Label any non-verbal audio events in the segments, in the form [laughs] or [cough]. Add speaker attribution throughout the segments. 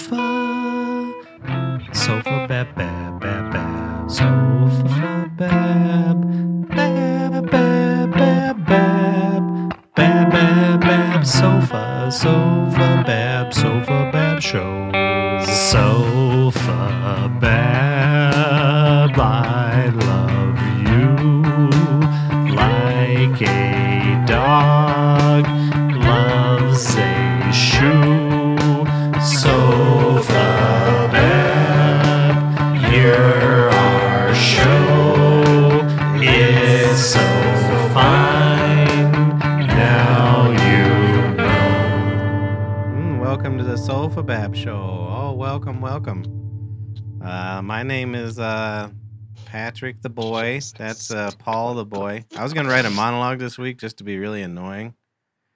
Speaker 1: Sofa, sofa, bab, bab, bab, bab, sofa, bab, bab, bab, bab, bab, bab, bab, bab, sofa, sofa, bab, sofa, bab, show, sofa, bab, I love you like a dog loves a shoe. Sofa Bab, you're our show. It's so fine. Now you know.
Speaker 2: Mm, welcome to the Soul for Bab Show. Oh, welcome, welcome. Uh, my name is uh, Patrick the Boy. That's uh, Paul the Boy. I was going to write a monologue this week just to be really annoying,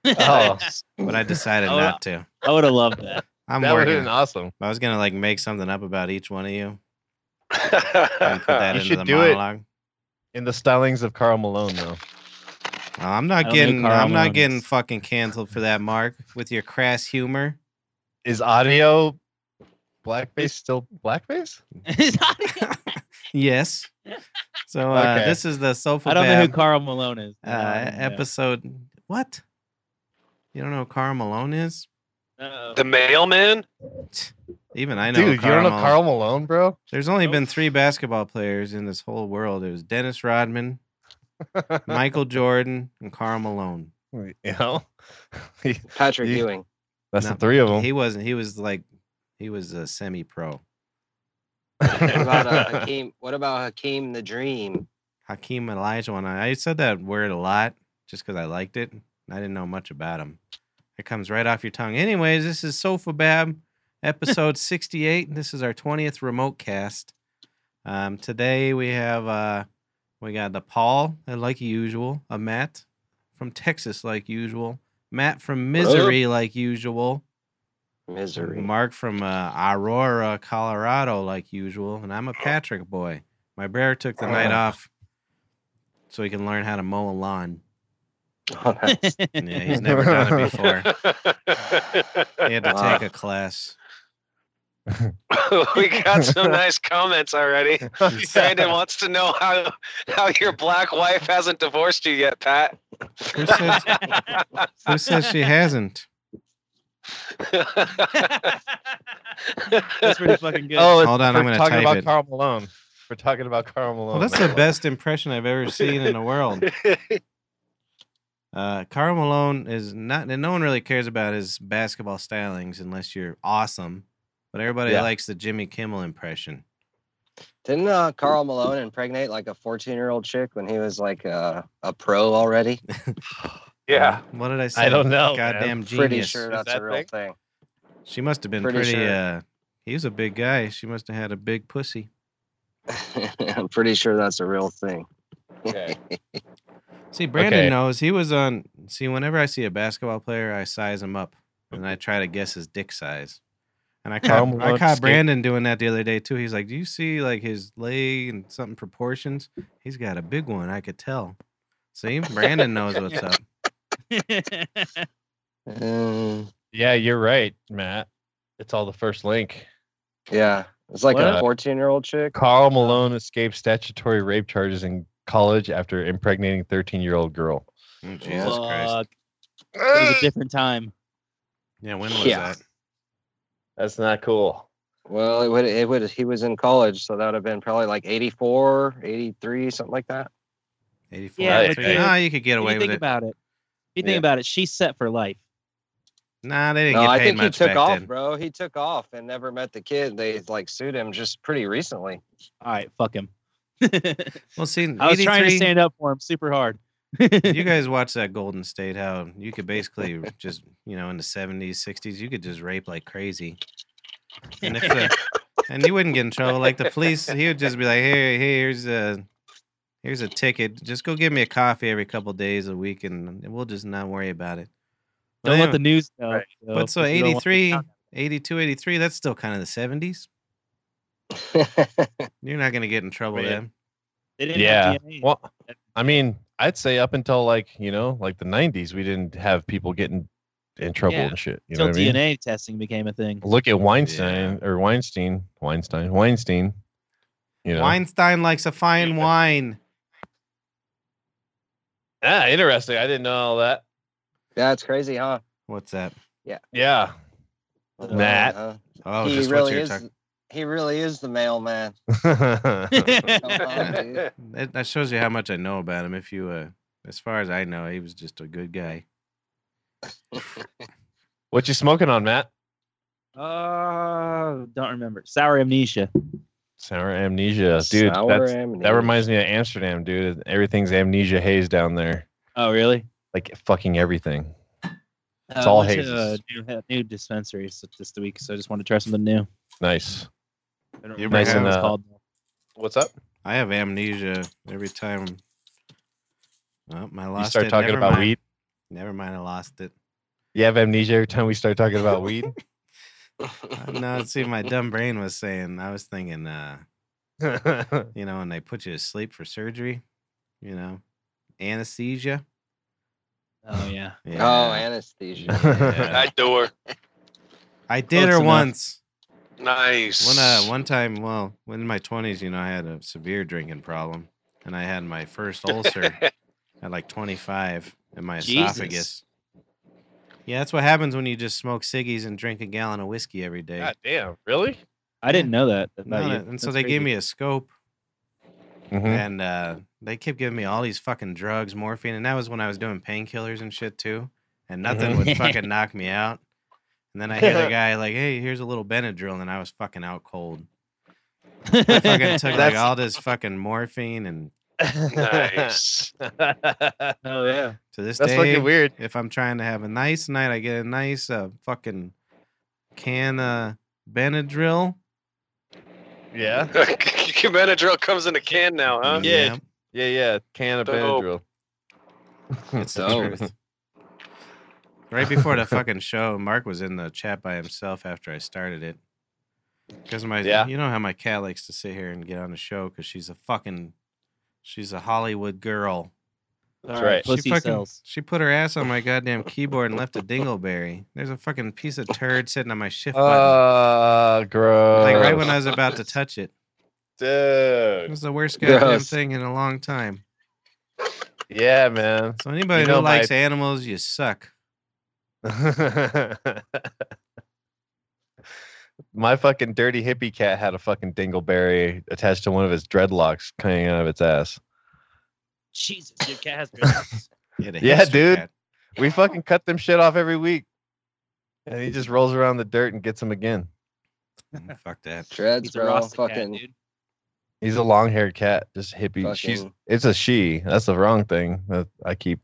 Speaker 3: Oh,
Speaker 2: but I
Speaker 3: [laughs]
Speaker 2: decided
Speaker 4: Oh,
Speaker 2: not to.
Speaker 4: I would have loved
Speaker 2: [laughs]
Speaker 4: that.
Speaker 2: I'm
Speaker 3: that would have
Speaker 2: working.
Speaker 3: been awesome.
Speaker 2: I was going to like make something up about each one of
Speaker 3: [laughs]
Speaker 2: you and put that
Speaker 3: You
Speaker 2: into
Speaker 3: should
Speaker 2: the
Speaker 3: do it.
Speaker 2: monologue.
Speaker 3: In the stylings of Carl Malone, though.
Speaker 2: Uh, I'm not
Speaker 4: That'll make
Speaker 2: getting.
Speaker 4: Carl
Speaker 2: I'm not
Speaker 4: Malone
Speaker 2: getting
Speaker 4: is-
Speaker 2: fucking canceled for that, Mark, with your crass humor.
Speaker 3: Is audio blackface still blackface?
Speaker 4: It's not-
Speaker 2: Yes. So uh,
Speaker 3: Okay.
Speaker 2: this is the Sofa
Speaker 4: I don't know who
Speaker 2: Bab.
Speaker 4: Carl Malone is.
Speaker 2: uh,
Speaker 4: No, I don't know.
Speaker 2: episode. What? You don't know who Carl Malone is?
Speaker 4: Uh-oh.
Speaker 5: The mailman?
Speaker 2: Even I know. who
Speaker 3: Dude, you don't know
Speaker 2: Malone-
Speaker 3: Carl Malone, bro? [laughs]
Speaker 2: There's only been
Speaker 4: Nope.
Speaker 2: three basketball players in this whole world. It was Dennis Rodman, Michael Jordan, and Carl Malone.
Speaker 3: you know, [laughs] that's
Speaker 5: Patrick
Speaker 3: You-
Speaker 5: Ewing.
Speaker 3: the
Speaker 2: No,
Speaker 3: three of them.
Speaker 2: He wasn't. He was like, he was a semi-pro.
Speaker 3: [laughs]
Speaker 5: What about uh, Hakeem? What about Hakeem the Dream?
Speaker 2: Hakeem Elijah. One. I said that word a lot just because I liked it. and I didn't know much about him. It comes right off your tongue. Anyways, this is Sofa Bab, episode 68. This is our 20th remote cast. Um, today we have uh, we got the Paul, uh, like usual, a Matt from Texas, like usual, Matt from Misery, like usual,
Speaker 5: Misery. [laughs]
Speaker 2: Mark from uh, Aurora, Colorado, like usual, and I'm a Patrick boy. My brother took the night
Speaker 3: Oh.
Speaker 2: off so he can learn how to mow a lawn. Yeah, he's never done it before. He had to
Speaker 5: Wow.
Speaker 2: take a class.
Speaker 5: [laughs] we got some nice
Speaker 3: [laughs]
Speaker 5: comments already. Brandon wants to know how how your black wife hasn't divorced you yet, Pat.
Speaker 2: Who says, [laughs]
Speaker 5: [laughs]
Speaker 2: who says she hasn't?
Speaker 4: That's pretty fucking good.
Speaker 3: [laughs] Oh, it's,
Speaker 2: Hold on,
Speaker 3: we're
Speaker 2: I'm gonna
Speaker 3: talking
Speaker 2: type
Speaker 3: about
Speaker 2: it.
Speaker 3: Carl Malone. We're talking about Carl
Speaker 2: Well,
Speaker 3: Malone.
Speaker 2: that's the
Speaker 3: by way.
Speaker 2: best impression I've ever seen in the world. Uh, Carl Malone is not, and no one really cares about his basketball stylings unless you're awesome. But everybody
Speaker 3: Yeah.
Speaker 2: likes the Jimmy Kimmel impression.
Speaker 5: Didn't uh, Carl Malone impregnate like a 14 year old chick when he was like uh, a pro already?
Speaker 3: Yeah.
Speaker 2: What did I say?
Speaker 3: I don't know. man.
Speaker 2: Goddamn genius.
Speaker 5: Pretty sure
Speaker 3: Is
Speaker 5: that's
Speaker 3: that
Speaker 5: a real
Speaker 3: thing?
Speaker 5: thing. [laughs]
Speaker 2: She must have been pretty.
Speaker 5: Pretty sure.
Speaker 2: uh, he was a big guy. She must have had a big pussy.
Speaker 5: I'm pretty sure that's a real thing. [laughs]
Speaker 3: Okay.
Speaker 2: See, Brandon
Speaker 3: Okay.
Speaker 2: knows he was on. See, whenever I see a basketball player, I size him up and I try to guess his dick size. And I
Speaker 3: Karl
Speaker 2: caught, I
Speaker 3: Malone
Speaker 2: caught
Speaker 3: skate-
Speaker 2: Brandon doing that the other day too. He's like, "Do you see like his leg and something proportions? He's got a big one. I could tell." See, Brandon knows what's up.
Speaker 4: [laughs]
Speaker 5: Mm,
Speaker 3: Yeah, you're right, Matt. It's all the first link.
Speaker 5: yeah. It's like
Speaker 3: What?
Speaker 5: a 14 year old chick.
Speaker 3: Carl Malone escaped statutory rape charges in college after impregnating 13 year old girl.
Speaker 2: [laughs] Oh, Jesus Christ!
Speaker 4: Fuck. It was a different time.
Speaker 2: Yeah, when was
Speaker 5: Yeah.
Speaker 2: that?
Speaker 3: That's not cool.
Speaker 5: Well, it would, it would, he was in college, so that would have been probably like 84, 83, something like that.
Speaker 2: Eighty-four.
Speaker 4: Yeah,
Speaker 2: Yeah,
Speaker 3: but dude,
Speaker 2: nah, you could get
Speaker 4: If
Speaker 2: away
Speaker 4: you
Speaker 2: with
Speaker 4: think
Speaker 2: it.
Speaker 4: about it. If you think
Speaker 3: Yeah.
Speaker 4: about it, she's set for life.
Speaker 2: nah, they didn't
Speaker 5: No,
Speaker 2: get
Speaker 5: I
Speaker 2: paid
Speaker 5: think he
Speaker 2: much
Speaker 5: took
Speaker 2: back
Speaker 5: off,
Speaker 2: then.
Speaker 5: bro. He took off and never met the kid. They like sued him just pretty
Speaker 3: [laughs]
Speaker 5: recently.
Speaker 4: All right, fuck him. [laughs] I
Speaker 2: Well, see, in
Speaker 4: was trying to
Speaker 2: 83
Speaker 4: stand up for him super hard. [laughs]
Speaker 2: you guys watch that Golden State, how you could basically just, you know, in the 70s, 60s, you could just rape like crazy. And if the, and you wouldn't get in trouble. Like the police, he would just be like, hey, hey, here's a here's a ticket. Just go give me a coffee every couple days a week and we'll just not worry about it. But
Speaker 4: Don't let
Speaker 2: anyway,
Speaker 4: the news know.
Speaker 3: Right.
Speaker 4: though,
Speaker 2: Oh, but so
Speaker 4: if you don't want the
Speaker 2: 83,
Speaker 4: count.
Speaker 2: 82, 83, that's still kind of the 70s. You're not going to get in trouble
Speaker 3: Man.
Speaker 2: then.
Speaker 4: They didn't
Speaker 3: Yeah.
Speaker 4: have DNA.
Speaker 3: Well, I mean, I'd say up until like, you know, like the 90s, we didn't have people getting in trouble
Speaker 6: Yeah.
Speaker 3: and shit. You know
Speaker 6: Until
Speaker 3: what I mean?
Speaker 6: DNA testing became a thing.
Speaker 4: [laughs]
Speaker 3: Look at Weinstein or Weinstein, Weinstein, Weinstein. You know,
Speaker 2: Weinstein likes a fine wine.
Speaker 3: ah, interesting. I didn't know all that.
Speaker 5: That's crazy, huh?
Speaker 2: What's that?
Speaker 3: Yeah, [laughs] Matt.
Speaker 5: Uh,
Speaker 2: Oh,
Speaker 5: he
Speaker 2: just
Speaker 5: really
Speaker 2: what
Speaker 5: is.
Speaker 2: you're talking.
Speaker 5: He really is the mailman. Come
Speaker 2: [laughs]
Speaker 5: on, dude.
Speaker 3: Uh,
Speaker 2: That, that shows you how much I know about him. If you, uh, as far as I know, he was just a good guy.
Speaker 3: what you smoking on, Matt?
Speaker 6: Oh, don't remember. Sour amnesia.
Speaker 3: Sour amnesia, dude.
Speaker 5: Sour
Speaker 3: that's,
Speaker 5: amnesia.
Speaker 3: that reminds me of Amsterdam, dude. Everything's amnesia haze down there.
Speaker 6: Oh, really?
Speaker 3: Like fucking everything.
Speaker 6: It's
Speaker 3: all hazes.
Speaker 6: To a new, uh, new dispensary s- this week, so I just wanted to try something new.
Speaker 3: Nice.
Speaker 6: I don't
Speaker 2: You
Speaker 6: remember
Speaker 2: bring
Speaker 6: what it's
Speaker 3: up-
Speaker 6: called.
Speaker 3: What's up?
Speaker 2: I have amnesia every time. Oh, I lost
Speaker 3: You start
Speaker 2: it.
Speaker 3: talking
Speaker 2: Never
Speaker 3: about
Speaker 2: mind.
Speaker 3: weed.
Speaker 2: Never mind, I lost it.
Speaker 3: You have amnesia every time we start talking about weed.
Speaker 2: Uh, no, see, my dumb brain was saying. I was thinking, uh, [laughs] you know, and they put you to sleep for surgery. You know, anesthesia.
Speaker 6: Oh, yeah.
Speaker 2: Yeah. [laughs]
Speaker 5: Oh, anesthesia.
Speaker 3: [laughs]
Speaker 2: Yeah.
Speaker 7: That door.
Speaker 2: I did her
Speaker 6: enough.
Speaker 2: once.
Speaker 7: Nice.
Speaker 2: When uh, one time, well, when in my twenties, you know, I had a severe drinking problem, and I had my first ulcer at like 25 in my
Speaker 6: Jesus.
Speaker 2: esophagus. Yeah, that's what happens when you just smoke ciggies and drink a gallon of whiskey every day.
Speaker 3: God damn, really?
Speaker 6: I didn't know that. About
Speaker 2: No,
Speaker 6: you.
Speaker 2: that- and so
Speaker 6: That's
Speaker 2: they gave
Speaker 6: crazy.
Speaker 2: me a scope,
Speaker 3: Mhm. [laughs]
Speaker 2: and uh, they kept giving me all these fucking drugs, morphine, and that was when I was doing painkillers and shit too, and nothing would
Speaker 3: Mm-hmm.
Speaker 2: fucking knock me out. And then I
Speaker 3: [laughs]
Speaker 2: hear the guy like, "Hey, here's a little Benadryl," and I was fucking out cold.
Speaker 6: [laughs]
Speaker 2: I fucking took like
Speaker 3: That's-
Speaker 2: all this fucking morphine, and
Speaker 3: [laughs]
Speaker 7: nice.
Speaker 6: oh, yeah.
Speaker 2: to this
Speaker 3: That's
Speaker 2: day,
Speaker 3: fucking weird.
Speaker 2: if I'm trying to have a nice night, I get a nice uh, fucking can of Benadryl.
Speaker 7: [laughs]
Speaker 3: Yeah.
Speaker 7: Benadryl comes in a can now, huh?
Speaker 3: Yeah. Yeah, yeah. Can of
Speaker 7: Dope.
Speaker 2: Yeah, it's the
Speaker 5: Dope.
Speaker 3: [laughs]
Speaker 2: truth. Right before the fucking show, Mark was in the chat by himself after I started it. Because my,
Speaker 3: Yeah.
Speaker 2: you know how my cat likes to sit here and get on the show because she's a fucking, she's a Hollywood girl.
Speaker 6: That's
Speaker 3: right.
Speaker 6: Pussy
Speaker 2: she fucking,
Speaker 6: cells.
Speaker 2: She put her ass on my goddamn keyboard and left a dingleberry. There's a fucking piece of turd sitting on my shift
Speaker 3: Benadryl.
Speaker 2: button.
Speaker 3: Uh, gross.
Speaker 2: Like right when I was about to touch it. It
Speaker 3: Dude.
Speaker 2: was the worst goddamn
Speaker 5: Gross.
Speaker 2: thing in a long time.
Speaker 3: Yeah, man.
Speaker 2: So anybody
Speaker 3: You know
Speaker 2: who
Speaker 3: my-
Speaker 2: likes animals, you suck.
Speaker 3: My fucking dirty hippie cat had a fucking dingleberry attached to one of its dreadlocks coming out of its ass.
Speaker 6: Jesus, your cat has
Speaker 2: [laughs]
Speaker 6: dreadlocks.
Speaker 2: You had a
Speaker 3: Yeah,
Speaker 2: hipster
Speaker 3: dude.
Speaker 2: cat.
Speaker 3: We fucking cut them shit off every week. And he just rolls around the dirt and gets them again.
Speaker 2: Mm, Fuck that.
Speaker 5: Dreads,
Speaker 6: He's a
Speaker 5: bro.
Speaker 6: Rasta
Speaker 5: Fucking.
Speaker 6: cat, dude.
Speaker 3: He's a long haired cat, just hippie. She's
Speaker 5: Fucking-
Speaker 3: it's a she. That's the wrong thing. That- I keep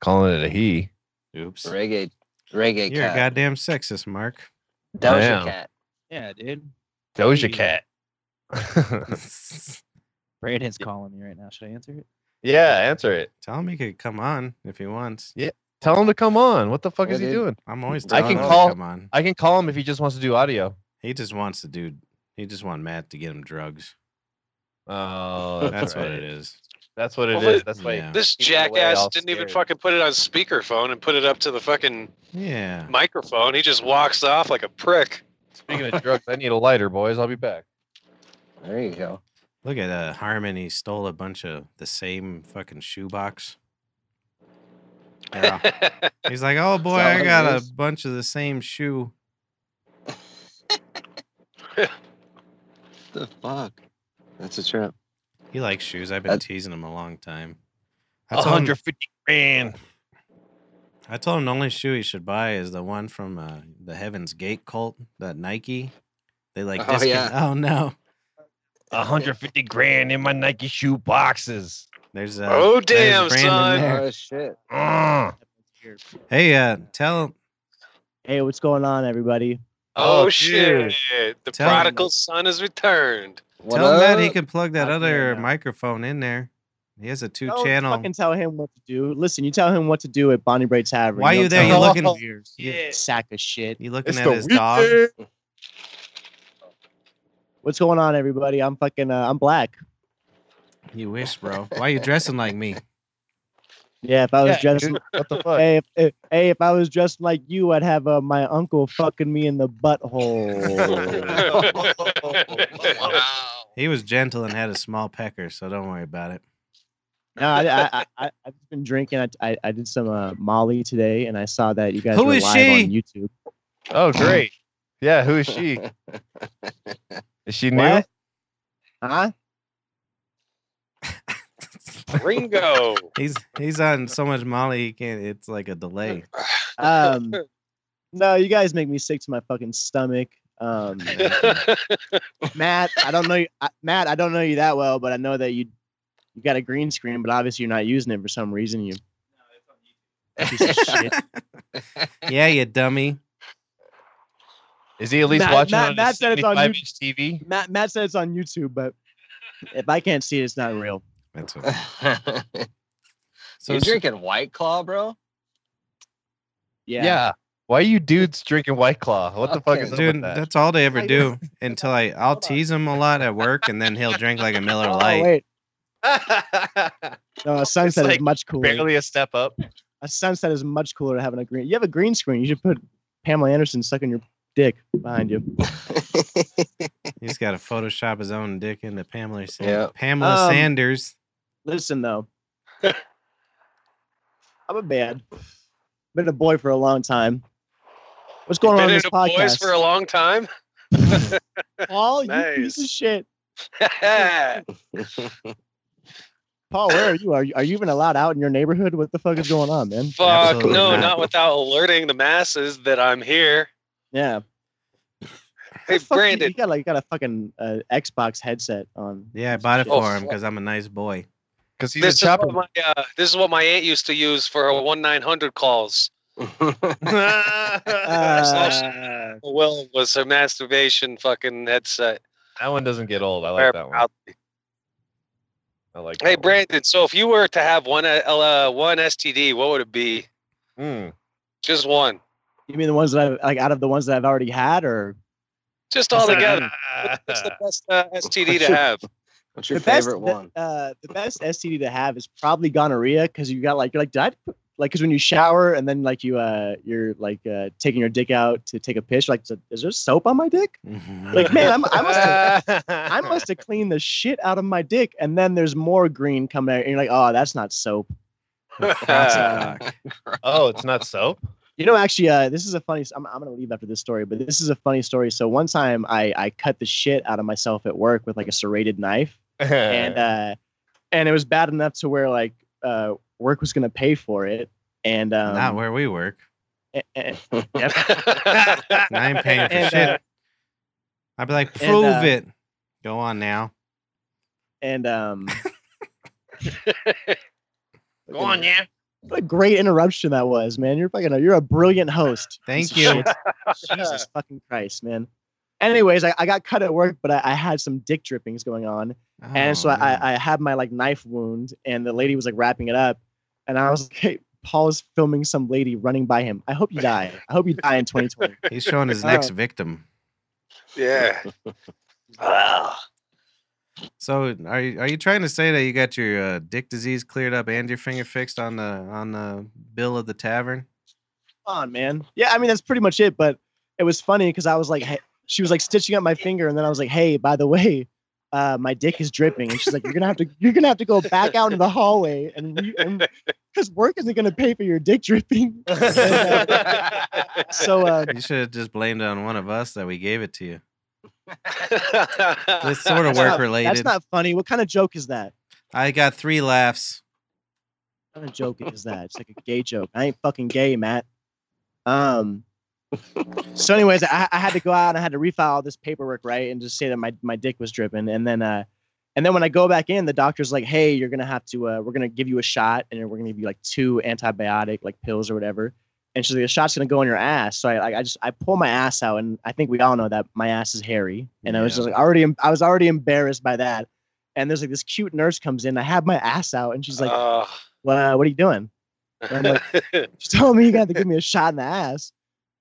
Speaker 3: calling it a he.
Speaker 2: Oops.
Speaker 5: Reggae, reggae
Speaker 2: You're a
Speaker 5: cat.
Speaker 2: goddamn sexist, Mark.
Speaker 5: Doja
Speaker 3: Damn.
Speaker 5: cat.
Speaker 6: Yeah, dude.
Speaker 3: Doja
Speaker 6: Jeez.
Speaker 3: cat.
Speaker 6: Brandon's calling me right now. Should I answer it?
Speaker 3: [laughs] yeah, answer it.
Speaker 2: Tell him he could come on if he wants.
Speaker 3: Tell him to come on. What the fuck
Speaker 5: Yeah,
Speaker 3: is he
Speaker 5: dude.
Speaker 3: doing?
Speaker 2: I'm always
Speaker 5: I
Speaker 2: telling
Speaker 5: can
Speaker 2: him
Speaker 3: call-
Speaker 2: to come on.
Speaker 3: I can call him if he just wants to do audio.
Speaker 2: He just wants to do. He just want Matt to get him drugs. [laughs]
Speaker 3: Oh,
Speaker 2: That's what it
Speaker 3: right.
Speaker 2: is.
Speaker 3: That's what it is.
Speaker 7: Well,
Speaker 3: That's why.
Speaker 2: yeah.
Speaker 7: This
Speaker 3: He went away
Speaker 7: jackass
Speaker 3: all
Speaker 7: didn't even
Speaker 3: scared.
Speaker 7: fucking put it on speakerphone and put it up to the fucking
Speaker 2: Yeah.
Speaker 7: microphone. He just walks off like a prick.
Speaker 3: Speaking of drugs, I need a lighter, boys. I'll
Speaker 2: [laughs]
Speaker 3: be back.
Speaker 5: There you go.
Speaker 2: Look at uh, Harmon. He stole a bunch of the same fucking shoebox. They're all- He's like, oh boy,
Speaker 5: Solid
Speaker 2: I got a
Speaker 5: waste.
Speaker 2: bunch of the same shoe.
Speaker 5: The fuck. That's a trip.
Speaker 2: He likes shoes. I've been
Speaker 5: That's-
Speaker 2: teasing him a long time. I told, him,
Speaker 3: 150 grand.
Speaker 2: I told him the only shoe he should buy is the one from uh, the Heaven's Gate cult, that Nike. They like,
Speaker 5: Oh,
Speaker 2: oh,
Speaker 5: yeah.
Speaker 2: oh no.
Speaker 3: 150 grand in my Nike shoe boxes.
Speaker 2: There's uh,
Speaker 7: Oh,
Speaker 2: there's
Speaker 7: damn,
Speaker 2: Brandon
Speaker 7: son.
Speaker 2: there.
Speaker 5: Oh shit.
Speaker 3: Mm.
Speaker 2: Hey, uh, tell
Speaker 6: Hey, what's going on, everybody?
Speaker 7: Oh,
Speaker 3: dude.
Speaker 7: shit. The
Speaker 2: Tell him-
Speaker 7: prodigal son has returned.
Speaker 5: What
Speaker 2: tell Matt he
Speaker 5: up?
Speaker 2: can plug that
Speaker 6: Not
Speaker 2: other
Speaker 6: doing that.
Speaker 2: microphone in there. He has a two
Speaker 4: Don't
Speaker 2: channel.
Speaker 4: fucking tell him what to do. Listen, you tell him what to do at Bonnie Bray Tavern.
Speaker 2: Why
Speaker 4: You
Speaker 2: you
Speaker 4: don't
Speaker 2: there?
Speaker 4: tell
Speaker 2: You
Speaker 4: him
Speaker 2: looking-
Speaker 4: what to do.
Speaker 7: you-
Speaker 4: You sack of shit.
Speaker 2: You looking at his dog?
Speaker 4: What's going on, everybody? I'm fucking. Uh, I'm black.
Speaker 2: You wish, bro. Why you dressing like me?
Speaker 4: Yeah, if I was
Speaker 6: Yeah,
Speaker 4: dressed,
Speaker 3: Dude, what the fuck?
Speaker 4: hey, if, if, hey, if I was dressed like you, I'd have uh, my uncle fucking me in
Speaker 2: [laughs]
Speaker 4: the butthole.
Speaker 7: wow.
Speaker 2: He was gentle and had a small pecker, so don't worry about it.
Speaker 4: no, I, I, I- I, I've been drinking. I, I, I did some uh, Molly today, and I saw that you guys
Speaker 2: Who
Speaker 4: were
Speaker 2: is
Speaker 4: live on YouTube.
Speaker 3: [laughs] Oh, great. Yeah, who is
Speaker 7: [laughs]
Speaker 3: she? Is she new?
Speaker 4: What? Huh?
Speaker 2: [laughs]
Speaker 7: Ringo.
Speaker 2: He's he's on so much Molly he can't. It's like a
Speaker 5: [laughs]
Speaker 2: delay.
Speaker 4: Um, no, you guys make me sick to my fucking stomach. Um, Matt, I don't know you, I, Matt. I don't know you that well, but I know that you you got a green screen, but obviously you're not using it for some reason. You piece of shit.
Speaker 2: Yeah, you dummy.
Speaker 3: Is he at least
Speaker 4: Matt-
Speaker 3: watching
Speaker 4: Matt-
Speaker 3: on
Speaker 4: Matt
Speaker 3: his
Speaker 4: said it's on
Speaker 3: 75
Speaker 4: YouTube.
Speaker 3: inch TV?
Speaker 4: Matt Matt said it's on YouTube, but if I can't see it, it's not real.
Speaker 2: That's what. So
Speaker 5: You're
Speaker 2: s-
Speaker 5: drinking White
Speaker 2: [laughs]
Speaker 5: Claw, bro?
Speaker 4: Yeah.
Speaker 3: Why you dudes drinking White Claw? What the fuck is up
Speaker 2: Dude,
Speaker 3: with that?
Speaker 2: that's all they ever
Speaker 4: I- [laughs]
Speaker 2: do until I I'll
Speaker 4: Hold on.
Speaker 2: tease him a lot at work, and then he'll drink like a Miller
Speaker 4: [laughs] Oh,
Speaker 2: Lite.
Speaker 4: wait.
Speaker 7: [laughs]
Speaker 4: No, a sunset
Speaker 3: like
Speaker 4: is much cooler.
Speaker 3: Barely a step up.
Speaker 4: A sunset is much cooler than having a green. You have a green screen. You should put Pamela Anderson sucking your dick behind you.
Speaker 2: He's got to Photoshop his own dick into Pamela. Sand-
Speaker 5: Yeah.
Speaker 2: Pamela
Speaker 4: Um,
Speaker 2: Sanders.
Speaker 4: Listen though, [laughs] I'm a man. Been a boy for a long time. What's going on
Speaker 7: Been
Speaker 4: in this
Speaker 7: into boys
Speaker 4: podcast?
Speaker 7: for a long time.
Speaker 4: Paul, you piece of
Speaker 7: Nice.
Speaker 4: shit.
Speaker 7: yeah,
Speaker 4: Paul, where are you? Are you are you even allowed out in your neighborhood? What the fuck is going on,
Speaker 7: [laughs]
Speaker 4: man?
Speaker 7: fuck
Speaker 2: Absolutely
Speaker 7: no,
Speaker 2: not.
Speaker 7: not. without alerting the masses that I'm here.
Speaker 4: Yeah.
Speaker 7: Hey,
Speaker 4: The fuck you-
Speaker 7: Brandon.
Speaker 4: You got like you got a fucking uh, Xbox headset
Speaker 5: [laughs]
Speaker 4: on.
Speaker 2: Yeah, I bought it
Speaker 7: Oh,
Speaker 2: for him
Speaker 7: fuck.
Speaker 2: because I'm a nice boy. [laughs]
Speaker 3: Because he's
Speaker 7: This
Speaker 3: a
Speaker 7: is,
Speaker 3: chopper.
Speaker 7: what
Speaker 3: [laughs]
Speaker 7: my, uh, this is what my aunt used to use for her one nine hundred calls.
Speaker 4: Uh,
Speaker 7: Well, was her masturbation fucking headset.
Speaker 3: that one doesn't get old. I like that one. I like
Speaker 7: Hey,
Speaker 3: that one.
Speaker 7: Brandon. So, if you were to have one uh, L- uh, one STD, what would it be?
Speaker 3: Mm.
Speaker 7: Just one.
Speaker 4: you mean the ones that I've like out of the ones that I've already had, or
Speaker 7: Just all together. What's the best uh, STD to have?
Speaker 5: What's your
Speaker 4: the best,
Speaker 5: favorite
Speaker 4: the-
Speaker 5: one?
Speaker 4: uh, the best STD to have is probably gonorrhea because you got like you're like did I put-" like because when you shower and then like you uh you're like uh taking your dick out to take a piss, you're like "Is- is there soap on my dick? [laughs] Like man, I'm, I must have,
Speaker 7: [laughs]
Speaker 4: I must have cleaned the shit out of my dick, and then there's more green coming out, and you're like, oh, that's not soap.
Speaker 3: [laughs]
Speaker 4: [laughs]
Speaker 3: oh, it's not soap.
Speaker 4: You know, actually, uh, this is a funny. I'm, I'm gonna leave after this story, but this is a funny story. So one time, I I cut the shit out of myself at work with like a serrated knife, and
Speaker 3: [laughs]
Speaker 4: uh, and it was bad enough to where like uh, work was gonna pay for it, and um,
Speaker 2: Not where we work.
Speaker 4: [laughs] a- a-
Speaker 2: And I ain't paying for
Speaker 4: And,
Speaker 2: shit.
Speaker 4: uh,
Speaker 2: I'd be like,
Speaker 4: and,
Speaker 2: prove
Speaker 4: uh,
Speaker 2: it. Go on now.
Speaker 4: and um,
Speaker 3: Go on, yeah.
Speaker 4: what a great interruption that was, man. You're fucking, you're a brilliant host.
Speaker 2: Thank
Speaker 4: Piece of
Speaker 2: you.
Speaker 4: shit. Jesus fucking Christ, man. Anyways, I, I got cut at work, but I, I had some dick drippings going on. and
Speaker 2: Oh,
Speaker 4: so I, I, I had my like knife wound and the lady was like wrapping it up. And I was [laughs] like, hey, Paul is filming some lady running by him. I hope you die. I hope you die in 2020.
Speaker 2: he's showing his
Speaker 4: Oh.
Speaker 2: next victim.
Speaker 7: yeah. Ah.
Speaker 2: So are you, are you trying to say that you got your uh, dick disease cleared up and your finger fixed on the on the bill of the tavern?
Speaker 4: Come on, man. Yeah, I mean that's pretty much it. But it was funny because I was like, hey, she was like stitching up my finger, and then I was like, hey, by the way, uh, my dick is dripping, and she's like, you're gonna have to, you're gonna have to go back out in the hallway, and because work isn't gonna pay for your dick dripping. And, uh, so uh,
Speaker 2: You should have just blamed it on one of us that we gave it to you. It's sort of work
Speaker 4: that's
Speaker 2: related.
Speaker 4: not funny. What kind of joke is that?
Speaker 2: I got three laughs.
Speaker 4: What kind of joke is that? It's like a gay joke. I ain't fucking gay, Matt. Um. So, anyways, I, I had to go out and I had to refile all this paperwork, right, and just say that my my dick was dripping, and then uh, and then when I go back in, the doctor's like, "Hey, you're gonna have to. Uh, we're gonna give you a shot, and we're gonna give you like two antibiotic like pills or whatever." And she's like, "The shot's gonna go in your ass." So I like I just I pull my ass out, and I think we all know that my ass is hairy, and I was just like already em- I was already embarrassed by that. And there's like this cute nurse comes in. I have my ass out, and she's like,
Speaker 7: Oh.
Speaker 4: well, uh, what are you doing?
Speaker 2: [laughs]
Speaker 4: And I'm like, she told me you got to give me a shot in the ass.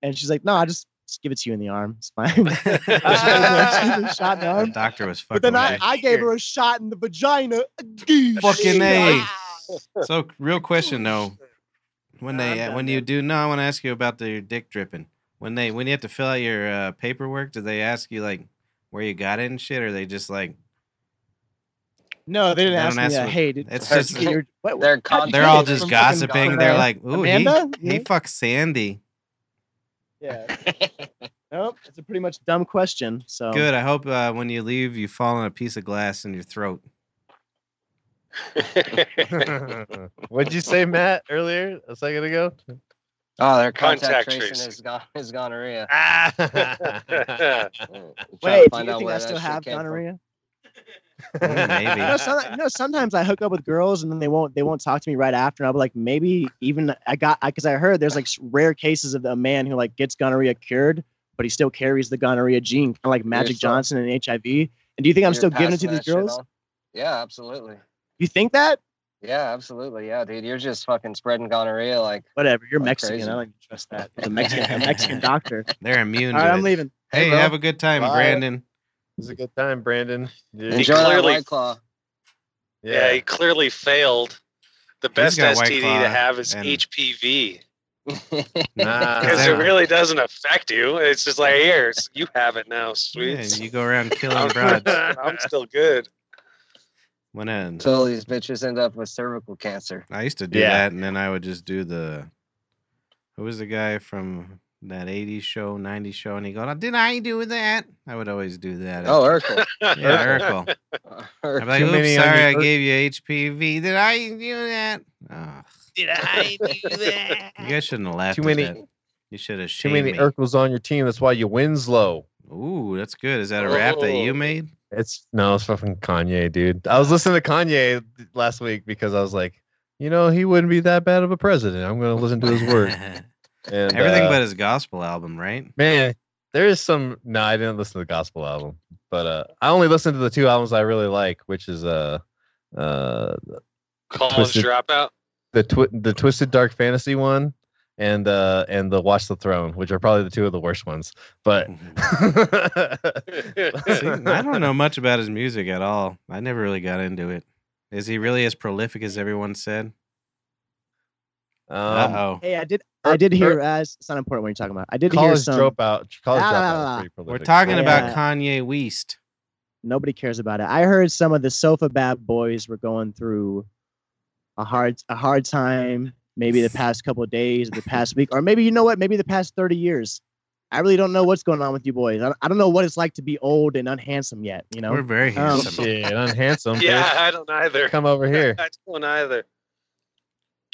Speaker 4: And she's like, no, I just, just give it to you in the arm. It's
Speaker 2: [laughs]
Speaker 4: fine. [laughs] She gave me a shot in the
Speaker 2: The
Speaker 4: arm.
Speaker 2: doctor was fucking.
Speaker 4: But then I,
Speaker 2: right.
Speaker 4: I gave her a shot in the vagina. Fucking
Speaker 2: Fucking A. So, real question though, when
Speaker 7: Nah,
Speaker 2: they
Speaker 7: I'm
Speaker 2: uh, when
Speaker 7: done,
Speaker 2: you do, no, I want to ask you about the dick dripping. When they when you have to fill out your uh, paperwork, do they ask you like where you got it and shit, or they just like
Speaker 4: No, they
Speaker 2: They
Speaker 4: didn't ask
Speaker 2: don't
Speaker 4: me
Speaker 2: ask
Speaker 4: that.
Speaker 2: what-
Speaker 4: Hey, did,
Speaker 2: it's
Speaker 4: how'd you
Speaker 2: just- [laughs]
Speaker 4: get your- what-
Speaker 5: They're
Speaker 4: how'd you
Speaker 2: they're
Speaker 4: get
Speaker 2: all
Speaker 4: it
Speaker 2: just
Speaker 4: from
Speaker 5: fucking
Speaker 2: gossiping?
Speaker 4: Ghana?
Speaker 2: They're like, ooh, he,
Speaker 4: Amanda?
Speaker 2: he
Speaker 4: Yeah.
Speaker 2: fucks Sandy.
Speaker 4: Yeah.
Speaker 2: [laughs]
Speaker 4: nope. It's a pretty much dumb question. So
Speaker 2: Good. I hope uh, when you leave, you fall on a piece of glass in your
Speaker 4: [laughs]
Speaker 2: throat.
Speaker 3: [laughs] What'd you say, Matt, earlier a second ago? [laughs]
Speaker 5: Oh, their contact,
Speaker 7: Contact
Speaker 5: tracing
Speaker 7: tracing.
Speaker 5: is gone.
Speaker 3: [laughs]
Speaker 5: Is gonorrhea. Uh,
Speaker 3: Ah!
Speaker 5: Trying to
Speaker 4: Wait, do
Speaker 5: find
Speaker 4: you
Speaker 5: out
Speaker 4: think
Speaker 5: where
Speaker 4: I
Speaker 5: that
Speaker 4: still
Speaker 5: shit
Speaker 4: have
Speaker 5: came from.
Speaker 4: gonorrhea?
Speaker 2: Mm, maybe.
Speaker 4: You know, some, you know, sometimes I hook up with girls and then they won't they won't talk to me right after. And I'll be like, maybe even I got because I, heard there's like s- rare cases of a man who like gets gonorrhea cured, but he still carries the gonorrhea gene, kind of like Magic
Speaker 5: still-
Speaker 4: Johnson and HIV. And do you think I'm
Speaker 5: You're
Speaker 4: still giving it to
Speaker 5: passing
Speaker 4: these
Speaker 5: that shit
Speaker 4: girls?
Speaker 5: on? Yeah, absolutely.
Speaker 4: You think that?
Speaker 5: Yeah, absolutely. Yeah, dude, you're just fucking spreading gonorrhea like.
Speaker 4: Whatever. You're
Speaker 5: Like
Speaker 4: Mexican.
Speaker 5: crazy.
Speaker 4: I don't even trust that. It's a [laughs] Mexican, a Mexican doctor.
Speaker 2: They're immune.
Speaker 4: All
Speaker 2: To
Speaker 4: right, I'm
Speaker 2: it.
Speaker 4: leaving.
Speaker 2: Hey,
Speaker 3: Hey, bro.
Speaker 2: have a good time,
Speaker 3: Bye.
Speaker 2: Brandon.
Speaker 3: It was a good time, Brandon. You-
Speaker 5: Enjoy that
Speaker 7: clearly-
Speaker 5: white claw.
Speaker 7: yeah, he clearly failed. The best
Speaker 2: got White
Speaker 7: STD
Speaker 2: Claw
Speaker 7: to have is
Speaker 2: and-
Speaker 7: HPV
Speaker 3: [laughs] Nah.
Speaker 7: because it
Speaker 2: Yeah.
Speaker 7: really doesn't affect you. It's just like here, s- you have it now,
Speaker 2: Yeah,
Speaker 7: [laughs] sweet.
Speaker 2: you go around killing
Speaker 7: I'm,
Speaker 2: broads.
Speaker 7: [laughs] I'm
Speaker 2: [laughs]
Speaker 7: still good.
Speaker 2: When I,
Speaker 5: so these bitches end up with cervical cancer.
Speaker 2: I used to do
Speaker 3: Yeah.
Speaker 2: that, and then I would just do the. Who was the guy from that '80s show, '90s show? And he go, "Oh, "Did I do that?" I would always do that. [laughs]
Speaker 5: Oh, Urkel.
Speaker 2: after- yeah, Urkel.
Speaker 5: Urkel.
Speaker 2: I'm like,
Speaker 3: Too
Speaker 2: "Oops,
Speaker 3: many on
Speaker 2: sorry,
Speaker 3: your
Speaker 2: I
Speaker 3: Ur-
Speaker 2: gave you HPV. Did I do that?" Ugh,
Speaker 1: Did I do that?
Speaker 2: you guys shouldn't have laughed.
Speaker 3: Too
Speaker 2: at
Speaker 3: many-
Speaker 2: that. You should have
Speaker 3: Too
Speaker 2: shamed
Speaker 3: many
Speaker 2: me.
Speaker 3: Urkels on your team. That's why you wins low.
Speaker 2: Ooh, that's good. Is that a rap that you
Speaker 7: Oh.
Speaker 2: made?
Speaker 3: It's no, it's fucking Kanye, dude. I was listening to Kanye last week because I was like, you know, he wouldn't be that bad of a president. I'm gonna listen to his words. And,
Speaker 2: [laughs] Everything
Speaker 3: uh,
Speaker 2: but his gospel album, right?
Speaker 3: man, there is some. No, I didn't listen to the gospel album, but uh, I only listened to the two albums I really like, which is uh, uh,
Speaker 7: College
Speaker 3: Twisted-
Speaker 7: dropout.
Speaker 3: the twi- the twisted dark fantasy one, and uh, and the Watch the Throne, which are probably the two of the worst ones.
Speaker 7: [laughs]
Speaker 3: But
Speaker 2: [laughs] See, I don't know much about his music at all. I never really got into it. Is he really as prolific as everyone said?
Speaker 3: [laughs] Um,
Speaker 2: Uh oh.
Speaker 4: Hey, I did.
Speaker 3: Ur-
Speaker 4: I did hear.
Speaker 3: Ur-
Speaker 4: Uh, it's it's not important what you're talking about. I did hear
Speaker 3: college
Speaker 4: some.
Speaker 3: dropout. College
Speaker 4: Ah,
Speaker 3: dropout.
Speaker 4: la, la,
Speaker 3: was
Speaker 4: la.
Speaker 3: pretty
Speaker 2: We're
Speaker 3: prolific.
Speaker 2: talking about
Speaker 4: Yeah.
Speaker 2: Kanye West.
Speaker 4: Nobody cares about it. I heard some of the sofa bad boys were going through a hard a hard time.
Speaker 2: [laughs]
Speaker 4: Maybe the past couple of days, the past week, or maybe you know what? Maybe the past thirty years. I really don't know what's going on with you boys. I, I don't know what it's like to be old and unhandsome yet. You know,
Speaker 2: We're very
Speaker 4: Um,
Speaker 2: handsome.
Speaker 3: Shit, I'm handsome.
Speaker 7: [laughs] Yeah,
Speaker 3: Yeah,
Speaker 7: I don't either. [laughs]
Speaker 3: come over here.
Speaker 7: I don't either.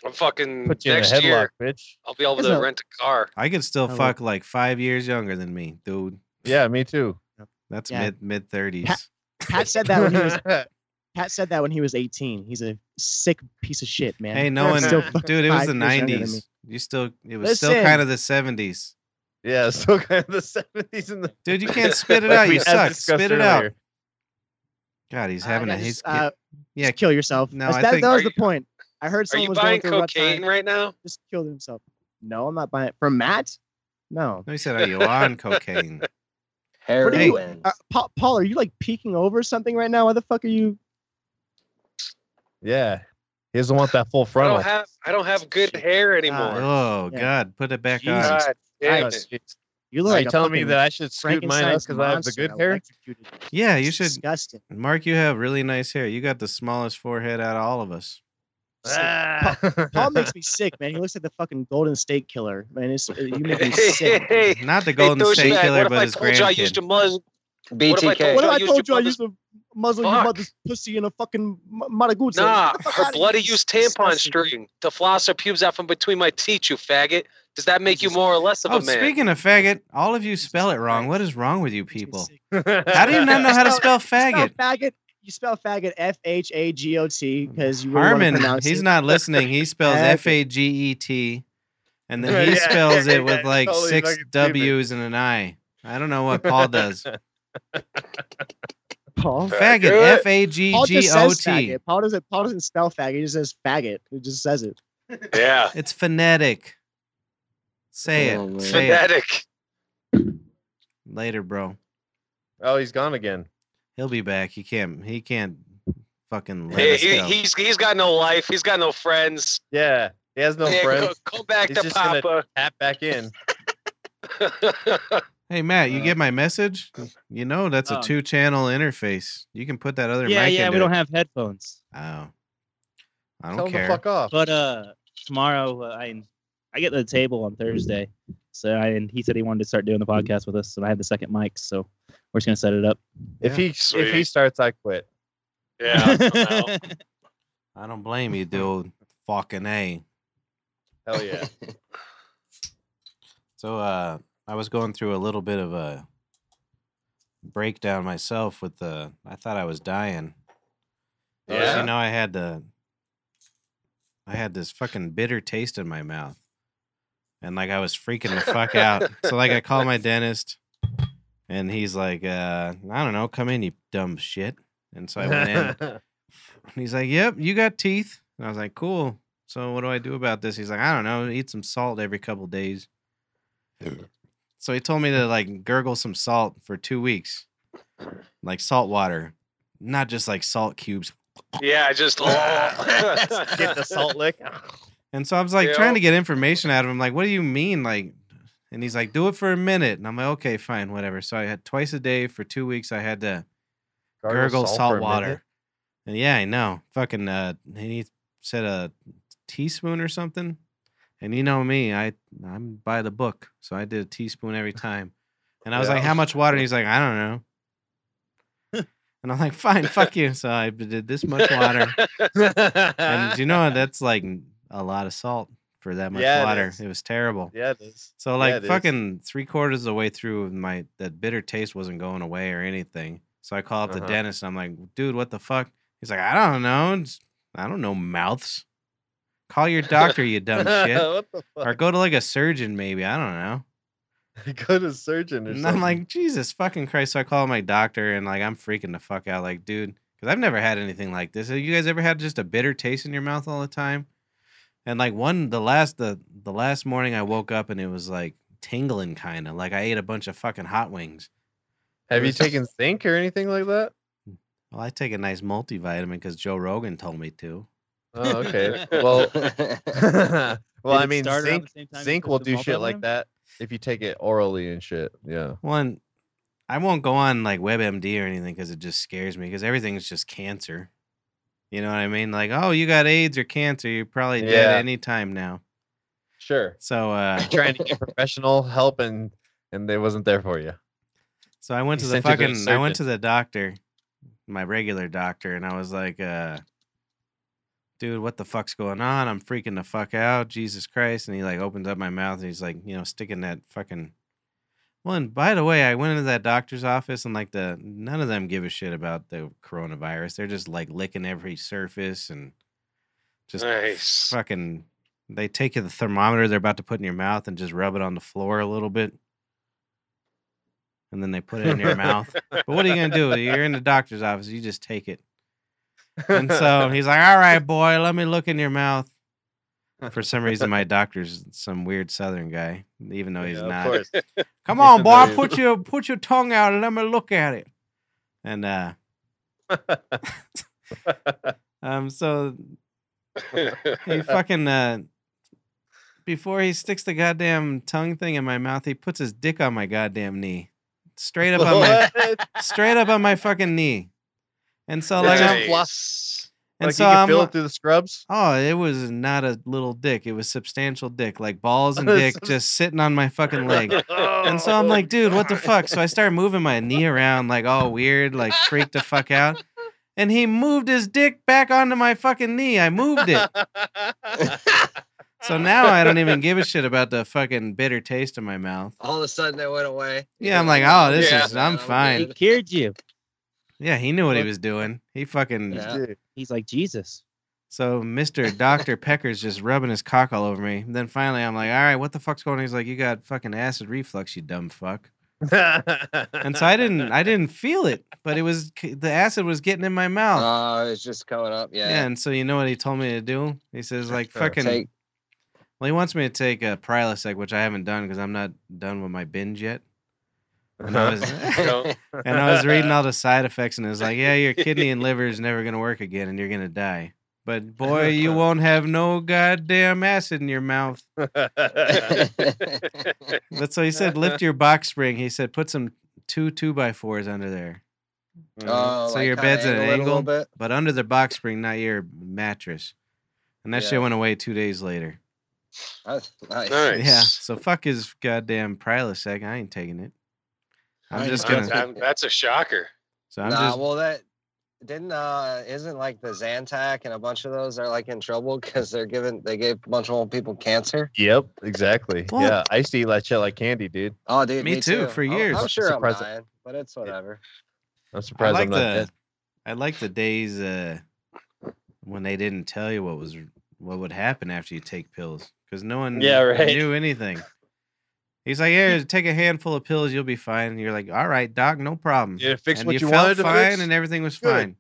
Speaker 7: I'm fucking
Speaker 3: Put you
Speaker 7: next
Speaker 3: in a headlock,
Speaker 7: year.
Speaker 3: bitch.
Speaker 7: I'll be able
Speaker 4: There's
Speaker 7: to
Speaker 4: no-
Speaker 7: rent a car.
Speaker 2: I could still
Speaker 4: Hello.
Speaker 2: fuck like five years younger than me, dude.
Speaker 3: Yeah, me too.
Speaker 2: That's
Speaker 4: Yeah.
Speaker 2: mid mid thirties.
Speaker 4: Pa- Pat said
Speaker 3: [laughs]
Speaker 4: that when he
Speaker 2: [laughs]
Speaker 4: was Pat said that when he was eighteen. He's a sick piece of shit, man.
Speaker 2: Hey, no
Speaker 4: I'm
Speaker 2: one,
Speaker 4: still
Speaker 2: [laughs] dude. It was the
Speaker 4: five years younger than
Speaker 2: nineties. You still, it was still
Speaker 4: Listen.
Speaker 2: kind of the seventies,
Speaker 3: yeah, [laughs] still kind of the seventies and the.
Speaker 2: dude. You can't spit it
Speaker 3: [laughs] like
Speaker 2: out.
Speaker 3: we-
Speaker 2: You
Speaker 3: as
Speaker 2: suck.
Speaker 3: discussed
Speaker 2: Spit it out.
Speaker 3: earlier.
Speaker 2: God, he's
Speaker 4: Uh,
Speaker 2: having
Speaker 4: yeah,
Speaker 2: a. He's,
Speaker 4: just, uh,
Speaker 2: yeah,
Speaker 4: just kill yourself.
Speaker 2: No,
Speaker 4: That's-
Speaker 2: I
Speaker 4: that,
Speaker 2: think-
Speaker 4: that
Speaker 7: Are
Speaker 4: was
Speaker 7: you-
Speaker 4: the point. I heard
Speaker 7: Are
Speaker 4: someone
Speaker 7: you
Speaker 4: was going
Speaker 7: buying
Speaker 4: through a rough time.
Speaker 7: cocaine right now?
Speaker 4: Just killed himself. No, I'm not buying it. From Matt? No.
Speaker 2: no, he said, "Are you
Speaker 4: [laughs]
Speaker 2: on cocaine?"
Speaker 4: What are you-
Speaker 5: Heroin.
Speaker 4: Uh, Paul, Paul, are you like peeking over something right now? Why the fuck are you?
Speaker 3: Yeah, he doesn't want that full
Speaker 7: I
Speaker 3: frontal.
Speaker 7: don't have I don't have good hair anymore.
Speaker 2: Oh
Speaker 4: Yeah.
Speaker 2: God, put it back
Speaker 4: Jesus.
Speaker 2: on.
Speaker 7: God damn
Speaker 3: Ah, Jeez.
Speaker 7: it.
Speaker 4: You look
Speaker 3: Are
Speaker 4: like
Speaker 3: you
Speaker 4: a
Speaker 3: telling me
Speaker 4: fucking
Speaker 3: that I should scoot mine up
Speaker 4: Frankenstein's
Speaker 3: because I have the
Speaker 4: monster
Speaker 3: good hair?
Speaker 4: electrocuted.
Speaker 2: Yeah, you
Speaker 4: It's
Speaker 2: should.
Speaker 4: Disgusting.
Speaker 2: Mark, you have really nice hair. You got the smallest forehead out of all of us.
Speaker 3: Ah. [laughs]
Speaker 4: Paul makes me sick, man. He looks like the fucking Golden State Killer, man. It's, uh, you make
Speaker 3: [laughs]
Speaker 4: me
Speaker 7: [laughs] Hey,
Speaker 4: sick.
Speaker 7: hey,
Speaker 2: Not the
Speaker 7: hey,
Speaker 2: Golden State
Speaker 7: douchebag,
Speaker 2: Killer,
Speaker 7: what if
Speaker 2: but
Speaker 7: I
Speaker 2: his
Speaker 7: told you I used to
Speaker 2: grandkid.
Speaker 7: muzz
Speaker 5: BTK.
Speaker 7: What
Speaker 4: What
Speaker 7: if I
Speaker 4: if I told you
Speaker 7: used your
Speaker 4: I
Speaker 7: mother's-
Speaker 4: used to muzzle your
Speaker 7: Fuck.
Speaker 4: mother's pussy in a fucking ma- maraguchi?
Speaker 7: Nah,
Speaker 4: Get the fuck
Speaker 7: her
Speaker 4: outta here.
Speaker 7: bloody used tampon
Speaker 4: Disgusting.
Speaker 7: string to floss her pubes out from between my teeth, you faggot. Does that make you
Speaker 4: Jesus
Speaker 7: more or less of
Speaker 2: Oh,
Speaker 7: a man?
Speaker 2: speaking of faggot, all of you spell it wrong.
Speaker 4: Christ.
Speaker 2: What is wrong with you
Speaker 4: Makes me
Speaker 2: people?
Speaker 4: sick.
Speaker 2: How do you not know how to spell
Speaker 4: [laughs]
Speaker 2: faggot?
Speaker 4: Spell faggot. You spell faggot F H A G O T because you really wanna
Speaker 2: Harmon,
Speaker 4: pronounce
Speaker 2: he's
Speaker 4: it.
Speaker 2: not listening. He spells
Speaker 4: Faggot.
Speaker 2: F A G E T, and then he
Speaker 3: Yeah,
Speaker 2: spells
Speaker 3: yeah,
Speaker 2: it with
Speaker 3: yeah,
Speaker 2: like
Speaker 3: totally
Speaker 2: six
Speaker 3: fucking stupid.
Speaker 2: W's and an I. I don't know what Paul does.
Speaker 4: Paul.
Speaker 2: Faggot,
Speaker 7: Faggot.
Speaker 2: F A G
Speaker 4: Paul
Speaker 2: G
Speaker 4: just
Speaker 2: O
Speaker 4: says
Speaker 2: T.
Speaker 4: faggot. Paul doesn't. Paul doesn't spell faggot. He just says faggot. He just says it.
Speaker 7: yeah,
Speaker 2: It's phonetic. Say
Speaker 5: Oh, man.
Speaker 2: it. Say it
Speaker 7: phonetic.
Speaker 2: later, bro.
Speaker 3: [laughs] oh, he's gone again.
Speaker 2: He'll be back. He can't. He can't fucking let
Speaker 7: Yeah,
Speaker 2: us
Speaker 7: he,
Speaker 2: go.
Speaker 7: he's he's got no life. He's got no friends.
Speaker 3: Yeah, he has no
Speaker 7: Yeah,
Speaker 3: friends.
Speaker 7: Go, go back
Speaker 3: He's
Speaker 7: to
Speaker 3: just gonna-
Speaker 7: Papa.
Speaker 3: Tap back in.
Speaker 2: hey Matt, you
Speaker 4: Uh,
Speaker 2: get my message? You know that's a
Speaker 6: um,
Speaker 2: two channel interface. You can put that other
Speaker 6: yeah,
Speaker 2: mic
Speaker 6: yeah,
Speaker 2: in.
Speaker 6: we don't have headphones.
Speaker 2: Oh. I
Speaker 3: Tell
Speaker 2: don't
Speaker 3: him to
Speaker 2: care.
Speaker 3: fuck off.
Speaker 6: But uh, tomorrow uh, I I get to the table on Thursday, so I, and he said he wanted to start doing the podcast with us, and I had the second mic, so we're just gonna set it up.
Speaker 3: If he if he
Speaker 7: Sweet.
Speaker 3: starts, I quit.
Speaker 6: [laughs]
Speaker 7: yeah. somehow. [laughs]
Speaker 2: I don't blame you, dude. Fucking A.
Speaker 3: Hell yeah.
Speaker 2: So uh I was going through a little bit of a breakdown myself with the I thought I was dying.
Speaker 3: Yeah.
Speaker 2: You know I had the I had this fucking bitter taste in my mouth. And like I was freaking the fuck out. So like I called my dentist and he's like, uh, I don't know, come in, you dumb shit. And so [laughs] I went in and he's like, Yep, you got teeth. And I was like, Cool. So what do I do about this? He's like, I don't know, eat some salt every couple days. So he told me to like gurgle some salt for two weeks. Like salt water. Not just like salt cubes.
Speaker 7: Yeah, just oh.
Speaker 3: [laughs] Get [laughs] the
Speaker 2: [laughs]
Speaker 3: salt lick.
Speaker 2: And so I was like
Speaker 7: Yeah.
Speaker 2: trying to get information out of him, like, what do you mean? Like, and he's like, do it for a minute. And I'm like, okay, fine, whatever. So I had twice a day for two weeks. I had to gurgle salt,
Speaker 3: for a minute.
Speaker 2: water. And yeah, I know. Fucking, uh, and he said a teaspoon or something. And you know me, I I'm by the book, so I did a teaspoon
Speaker 3: [laughs]
Speaker 2: every time. And I was
Speaker 3: Yeah.
Speaker 2: like, how much water? And he's like, I don't know.
Speaker 3: [laughs]
Speaker 2: and I'm like, fine, fuck you. So I did this much water.
Speaker 3: [laughs]
Speaker 2: and you know that's like a lot of salt for that much
Speaker 3: Yeah, it
Speaker 2: water.
Speaker 3: is.
Speaker 2: It, was terrible.
Speaker 3: yeah, it is.
Speaker 2: So like
Speaker 3: it is.
Speaker 2: fucking three quarters of the way through, my that bitter taste wasn't going away or anything. So I call up the
Speaker 3: Uh-huh.
Speaker 2: dentist and I'm like, dude, what the fuck? He's like, I don't know. It's- I don't know mouths. Call your doctor, you
Speaker 3: [laughs]
Speaker 2: dumb shit.
Speaker 3: what the fuck?
Speaker 2: Or go to like a surgeon, maybe. I don't know.
Speaker 3: [laughs] Go to surgeon or
Speaker 2: And
Speaker 3: something.
Speaker 2: I'm like, Jesus fucking Christ. So I call my doctor and like, I'm freaking the fuck out. Like, dude, because I've never had anything like this. Have you guys ever had just a bitter taste in your mouth all the time? And like one, the last, the, the last morning I woke up and it was like tingling kind of like I ate a bunch of fucking hot wings.
Speaker 3: have you taken zinc or anything like that?
Speaker 2: Well, I take a nice multivitamin because Joe Rogan told me to.
Speaker 3: Oh, okay.
Speaker 7: [laughs]
Speaker 3: Well, [laughs] well,
Speaker 5: [laughs]
Speaker 6: Did
Speaker 3: I
Speaker 6: it
Speaker 3: mean,
Speaker 6: start around the
Speaker 3: zinc
Speaker 6: same time you
Speaker 3: zinc
Speaker 6: took
Speaker 3: will
Speaker 6: the
Speaker 3: do shit like
Speaker 6: multivitamin?
Speaker 3: that if you take it orally and shit. Yeah.
Speaker 2: One, I won't go on like WebMD or anything because it just scares me because everything's just cancer. You know what I mean? Like, oh, you got AIDS or cancer. You're probably dead
Speaker 3: Yeah.
Speaker 2: any time now.
Speaker 3: Sure.
Speaker 2: So, uh, [laughs]
Speaker 3: Trying to get professional help and and they wasn't there for you.
Speaker 2: So I went
Speaker 3: He
Speaker 2: to the
Speaker 3: sent you to a
Speaker 2: fucking I went to the doctor, my regular doctor, and I was like, uh dude, what the fuck's going on? I'm freaking the fuck out. Jesus Christ. And he like opens up my mouth and he's like, you know, sticking that fucking well, and by the way, I went into that doctor's office and like the none of them give a shit about the coronavirus. They're just like licking every surface and just
Speaker 7: Nice.
Speaker 2: fucking they take you the thermometer they're about to put in your mouth and just rub it on the floor a little bit. And then they put it in your mouth. But what are you gonna do? You're in the doctor's office, you just take it. And so he's like, All right, boy, let me look in your mouth. For some reason, my doctor's some weird southern guy, even though he's
Speaker 3: Yeah,
Speaker 2: not.
Speaker 3: Of
Speaker 7: [laughs]
Speaker 3: course.
Speaker 2: Come on, boy,
Speaker 3: Very-
Speaker 2: put your put your tongue out and let me look at it. And uh
Speaker 3: [laughs]
Speaker 2: [laughs] um so
Speaker 3: [laughs]
Speaker 2: he fucking uh before he sticks the goddamn tongue thing in my mouth, he puts his dick on my goddamn knee. Straight up on my
Speaker 3: [laughs] What?
Speaker 2: straight up on my fucking knee. And so like
Speaker 3: Just
Speaker 2: I'm,
Speaker 7: Jeez.
Speaker 3: floss-
Speaker 2: and
Speaker 3: like
Speaker 2: so
Speaker 3: you can
Speaker 2: I'm
Speaker 3: feel it through the scrubs.
Speaker 2: Oh, it was not a little dick. It was substantial dick, like balls and dick just sitting on my fucking leg. And so I'm like, dude, what the fuck? So I started moving my knee around, like all weird, like freaked the fuck out. And he moved his dick back onto my fucking knee. I moved it. So now I don't even give a shit about the fucking bitter taste in my mouth.
Speaker 5: All of a sudden, it went away.
Speaker 2: Yeah, I'm like, oh, this
Speaker 7: Yeah.
Speaker 2: is, I'm
Speaker 6: He
Speaker 2: fine.
Speaker 6: cured you.
Speaker 2: Yeah, he knew what he was doing. He fucking,
Speaker 5: Yeah.
Speaker 3: Dude,
Speaker 6: He's like Jesus.
Speaker 2: So Mr. Dr. Pecker's just rubbing his cock all over me. Then finally I'm like, all right, what the fuck's going on? He's like, you got fucking acid reflux, you dumb fuck. And so I didn't
Speaker 3: [laughs]
Speaker 2: I didn't feel it, but it was the acid was getting in my mouth.
Speaker 5: Oh, it's just coming up.
Speaker 2: yeah.
Speaker 5: Yeah.
Speaker 2: and so you know what he told me to do? He says like
Speaker 3: Sure.
Speaker 2: fucking
Speaker 5: [laughs] Take.
Speaker 2: Well, he wants me to take a Prilosec, which I haven't done because I'm not done with my binge yet. And I
Speaker 3: [laughs]
Speaker 2: was
Speaker 7: So,
Speaker 2: [laughs] and I was reading all the side effects, and it was like, yeah, your kidney and liver is never gonna work again, and you're gonna die. But boy, you won't have no goddamn acid in your mouth.
Speaker 7: Mm.
Speaker 3: Mm.
Speaker 5: [laughs]
Speaker 2: That's why he said. Lift your box spring. He said, put some two two by fours under there,
Speaker 5: Oh,
Speaker 2: So
Speaker 5: like
Speaker 2: your
Speaker 5: kinda
Speaker 2: bed's at an
Speaker 5: angle it a little
Speaker 2: angle?
Speaker 5: bit?
Speaker 2: but under the box spring, not your mattress. And that
Speaker 5: Yeah.
Speaker 2: shit went away two days later.
Speaker 5: That's nice.
Speaker 7: nice.
Speaker 2: Yeah. So fuck his goddamn Prilosec. I ain't taking it. I'm
Speaker 5: Right,
Speaker 2: just
Speaker 7: Wow,
Speaker 2: gonna.
Speaker 5: okay.
Speaker 7: that- that's a shocker.
Speaker 2: So I'm
Speaker 5: nah,
Speaker 2: just.
Speaker 5: well, that didn't uh, isn't like the Zantac and a bunch of those are like in trouble because they're giving they gave a bunch of old people cancer.
Speaker 3: Yep, exactly.
Speaker 2: What?
Speaker 3: Yeah, I used to eat that shit like candy, dude.
Speaker 5: Oh, dude,
Speaker 2: Me
Speaker 5: me,
Speaker 2: too, for
Speaker 5: I'm-
Speaker 2: years.
Speaker 5: I'm, sure
Speaker 3: Surprised
Speaker 5: I'm
Speaker 3: that-
Speaker 5: dying, but it's whatever.
Speaker 3: I'm
Speaker 2: I
Speaker 3: surprised
Speaker 2: like
Speaker 3: I'm not
Speaker 2: the.
Speaker 3: dead.
Speaker 2: I like the days uh, when they didn't tell you what was what would happen after you take pills because no one
Speaker 7: Yeah, right.
Speaker 2: knew anything. He's like,
Speaker 3: [laughs]
Speaker 2: here, take a handful of pills, you'll be fine. And you're like, all right, doc, no problem.
Speaker 3: Did it fix
Speaker 2: and
Speaker 3: what
Speaker 2: you,
Speaker 3: you
Speaker 2: felt
Speaker 3: wanted to
Speaker 2: fine,
Speaker 3: fix?
Speaker 2: and everything was
Speaker 3: Good.
Speaker 2: fine.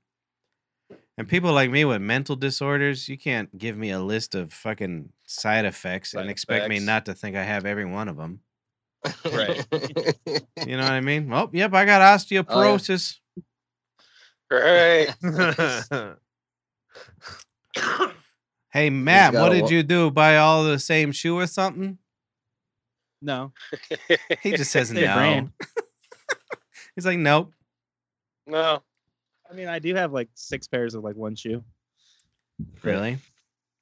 Speaker 2: And people like me with mental disorders, you can't give me a list of fucking side effects and
Speaker 3: Side
Speaker 2: expect me
Speaker 3: effects.
Speaker 2: not to think I have every one of them.
Speaker 5: [laughs]
Speaker 3: Right.
Speaker 2: You
Speaker 3: [laughs]
Speaker 2: know what I mean? Oh, yep, I got osteoporosis.
Speaker 7: Right.
Speaker 2: Hey, Matt,
Speaker 5: got
Speaker 2: what
Speaker 5: a
Speaker 2: did
Speaker 5: wa-
Speaker 2: you do? Buy all the same shoe or something?
Speaker 6: No.
Speaker 2: He
Speaker 6: [laughs]
Speaker 2: just says
Speaker 6: Their
Speaker 2: no. [laughs]
Speaker 6: brand.
Speaker 2: He's like, nope.
Speaker 7: no.
Speaker 6: I mean, I do have like six pairs of like one shoe.
Speaker 2: Really?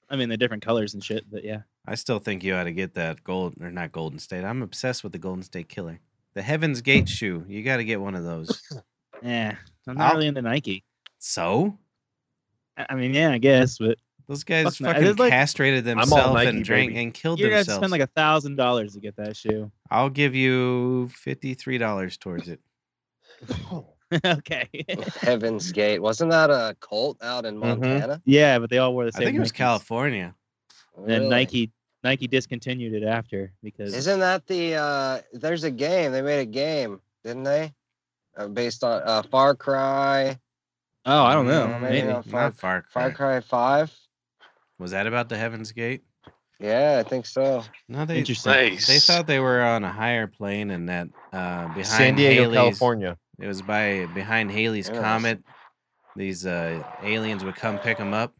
Speaker 6: I mean, they're different colors and shit, but yeah.
Speaker 2: I still think you ought to get that gold or not Golden State. I'm obsessed with the Golden State Killer. The Heaven's Gate shoe. You got to get one of those.
Speaker 6: Yeah. I'm not
Speaker 2: I'll-
Speaker 6: really into Nike.
Speaker 2: So
Speaker 6: I I mean, yeah, I guess, but
Speaker 2: those guys
Speaker 6: Fuck no.
Speaker 2: fucking
Speaker 6: It's like-
Speaker 2: castrated
Speaker 3: all
Speaker 2: themselves
Speaker 3: Nike,
Speaker 2: and drank
Speaker 3: baby.
Speaker 2: and killed
Speaker 6: you're gonna have to
Speaker 2: themselves.
Speaker 6: spend like a thousand dollars to get that shoe. [laughs]
Speaker 2: I'll give you fifty three dollars towards it.
Speaker 6: okay.
Speaker 5: Heaven's Gate wasn't that a cult out in
Speaker 2: Mm-hmm.
Speaker 5: Montana?
Speaker 6: yeah, but they all wore the
Speaker 2: I
Speaker 6: same.
Speaker 2: think it was
Speaker 6: Nikes.
Speaker 2: California.
Speaker 6: And
Speaker 5: Really?
Speaker 6: Nike Nike discontinued it after because
Speaker 5: Isn't that the uh there's a game they made a game, didn't they? Uh, based on uh Far Cry,
Speaker 6: oh I don't know
Speaker 5: Mm, maybe
Speaker 6: maybe
Speaker 5: not.
Speaker 2: Not Far
Speaker 5: Far
Speaker 2: Cry.
Speaker 5: Cry 5.
Speaker 2: Was that about the Heaven's Gate?
Speaker 5: Yeah, I think so.
Speaker 2: No, they
Speaker 6: interesting
Speaker 2: [laughs]
Speaker 7: Nice.
Speaker 2: they thought they were on a higher plane and that uh, behind
Speaker 3: San Diego,
Speaker 2: Haley's,
Speaker 3: California.
Speaker 2: It was by behind Haley's
Speaker 5: Interesting.
Speaker 2: comet. These uh, aliens would come pick them up,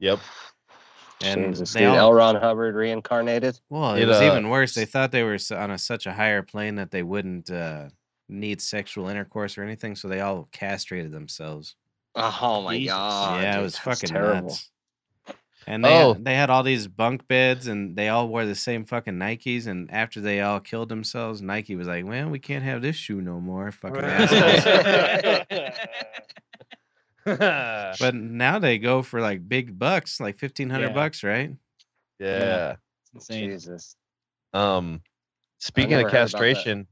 Speaker 3: Yep.
Speaker 2: and
Speaker 5: Jesus,
Speaker 2: they
Speaker 5: dude,
Speaker 2: all,
Speaker 5: L. Ron Hubbard reincarnated.
Speaker 2: well, it
Speaker 3: It,
Speaker 2: was
Speaker 3: uh,
Speaker 2: even worse. They thought they were s- on a, such a higher plane that they wouldn't uh, need sexual intercourse or anything, so they all castrated themselves.
Speaker 5: Oh my
Speaker 6: Jesus.
Speaker 5: god.
Speaker 2: yeah,
Speaker 5: dude,
Speaker 2: it was
Speaker 5: that's
Speaker 2: fucking
Speaker 5: terrible.
Speaker 2: nuts. And they,
Speaker 3: Oh.
Speaker 2: had, they had all these bunk beds, and they all wore the same fucking Nikes. And after they all killed themselves, Nike was like, "Well, we can't have this shoe no more, fucking
Speaker 6: [laughs]
Speaker 2: assholes."
Speaker 3: yeah.
Speaker 2: But now they go for like big bucks, like fifteen hundred
Speaker 6: Yeah.
Speaker 2: bucks, right?
Speaker 3: yeah.
Speaker 6: It's insane.
Speaker 5: Jesus.
Speaker 3: Um, speaking
Speaker 5: never
Speaker 3: of
Speaker 5: heard about that.
Speaker 3: castration,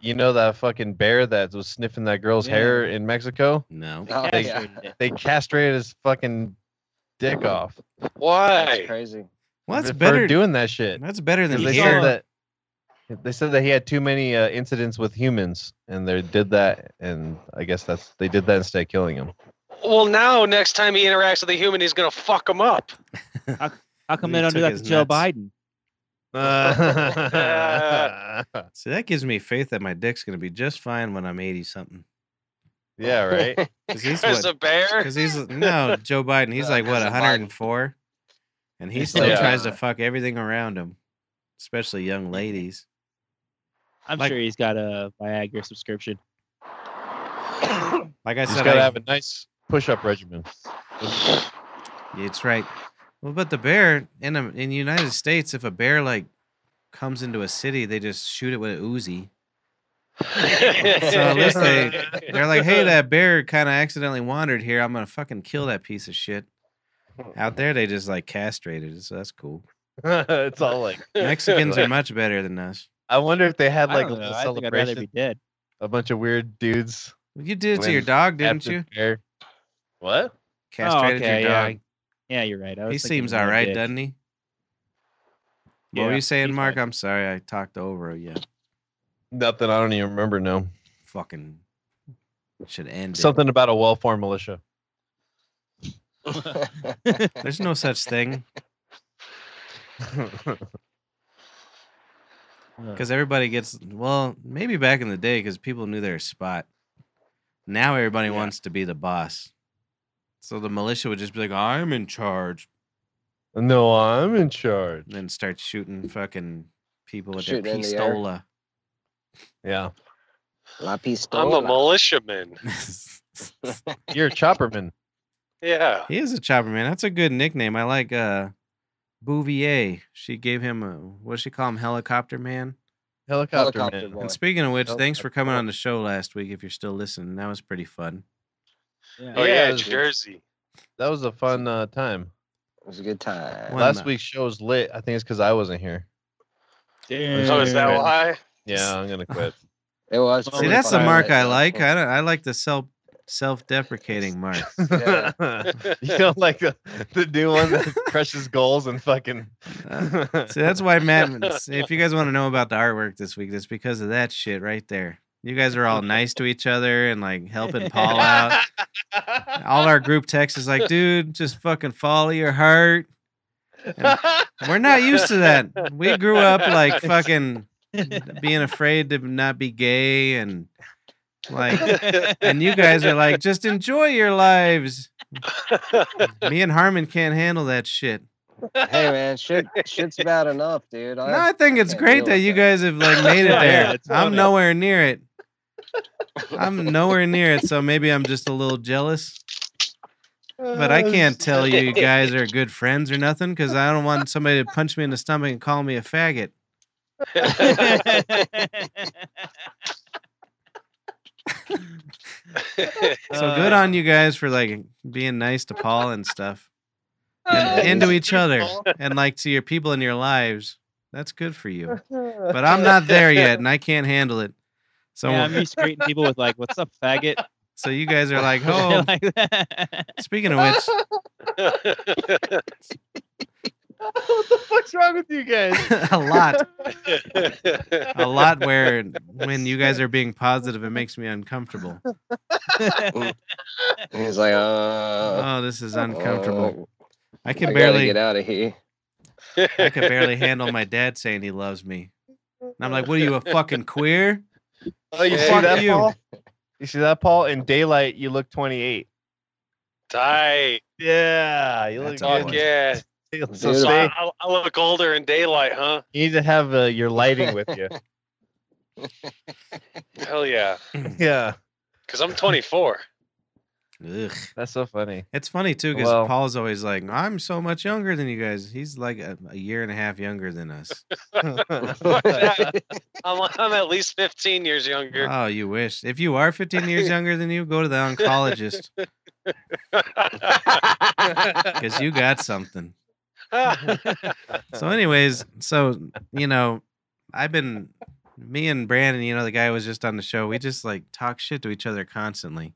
Speaker 3: you know that fucking bear that was sniffing that girl's
Speaker 6: Yeah.
Speaker 3: hair in Mexico?
Speaker 2: No.
Speaker 5: Oh,
Speaker 3: They-
Speaker 5: yeah.
Speaker 6: Castrated it.
Speaker 3: They castrated his fucking dick off.
Speaker 5: [laughs] That's
Speaker 7: Why?
Speaker 5: [laughs] crazy.
Speaker 2: Well, that's
Speaker 3: for
Speaker 2: better.
Speaker 3: doing that shit.
Speaker 2: That's better than
Speaker 3: Because they
Speaker 2: here.
Speaker 3: said that they said that he had too many uh, incidents with humans, and they did that, and I guess that's they did that instead of killing him. [laughs]
Speaker 7: Well, now next time he interacts with a human, he's gonna fuck him up.
Speaker 6: How come
Speaker 2: They
Speaker 6: they don't do
Speaker 2: took
Speaker 6: that to
Speaker 2: his
Speaker 6: Joe
Speaker 2: nuts.
Speaker 6: Biden?
Speaker 2: See, that gives me faith that my dick's gonna be just fine when I'm eighty
Speaker 3: [laughs]
Speaker 2: something.
Speaker 3: yeah, right.
Speaker 2: Because he's
Speaker 7: As a
Speaker 2: what?
Speaker 7: bear.
Speaker 2: Because he's
Speaker 3: [laughs]
Speaker 2: no Joe Biden. He's
Speaker 5: Uh,
Speaker 2: like what
Speaker 5: Joe Biden.
Speaker 2: 104, and he
Speaker 3: [laughs]
Speaker 5: He's
Speaker 2: still
Speaker 7: like,
Speaker 2: tries to
Speaker 5: uh,
Speaker 2: fuck everything around him, especially young ladies.
Speaker 6: I'm
Speaker 2: Like-
Speaker 6: sure he's got a Viagra subscription.
Speaker 2: Like I
Speaker 3: You just
Speaker 2: said,
Speaker 3: gotta
Speaker 2: I-
Speaker 3: have a nice push-up regimen.
Speaker 2: it's right. Well, but the bear in a, in the United States, if a bear like comes into a city, they just shoot it with a Uzi. So at least they they're like, hey, that bear kind of accidentally wandered here. I'm gonna fucking kill that piece of shit. Out there, they just like castrated, it, so that's cool.
Speaker 3: it's all like
Speaker 2: Mexicans are much better than us.
Speaker 3: I wonder if they had
Speaker 6: I
Speaker 3: like
Speaker 6: don't
Speaker 3: a
Speaker 6: know.
Speaker 3: little
Speaker 6: I think I'd rather
Speaker 3: celebration.
Speaker 6: be dead.
Speaker 3: a bunch of weird dudes.
Speaker 2: You did it to your
Speaker 3: When
Speaker 2: dog, didn't
Speaker 3: after
Speaker 2: you?
Speaker 3: Bear. What?
Speaker 2: Castrated
Speaker 6: Oh, okay,
Speaker 2: your
Speaker 6: yeah,
Speaker 2: dog.
Speaker 6: Yeah, you're right. I
Speaker 2: he
Speaker 6: was thinking
Speaker 2: seems
Speaker 6: about
Speaker 2: all right,
Speaker 6: dick.
Speaker 2: doesn't he? What were
Speaker 6: Yeah,
Speaker 2: you saying,
Speaker 6: he's
Speaker 2: Mark?
Speaker 6: fine.
Speaker 2: I'm sorry, I talked over you.
Speaker 3: Nothing. I don't even remember. No.
Speaker 2: Fucking should end. Something.
Speaker 3: Something about a well-formed [laughs] militia.
Speaker 2: There's no such thing. because everybody gets well maybe back in the day because people knew their spot now everybody wants to be the boss so the militia would just be like i'm in charge
Speaker 3: No, I'm in charge.
Speaker 2: and then start shooting fucking people with
Speaker 5: Shoot
Speaker 2: their
Speaker 5: in the air.
Speaker 2: pistola
Speaker 3: Yeah.
Speaker 5: La
Speaker 7: I'm a
Speaker 5: pistola.
Speaker 7: militiaman.
Speaker 3: You're a chopperman.
Speaker 7: Yeah.
Speaker 2: [laughs] he is a chopper man that's a good nickname i like uh bouvier she gave him a what she call him helicopter man
Speaker 3: [laughs] Helicopter,
Speaker 5: Helicopter
Speaker 3: man.
Speaker 5: boy.
Speaker 2: and speaking of which
Speaker 5: oh,
Speaker 3: Nope,
Speaker 2: thanks
Speaker 3: that's
Speaker 2: for coming
Speaker 3: cool.
Speaker 2: on the show last week if you're still listening that was pretty fun
Speaker 7: Oh yeah,
Speaker 3: Yeah.
Speaker 7: Jersey.
Speaker 3: That was a fun uh, time.
Speaker 5: It was a good time.
Speaker 2: Well,
Speaker 3: Last
Speaker 2: night.
Speaker 3: week's show was lit. I think it's because I wasn't here.
Speaker 2: Mm.
Speaker 7: Oh, is that
Speaker 6: [laughs]
Speaker 3: Yeah.
Speaker 7: why?
Speaker 3: Yeah, I'm gonna quit.
Speaker 5: It was.
Speaker 2: see
Speaker 5: pretty
Speaker 2: that's the
Speaker 5: fun.
Speaker 2: mark i like i, don't, I like the self self-deprecating mark
Speaker 5: [laughs]
Speaker 3: [laughs] you know, like the, the new
Speaker 6: [laughs]
Speaker 3: one that crushes goals and fucking. [laughs]
Speaker 2: See, that's why Matt. If you guys want to know about the artwork this week, it's because of that shit right there. You guys are all nice to each other and like helping Paul
Speaker 7: [laughs]
Speaker 2: out. Oh, All our group text is like, dude, just fucking follow your heart. We're not used to that. We grew up like fucking being afraid to not be gay and like, and you guys are like, just enjoy your lives. Me and Harmon can't handle that shit.
Speaker 3: [laughs]
Speaker 5: hey man, shit, shit's bad enough, dude.
Speaker 2: No, I think it's
Speaker 5: can't
Speaker 2: great
Speaker 5: deal
Speaker 2: that
Speaker 5: with
Speaker 2: you
Speaker 5: that.
Speaker 2: guys have
Speaker 6: [laughs]
Speaker 2: like made it
Speaker 6: Yeah,
Speaker 2: there.
Speaker 6: it's
Speaker 2: I'm
Speaker 6: funny.
Speaker 2: nowhere near
Speaker 6: [laughs]
Speaker 2: it. I'm nowhere near it, so maybe I'm just a little jealous. But
Speaker 6: Uh,
Speaker 2: I can't tell
Speaker 6: [laughs]
Speaker 2: you you guys are good friends or nothing because I don't want somebody to punch me in the stomach and call me a faggot. So
Speaker 6: Uh,
Speaker 2: good on you guys for like being nice to Paul and stuff,
Speaker 6: Uh,
Speaker 2: and, and to each other, and like to your people in your lives. That's good for
Speaker 6: [laughs]
Speaker 2: you. But I'm not there yet, and I can't handle it.
Speaker 6: [laughs]
Speaker 2: So,
Speaker 6: yeah, I'm used to greeting people with like, "What's up, faggot?"
Speaker 2: so you guys are
Speaker 6: [laughs]
Speaker 2: like, oh,
Speaker 6: like that.
Speaker 2: Speaking of which,
Speaker 5: [laughs]
Speaker 2: [laughs]
Speaker 3: what the fuck's wrong with you guys?
Speaker 2: a lot, a lot
Speaker 5: [laughs]
Speaker 2: where when you guys are being positive, it makes me uncomfortable.
Speaker 5: Uh, And he's like, uh,
Speaker 2: Oh, this is uncomfortable.
Speaker 5: uh,
Speaker 2: I
Speaker 5: I
Speaker 2: can
Speaker 5: gotta
Speaker 2: barely,
Speaker 5: get out of
Speaker 3: [laughs]
Speaker 5: here.
Speaker 2: I can barely handle my dad saying he loves me. And I'm like, what are you, a fucking queer?
Speaker 3: Oh, you see
Speaker 2: Fuck
Speaker 3: that,
Speaker 2: you.
Speaker 3: Paul? You see that, Paul? In daylight, you look 28.
Speaker 7: Tight.
Speaker 3: Yeah, you
Speaker 2: That's
Speaker 7: Fuck
Speaker 2: awesome.
Speaker 3: good.
Speaker 7: yeah.
Speaker 3: [laughs] So
Speaker 5: Dude,
Speaker 7: So
Speaker 3: stay,
Speaker 7: I, I- I look older in daylight, huh?
Speaker 3: you need to have uh, your lighting with you.
Speaker 7: Hell yeah.
Speaker 3: [laughs] yeah,
Speaker 7: Because I'm [laughs] 24.
Speaker 2: Ugh.
Speaker 3: that's so funny. [laughs]
Speaker 2: It's funny too because
Speaker 3: Well-
Speaker 2: Paul's always like, I'm so much younger than you guys. He's like a, a year and a half younger than us.
Speaker 7: I'm, I'm at least 15 years younger.
Speaker 2: Oh, you wish. If you are 15 years younger than you, go to the oncologist Uh,
Speaker 7: [laughs]
Speaker 2: [laughs] because you got something. so anyways so you know i've been me and brandon you know the guy who was just on the show we just like talk shit to each other constantly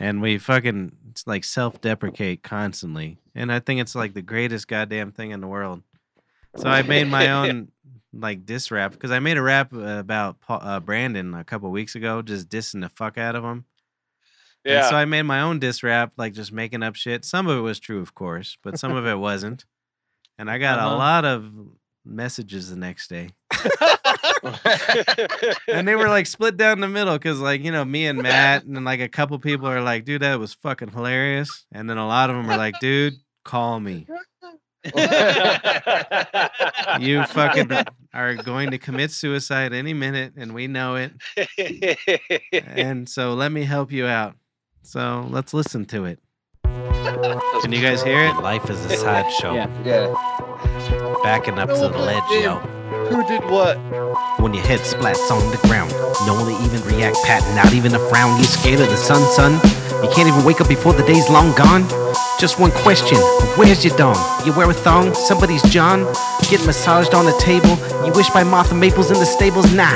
Speaker 2: and we fucking it's like self-deprecate constantly and i think it's like the greatest goddamn thing in the world so i made my own like diss rap because i made a rap uh, about Paul, uh, brandon a couple weeks ago just dissing the fuck out of him and so
Speaker 7: yeah.
Speaker 2: I made my own diss rap, like just making up shit. Some of it was true, of course, but some of it wasn't. And I got a
Speaker 6: Uh-huh.
Speaker 2: lot of messages the next day. And they were like split down the middle because, like, you know, me and Matt and then, like a couple people are like, dude, that was fucking hilarious. And then a lot of them are like, dude, call me. [laughs]
Speaker 7: [laughs]
Speaker 2: You fucking are going to commit suicide any minute and we know it. And so let me help you out. So let's listen to it. Can you guys hear it? Life is a sideshow.
Speaker 6: Yeah.
Speaker 5: yeah.
Speaker 2: Backing up to the ledge, yo.
Speaker 3: Who did what?
Speaker 8: When your head splats on the ground, no one will even react, patting out even a frown. You scared of the sun, son? You can't even wake up before the day's long gone. Just one question: Where's your dong? You wear a thong? Somebody's John? Get massaged on a table? You wish by Martha Maples in the stables? Nah,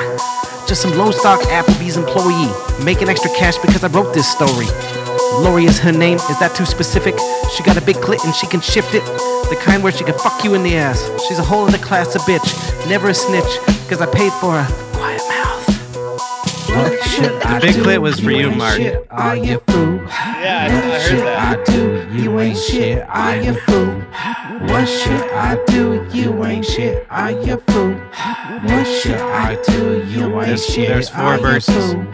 Speaker 8: just some low stock Applebee's employee making extra cash because I wrote this story. Lori is her name. Is that too specific? She got a big clit and she can shift it. The kind where she can fuck you in the ass. She's a whole other class of bitch. Never a snitch, cause I paid for her. Quiet mouth. What should
Speaker 2: The
Speaker 8: I
Speaker 2: big
Speaker 8: do?
Speaker 2: clit was for you,
Speaker 8: ain't
Speaker 2: Mark.
Speaker 8: shit, Are you fool?
Speaker 6: Yeah, I, I
Speaker 8: What should
Speaker 6: heard that.
Speaker 8: I do? You ain't shit, are you fool? What should I do? You ain't shit, are you fool? What should I do? You ain't
Speaker 2: There's-
Speaker 8: shit.
Speaker 2: there's four
Speaker 8: are you
Speaker 2: verses.
Speaker 8: fool?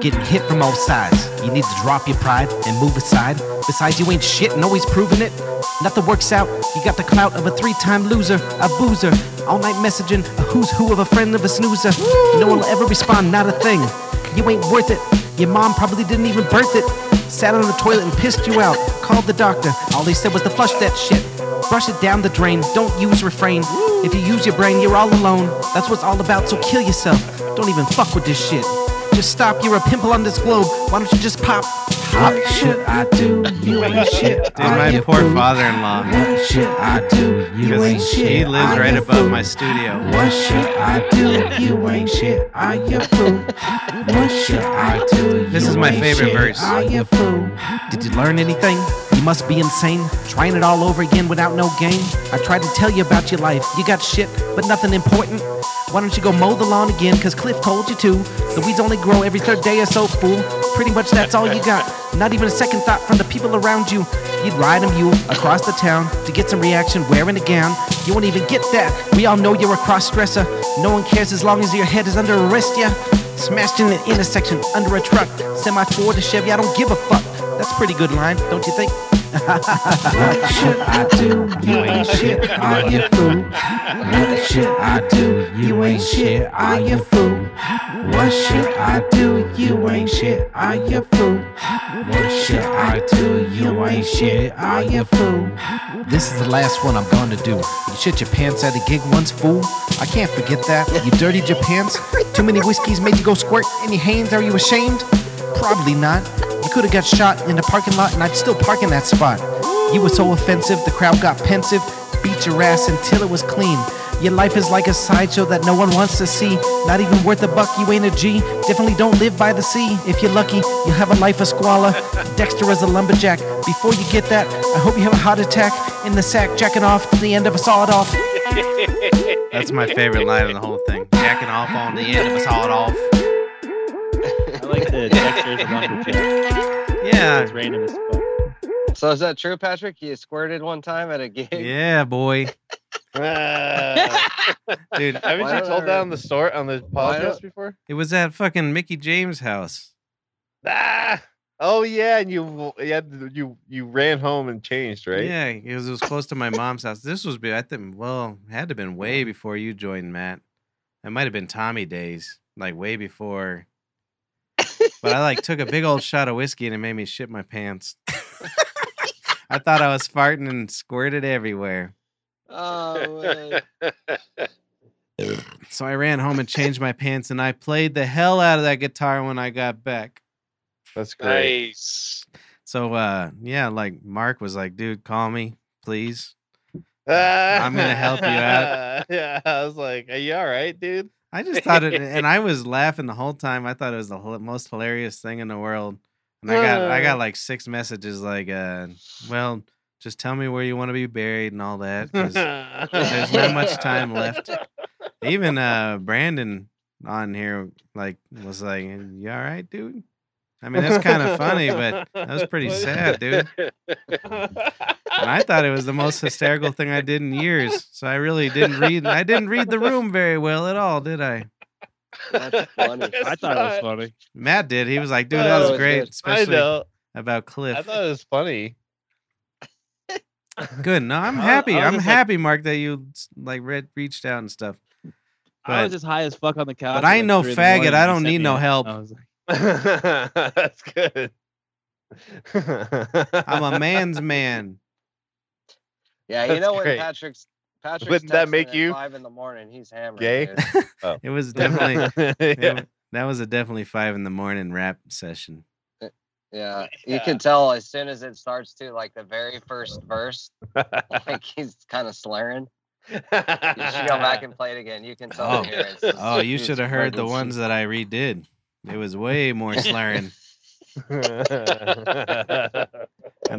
Speaker 8: Getting hit from all sides. You need to drop your pride and move aside. Besides, you ain't shit and always proving it. Nothing works out. You got the clout of a three time loser, a boozer. All night messaging, a who's who of a friend of a snoozer. No one will ever respond, not a thing. You ain't worth it. Your mom probably didn't even birth it. Sat on the toilet and pissed you out. Called the doctor. All they said was to flush that shit. Brush it down the drain. Don't use refrain. If you use your brain, you're all alone. That's what it's all about, so kill yourself. Don't even fuck with this shit. Just stop. You're a pimple on this globe. Why don't you just pop? Pop shit I do. You
Speaker 2: [laughs]
Speaker 8: ain't shit.
Speaker 2: Dude,
Speaker 8: Are
Speaker 2: my
Speaker 8: you
Speaker 2: poor
Speaker 8: fool?
Speaker 2: father-in-law.
Speaker 8: What should I do? You ain't
Speaker 2: Because
Speaker 8: shit.
Speaker 2: he lives
Speaker 8: Are
Speaker 2: right
Speaker 8: you
Speaker 2: above
Speaker 8: fool?
Speaker 2: my studio.
Speaker 8: What should I do? You ain't shit. Are you fool? What should I do?
Speaker 2: This
Speaker 8: You
Speaker 2: is my
Speaker 8: ain't
Speaker 2: favorite
Speaker 8: shit.
Speaker 2: verse.
Speaker 8: Are you fool? Did you learn anything? You must be insane. Trying it all over again without no gain. I tried to tell you about your life. You got shit, but nothing important. Why don't you go mow the lawn again? Cause Cliff told you to. The weeds only grow every third day or so, fool. Pretty much that's all you got. Not even a second thought from the people around you. You'd ride a mule across the town to get some reaction wearing a gown. You won't even get that. We all know you're a cross dresser. No one cares as long as your head is under arrest, yeah? Smashed in an intersection under a truck. Semi Ford to Chevy, I don't give a fuck. That's a pretty good line, don't you think? what should I do? You
Speaker 2: [laughs]
Speaker 8: ain't shit, are you fool? What should I do? You ain't shit, are you fool? What should I do? You ain't shit, are you fool? What should I do? You ain't shit, are you fool? This is the last one I'm gonna do. You shit your pants at a gig once, fool. I can't forget that. You dirtied your pants. Too many whiskeys made you go squirt. Any hands? Are you ashamed? Probably not. You could have got shot in the parking lot, and I'd still park in that spot. You were so offensive, the crowd got pensive. Beat your ass until it was clean. Your life is like a sideshow that no one wants to see. Not even worth a buck, you ain't a G. Definitely don't live by the sea. If you're lucky, you'll have a life of squalor. Dexter is a lumberjack. Before you get that, I hope you have a heart attack in the sack, jacking off to the end of a sawed off.
Speaker 2: That's my favorite line of the whole thing. Jacking off on the end of a sawed off.
Speaker 6: I like the Dexter's a lumberjack.
Speaker 2: Yeah,
Speaker 6: It's random as fuck.
Speaker 5: So is that true, Patrick? You squirted one time at a gig?
Speaker 2: yeah, boy. Dude,
Speaker 3: [laughs] Haven't
Speaker 5: Why
Speaker 3: you
Speaker 5: don't
Speaker 3: told
Speaker 5: I-
Speaker 3: that on the store on the
Speaker 5: Why don't-
Speaker 3: podcast before?
Speaker 2: it was at fucking Mickey James' house.
Speaker 3: Ah! Oh yeah, and you yeah you you ran home and changed, right?
Speaker 2: Yeah, it was, it was close to my mom's house. This was, be- I think, well, had to have been way before you joined, Matt. It might have been Tommy days, like way before. But I like took a big old shot of whiskey and it made me shit my pants. [laughs] I thought I was farting and squirted everywhere.
Speaker 5: [laughs] Oh, man.
Speaker 2: So I ran home and changed my pants and I played the hell out of that guitar when I got back.
Speaker 3: That's
Speaker 2: [laughs]
Speaker 3: great.
Speaker 7: nice.
Speaker 2: So uh yeah, like Mark was like, dude, call me, please.
Speaker 3: Ah!
Speaker 2: I'm gonna help you out.
Speaker 3: [laughs] yeah, I was like, "Are you all right, dude?"
Speaker 2: I just thought it, and I was laughing the whole time. I thought it was the hol- most hilarious thing in the world. And I got, I got like six messages, like, uh, well, just tell me where you want to be buried and all that. 'cause
Speaker 3: There's
Speaker 2: not much time left. even uh, Brandon on here, like, was like, "You all right, dude?" I mean, that's kind of funny, but that was
Speaker 7: [laughs]
Speaker 2: pretty sad, dude. And I thought it was the most hysterical thing I did in years. So I really didn't read, I didn't read the room very well at all, did I?
Speaker 5: That's funny.
Speaker 6: I thought it was funny.
Speaker 2: Matt did. He was like, dude, that
Speaker 3: Oh,
Speaker 2: was great,
Speaker 5: good.
Speaker 3: I
Speaker 2: especially
Speaker 3: know.
Speaker 2: about
Speaker 3: I
Speaker 2: Cliff.
Speaker 3: thought it was funny.
Speaker 2: Good. No, I'm
Speaker 6: I was-
Speaker 2: happy.
Speaker 6: I was
Speaker 2: I'm
Speaker 6: just like-
Speaker 2: happy, Mark, that you like read, reached out and stuff.
Speaker 6: I
Speaker 2: But
Speaker 6: was just high as fuck on the couch.
Speaker 2: but I
Speaker 6: at,
Speaker 2: ain't no
Speaker 6: three in the morning
Speaker 2: faggot.
Speaker 6: when
Speaker 2: I
Speaker 6: you sent me that.
Speaker 2: don't need no help.
Speaker 6: I was like,
Speaker 3: [laughs] That's good.
Speaker 2: I'm
Speaker 3: [laughs]
Speaker 2: a man's man.
Speaker 5: Yeah, you know
Speaker 3: That's
Speaker 5: when
Speaker 3: great.
Speaker 5: Patrick's Patrick's
Speaker 3: Wouldn't that
Speaker 5: texting
Speaker 3: make
Speaker 5: at
Speaker 3: you
Speaker 5: five in the morning? He's hammered.
Speaker 3: gay? [laughs]
Speaker 5: dude.
Speaker 6: [laughs]
Speaker 2: It was definitely it
Speaker 3: Yeah.
Speaker 2: w- that was a definitely five in the morning rap session.
Speaker 5: Yeah, you can tell as soon as it starts to like the very first
Speaker 3: [laughs]
Speaker 5: verse, like he's kind of slurring. You should
Speaker 3: [laughs]
Speaker 5: go back and play it again. You can tell.
Speaker 2: Oh.
Speaker 5: it here. It's just-
Speaker 6: [laughs]
Speaker 2: Oh, you
Speaker 5: it's
Speaker 2: should have heard the
Speaker 5: freaking-
Speaker 2: ones that I redid. It was
Speaker 6: [laughs]
Speaker 2: way more slurring.
Speaker 3: [laughs]
Speaker 2: and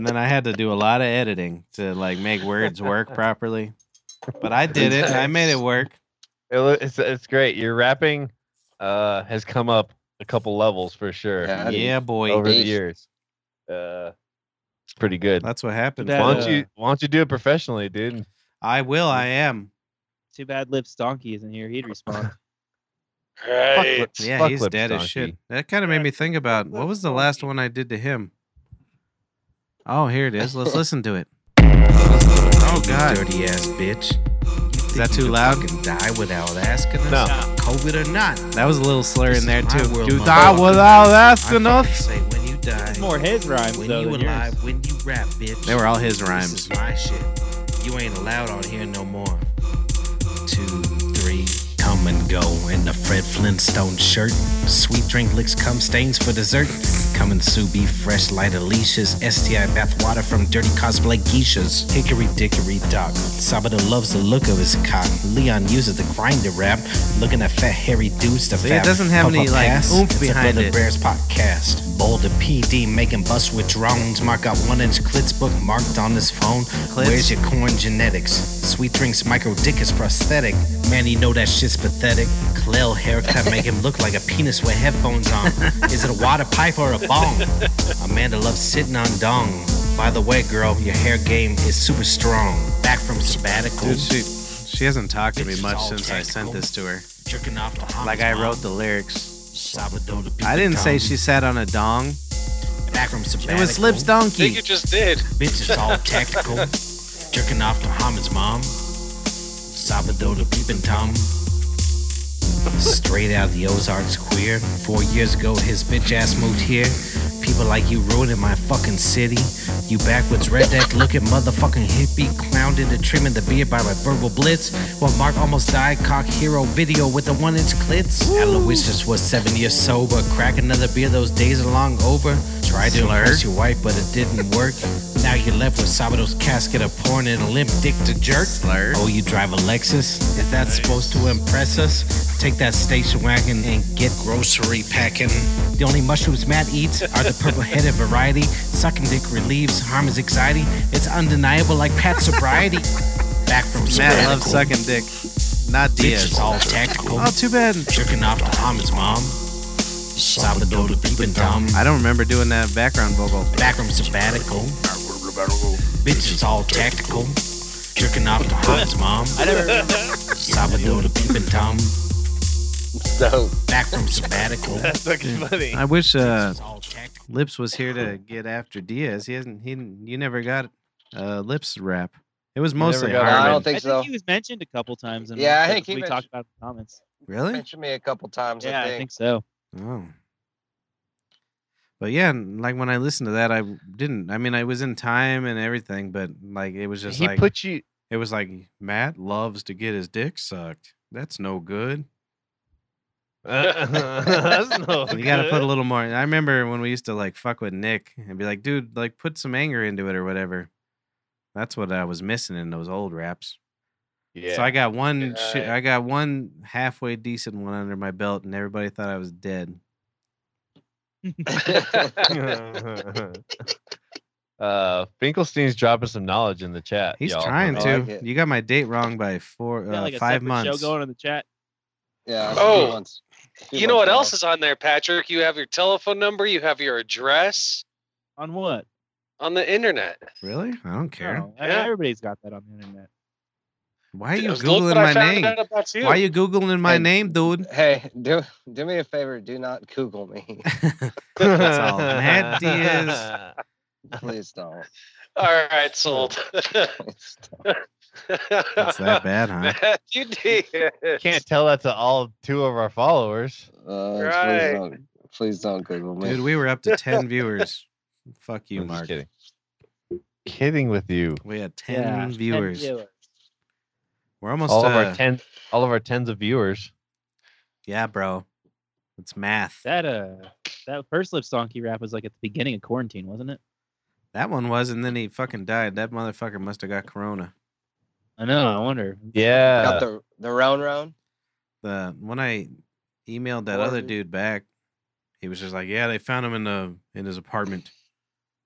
Speaker 2: then I had to do a lot of editing to like make words
Speaker 8: [laughs]
Speaker 2: work properly. But I did it. and I made it work.
Speaker 3: It lo- it's, it's great. Your rapping uh, has come up a couple levels for sure
Speaker 5: Yeah. Howdy.
Speaker 2: Yeah, boy.
Speaker 3: over the
Speaker 5: Beast.
Speaker 3: years. Uh, it's pretty good.
Speaker 2: That's uh, what happened.
Speaker 6: That,
Speaker 3: why
Speaker 2: folks.
Speaker 8: uh,
Speaker 3: don't you why don't you do it professionally, dude?
Speaker 2: I will. I am.
Speaker 6: Too bad Lips Donkey isn't here. He'd respond.
Speaker 7: [laughs] Right.
Speaker 3: Fuck
Speaker 2: Yeah,
Speaker 3: Fuck
Speaker 2: he's
Speaker 3: Lips
Speaker 2: dead as
Speaker 3: Donkey.
Speaker 2: shit. That kind of made me think about what was the last one I did to him. Oh, here it is.
Speaker 8: [laughs]
Speaker 2: Let's listen to it. Oh God,
Speaker 8: Dirty ass bitch.
Speaker 2: is that too loud?
Speaker 8: Fucking die without asking us.
Speaker 3: No.
Speaker 8: COVID or not.
Speaker 2: That was a little slur
Speaker 8: This
Speaker 2: in there
Speaker 8: is my
Speaker 2: too.
Speaker 8: world,
Speaker 2: You
Speaker 8: motherfucker.
Speaker 2: die without asking
Speaker 8: I fucking [laughs]
Speaker 2: us.
Speaker 8: Say when you die.
Speaker 6: It's more his rhymes
Speaker 8: When
Speaker 6: though.
Speaker 8: you
Speaker 6: than
Speaker 8: alive,
Speaker 6: yours.
Speaker 8: when you rap, bitch.
Speaker 2: They were all his
Speaker 8: This
Speaker 2: rhymes.
Speaker 8: is my shit. You ain't allowed on here no more. Two, three, come and go in the Fred Flintstone shirt. Sweet drink licks cum stains for dessert. Coming sous be fresh light leashes. STI bathwater from dirty cosplay geishas. Hickory dickory dock. Sabado loves the look of his cock. Leon uses the grinder rap. Looking at fat hairy dudes to
Speaker 2: See, it
Speaker 8: fap.
Speaker 2: doesn't have
Speaker 8: Pump
Speaker 2: any,
Speaker 8: up
Speaker 2: like,
Speaker 8: ass.
Speaker 2: oomph
Speaker 8: It's a
Speaker 2: behind
Speaker 8: Brother
Speaker 2: it.
Speaker 8: Bears podcast. Boulder PD making bus with drones. Mark out one inch clits book marked on his phone.
Speaker 2: Clits?
Speaker 8: Where's your corn genetics? Sweet drinks, micro dick is prosthetic. Man, you know that shit's pathetic. Clell haircut make him look like a penis with
Speaker 2: [laughs]
Speaker 8: headphones on. Is it a water pipe or a bong? Amanda loves sitting on dong. By the way, girl, your hair game is super strong. Back from sabbatical.
Speaker 2: Dude, she she hasn't talked to me much since I sent this to her.
Speaker 8: jerking off to
Speaker 2: Like I wrote the lyrics.
Speaker 8: Salvador
Speaker 2: I didn't say she sat on a dong.
Speaker 8: back from
Speaker 2: It
Speaker 8: sabbatical.
Speaker 2: was Lips
Speaker 7: I think
Speaker 2: Donkey.
Speaker 7: you just did.
Speaker 8: Bitch is all tactical. Jerking off to Hamad's mom. Salvador the peeping Tom. Straight out the Ozarks queer. Four years ago, his bitch ass moved here. People like you ruining my fucking city. You backwards redneck looking motherfucking hippie clowned into trimming the beard by my verbal blitz. While Mark almost died, cock hero video with the one inch clits. Aloysius was seven years sober. Crack another beer, those days are long over. Tried to
Speaker 2: Slur.
Speaker 8: impress your wife, but it didn't [laughs] work. Now you're left with Sabado's casket of porn and a limp dick to jerk.
Speaker 2: Slur.
Speaker 8: Oh, you drive a Lexus? Is that supposed to impress us? Take that station wagon and get grocery packing. The only mushrooms Matt eats are the
Speaker 2: [laughs]
Speaker 8: purple headed variety. Sucking dick relieves harm his anxiety. It's undeniable, like
Speaker 2: [laughs]
Speaker 8: Pat's sobriety. Back from
Speaker 2: Matt loves
Speaker 8: sabbatical.
Speaker 2: sucking dick, not
Speaker 8: Bitch is
Speaker 2: Diaz.
Speaker 8: all tactical.
Speaker 2: Oh, too bad.
Speaker 8: Jerking off to Hamad's mom. Salvador the peeping Tom.
Speaker 2: I don't remember doing that background vocal.
Speaker 8: Back from sabbatical. Bitch is all tactical. Jerking off to Hamad's mom.
Speaker 6: I never.
Speaker 8: Salvador the peeping Tom.
Speaker 5: So
Speaker 8: Back
Speaker 6: [laughs]
Speaker 8: from sabbatical.
Speaker 3: That's fucking
Speaker 2: [laughs]
Speaker 3: funny.
Speaker 2: I wish uh,
Speaker 8: It's all tactical.
Speaker 2: Lips was here to get after Diaz. He hasn't. He didn't- you never got uh, Lips rap. It was
Speaker 3: never
Speaker 2: mostly
Speaker 3: got it.
Speaker 5: no, I
Speaker 2: Harmon.
Speaker 5: don't
Speaker 6: I think
Speaker 5: think so.
Speaker 6: he was mentioned a couple times. In
Speaker 5: Yeah, I
Speaker 6: that,
Speaker 5: think he
Speaker 6: we
Speaker 5: mentioned-
Speaker 6: talked about it in the comments.
Speaker 2: Really?
Speaker 5: mentioned me a couple times.
Speaker 6: Yeah,
Speaker 5: I
Speaker 6: I
Speaker 5: think.
Speaker 6: think so.
Speaker 2: Oh. But yeah, and, like when I listened to that, I didn't. I mean, I was in time and everything, but like it was [laughs] just
Speaker 3: He
Speaker 2: like
Speaker 3: put
Speaker 2: [laughs]
Speaker 3: you [laughs]
Speaker 2: it was like Matt loves to get his dick sucked. That's no good.
Speaker 3: That's no
Speaker 2: you got to put
Speaker 3: good.
Speaker 2: a little more. I remember when we used to like fuck with Nick and be like, dude, like put some anger into it or whatever. That's what I was missing in those old raps.
Speaker 3: Yeah.
Speaker 2: So I got one, shi-
Speaker 7: Yeah.
Speaker 2: I got one halfway decent one under my belt, and everybody thought I was dead.
Speaker 5: [laughs]
Speaker 2: [laughs]
Speaker 3: [laughs] uh, Finkelstein's dropping some knowledge in the chat.
Speaker 2: He's
Speaker 3: y'all. Oh,
Speaker 2: trying
Speaker 5: I
Speaker 2: to.
Speaker 5: like it.
Speaker 2: you got my date wrong by four,
Speaker 6: We
Speaker 2: uh,
Speaker 6: got, like, a
Speaker 2: five
Speaker 6: separate
Speaker 2: months.
Speaker 6: Show going in the chat.
Speaker 5: Yeah. it's
Speaker 7: Oh,
Speaker 5: two months- two
Speaker 7: You know
Speaker 5: months
Speaker 7: what else
Speaker 5: now.
Speaker 7: is on there, Patrick? You have your telephone number, you have your address
Speaker 6: On what?
Speaker 7: on the internet.
Speaker 2: Really? I don't care.
Speaker 6: No, I-
Speaker 7: Yeah.
Speaker 6: everybody's got that on the internet.
Speaker 2: Why are you
Speaker 7: Look what
Speaker 2: googling
Speaker 7: I
Speaker 2: my
Speaker 7: found
Speaker 2: name?
Speaker 7: out about you.
Speaker 2: Why
Speaker 7: [laughs]
Speaker 2: are you googling my
Speaker 5: And-
Speaker 2: name, dude?
Speaker 5: Hey, do do me a favor. Do not Google me, [laughs]
Speaker 2: That's all. Matt Diaz.
Speaker 5: please don't.
Speaker 7: [laughs] All
Speaker 2: [laughs]
Speaker 7: right, sold.
Speaker 5: Please don't.
Speaker 2: That's that bad,
Speaker 7: [laughs]
Speaker 2: huh?
Speaker 7: Matt, you did.
Speaker 3: Can't [clears throat] tell that to all two of our followers.
Speaker 5: Uh,
Speaker 7: Right.
Speaker 5: please don't. Please don't Google me.
Speaker 2: Dude, we were up to
Speaker 3: [laughs]
Speaker 2: 10 viewers. Fuck you,
Speaker 3: I'm just
Speaker 2: Mark.
Speaker 3: kidding. Kidding with you.
Speaker 2: We had 10
Speaker 6: Yeah, ten
Speaker 2: viewers. We're almost
Speaker 3: all
Speaker 2: uh,
Speaker 3: of our ten, all of our tens of viewers.
Speaker 2: Yeah, bro. It's math. That,
Speaker 6: That uh, that first Lips Donkey rap was like at the beginning of quarantine, wasn't it?
Speaker 2: one was, and then he fucking died. That motherfucker must have got corona.
Speaker 6: I know. I wonder.
Speaker 5: Got
Speaker 3: Yeah.
Speaker 5: the the round [laughs] round.
Speaker 2: The when I emailed that other
Speaker 5: Corona.
Speaker 2: dude back, he was just like, "Yeah, they found him in the in his apartment."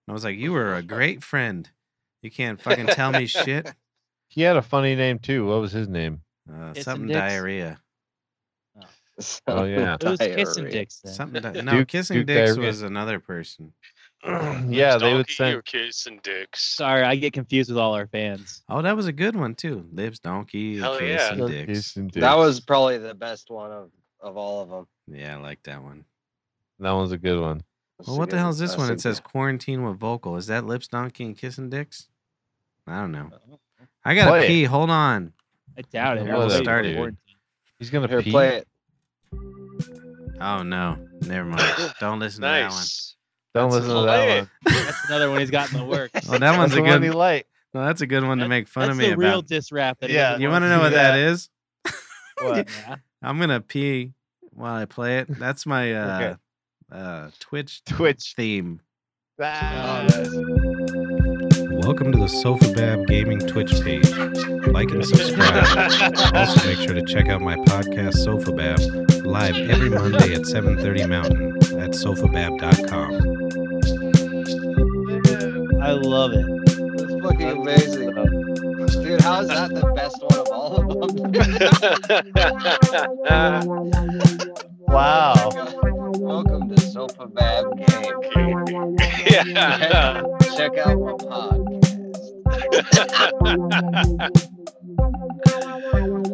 Speaker 2: And I was like, "You were a great friend. You can't fucking tell
Speaker 6: [laughs]
Speaker 2: me shit."
Speaker 3: He had a funny name too. What was his name?
Speaker 2: Uh,
Speaker 6: It's
Speaker 2: something
Speaker 6: in Dick's.
Speaker 2: diarrhea.
Speaker 5: So
Speaker 3: Oh yeah.
Speaker 6: It was kissing
Speaker 3: Oh,
Speaker 2: Oh,
Speaker 5: diarrhea.
Speaker 6: dicks. Then.
Speaker 2: Something. Di- no,
Speaker 3: [laughs] Duke-
Speaker 2: kissing
Speaker 3: Duke
Speaker 2: dicks
Speaker 3: diarrhea.
Speaker 2: was another person.
Speaker 3: yeah, they would
Speaker 7: Donkey,
Speaker 3: send.
Speaker 7: Your kids and dicks.
Speaker 4: Sorry, I get confused with all our fans.
Speaker 2: Oh, that was a good one too. Lips, donkey,
Speaker 7: Hell
Speaker 2: kiss,
Speaker 7: yeah.
Speaker 2: and dicks.
Speaker 5: That was probably the best one of, of all of them.
Speaker 2: Yeah, I like that one.
Speaker 3: that one's a good one.
Speaker 2: Well, what the hell is this one? It says quarantine with vocal. Is that lips, donkey, and kissing dicks? I don't know. I gotta
Speaker 3: Play it.
Speaker 2: pee. Hold on.
Speaker 4: I doubt it.
Speaker 3: Yeah, that
Speaker 4: We're waiting for
Speaker 2: started.
Speaker 4: quarantine.
Speaker 3: He's gonna
Speaker 5: Here,
Speaker 3: pee.
Speaker 5: play it.
Speaker 2: Oh no. Never mind. Don't listen
Speaker 7: Nice.
Speaker 3: Don't
Speaker 7: That's
Speaker 3: listen to
Speaker 7: play
Speaker 3: that
Speaker 7: it.
Speaker 3: one.
Speaker 4: That's another one he's got in the works.
Speaker 2: to that one. Oh, that one's
Speaker 3: That's
Speaker 2: a
Speaker 3: the one he
Speaker 2: good.
Speaker 3: liked.
Speaker 2: No, that's a good one to make fun
Speaker 4: That's
Speaker 2: of me
Speaker 4: the real
Speaker 2: about.
Speaker 4: diss rap. That he
Speaker 3: Yeah.
Speaker 4: doesn't
Speaker 2: You want
Speaker 4: want
Speaker 2: to know what
Speaker 3: Yeah.
Speaker 2: that is?
Speaker 3: What?
Speaker 4: Yeah.
Speaker 2: I'm gonna pee while I play it. That's my uh, uh, Twitch
Speaker 3: Twitch.
Speaker 2: theme.
Speaker 3: Ah.
Speaker 2: Welcome to the SofaBab Gaming Twitch page. Like and subscribe. also, make sure to check out my podcast SofaBab live every Monday at 7:30 Mountain at sofabab.com.
Speaker 4: I love it.
Speaker 5: It's fucking amazing. Dude, how is that the best one of all of them? [laughs]
Speaker 3: Wow.
Speaker 5: Welcome to Sofa Bab Game.
Speaker 7: yeah.
Speaker 5: Check out my podcast.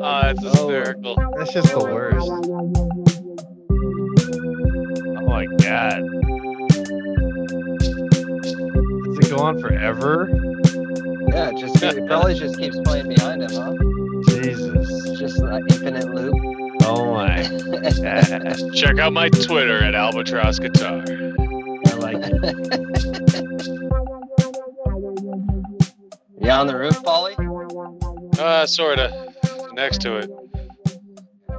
Speaker 7: Oh, that's hysterical.
Speaker 3: That's just the worst. Oh my god. Does it go on forever?
Speaker 5: Yeah, it just it probably just keeps playing behind him, huh?
Speaker 3: Jesus.
Speaker 5: It's just an infinite loop.
Speaker 3: Oh my god.
Speaker 7: Check out my Twitter at Albatross Guitar.
Speaker 4: I like it.
Speaker 5: you on the roof, Polly?
Speaker 7: Uh, sorta. Next to it.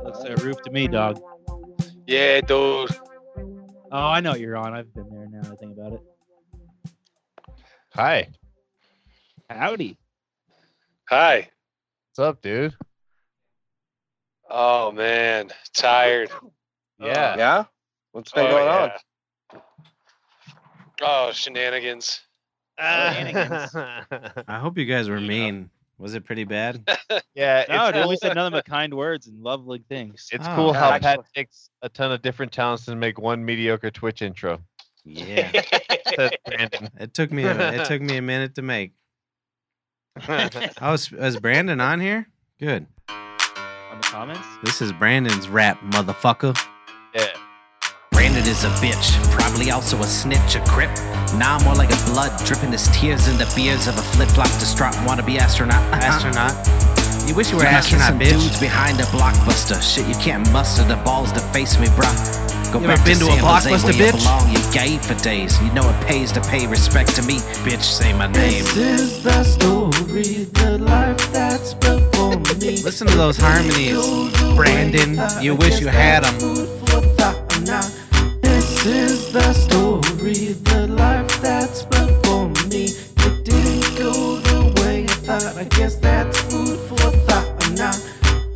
Speaker 4: Looks like a roof to me, dog.
Speaker 7: Yeah, dude.
Speaker 4: Oh, I know what you're on. I've been there now. that I think about it.
Speaker 3: Hi.
Speaker 4: Howdy.
Speaker 7: Hi.
Speaker 3: What's up, dude?
Speaker 7: Oh man, tired.
Speaker 3: Yeah.
Speaker 5: Yeah? What's been
Speaker 7: Oh,
Speaker 5: going on?
Speaker 7: yeah. Oh, shenanigans.
Speaker 2: I hope you guys were
Speaker 7: Yeah.
Speaker 2: mean. Was it pretty bad?
Speaker 3: yeah,
Speaker 4: No,
Speaker 3: it's
Speaker 4: dude,
Speaker 3: cool,
Speaker 4: we said nothing but kind words and lovely things.
Speaker 3: it's
Speaker 2: Oh,
Speaker 3: cool how
Speaker 5: actually.
Speaker 3: Pat takes a ton of different talents to make one mediocre Twitch intro.
Speaker 2: Yeah.
Speaker 3: Says Brandon.
Speaker 2: It took me a, it took me a minute to
Speaker 3: [laughs]
Speaker 2: make. Oh, is, is Brandon on here? Good.
Speaker 4: On the comments.
Speaker 2: This is Brandon's rap, motherfucker.
Speaker 3: yeah.
Speaker 8: Brandon is a bitch, probably also a snitch, a crip. Nah, more like a blood dripping his tears in the beers of a flip-flop distraught wannabe astronaut.
Speaker 2: Uh-huh. Astronaut.
Speaker 8: You wish you
Speaker 2: were
Speaker 8: were
Speaker 2: an
Speaker 8: asking
Speaker 2: astronaut,
Speaker 8: some
Speaker 2: bitch.
Speaker 8: dudes behind a blockbuster. Shit, you can't muster the balls to face me, bruh. Go
Speaker 2: You ever
Speaker 8: back
Speaker 2: been
Speaker 8: to,
Speaker 2: to a
Speaker 8: San Jose
Speaker 2: Blockbuster,
Speaker 8: where you
Speaker 2: bitch?
Speaker 8: belong. You're gay for days. You know it pays to pay respect to me, bitch. Say my name.
Speaker 2: is the story, the life that's before me. Listen to those harmonies, Brandon. You wish you had them. This is the story, the life that's before me. It didn't go the way I thought. I guess that's food for thought. I'm not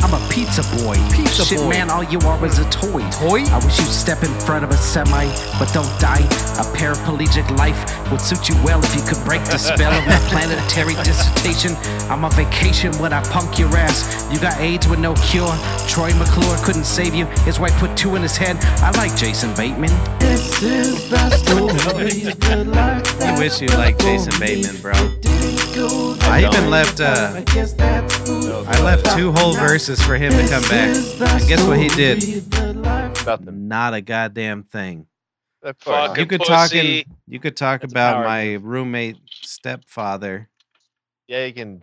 Speaker 8: I'm a pizza boy.
Speaker 2: Pizza
Speaker 8: Shit,
Speaker 2: boy.
Speaker 8: man, all you are is a toy.
Speaker 2: toy.
Speaker 8: I wish you'd step in front of a semi, but don't die. A paraplegic life would suit you well if you could break the spell of my planetary dissertation. I'm on vacation when I punk your ass. You got AIDS with no cure. Troy McClure couldn't save you. His wife put two in his head. I like Jason Bateman.
Speaker 2: This is the story, the life You wish you liked Jason Bateman, bro. I even left uh, I left two whole verses for him to come back. And guess what he did?
Speaker 3: Nothing.
Speaker 2: Not a goddamn thing.
Speaker 3: Of course.
Speaker 7: Fucking
Speaker 2: You could talk
Speaker 7: pussy.
Speaker 2: in, you could talk
Speaker 4: That's a
Speaker 2: about
Speaker 4: power
Speaker 2: my roommate stepfather.
Speaker 3: Yeah, you can.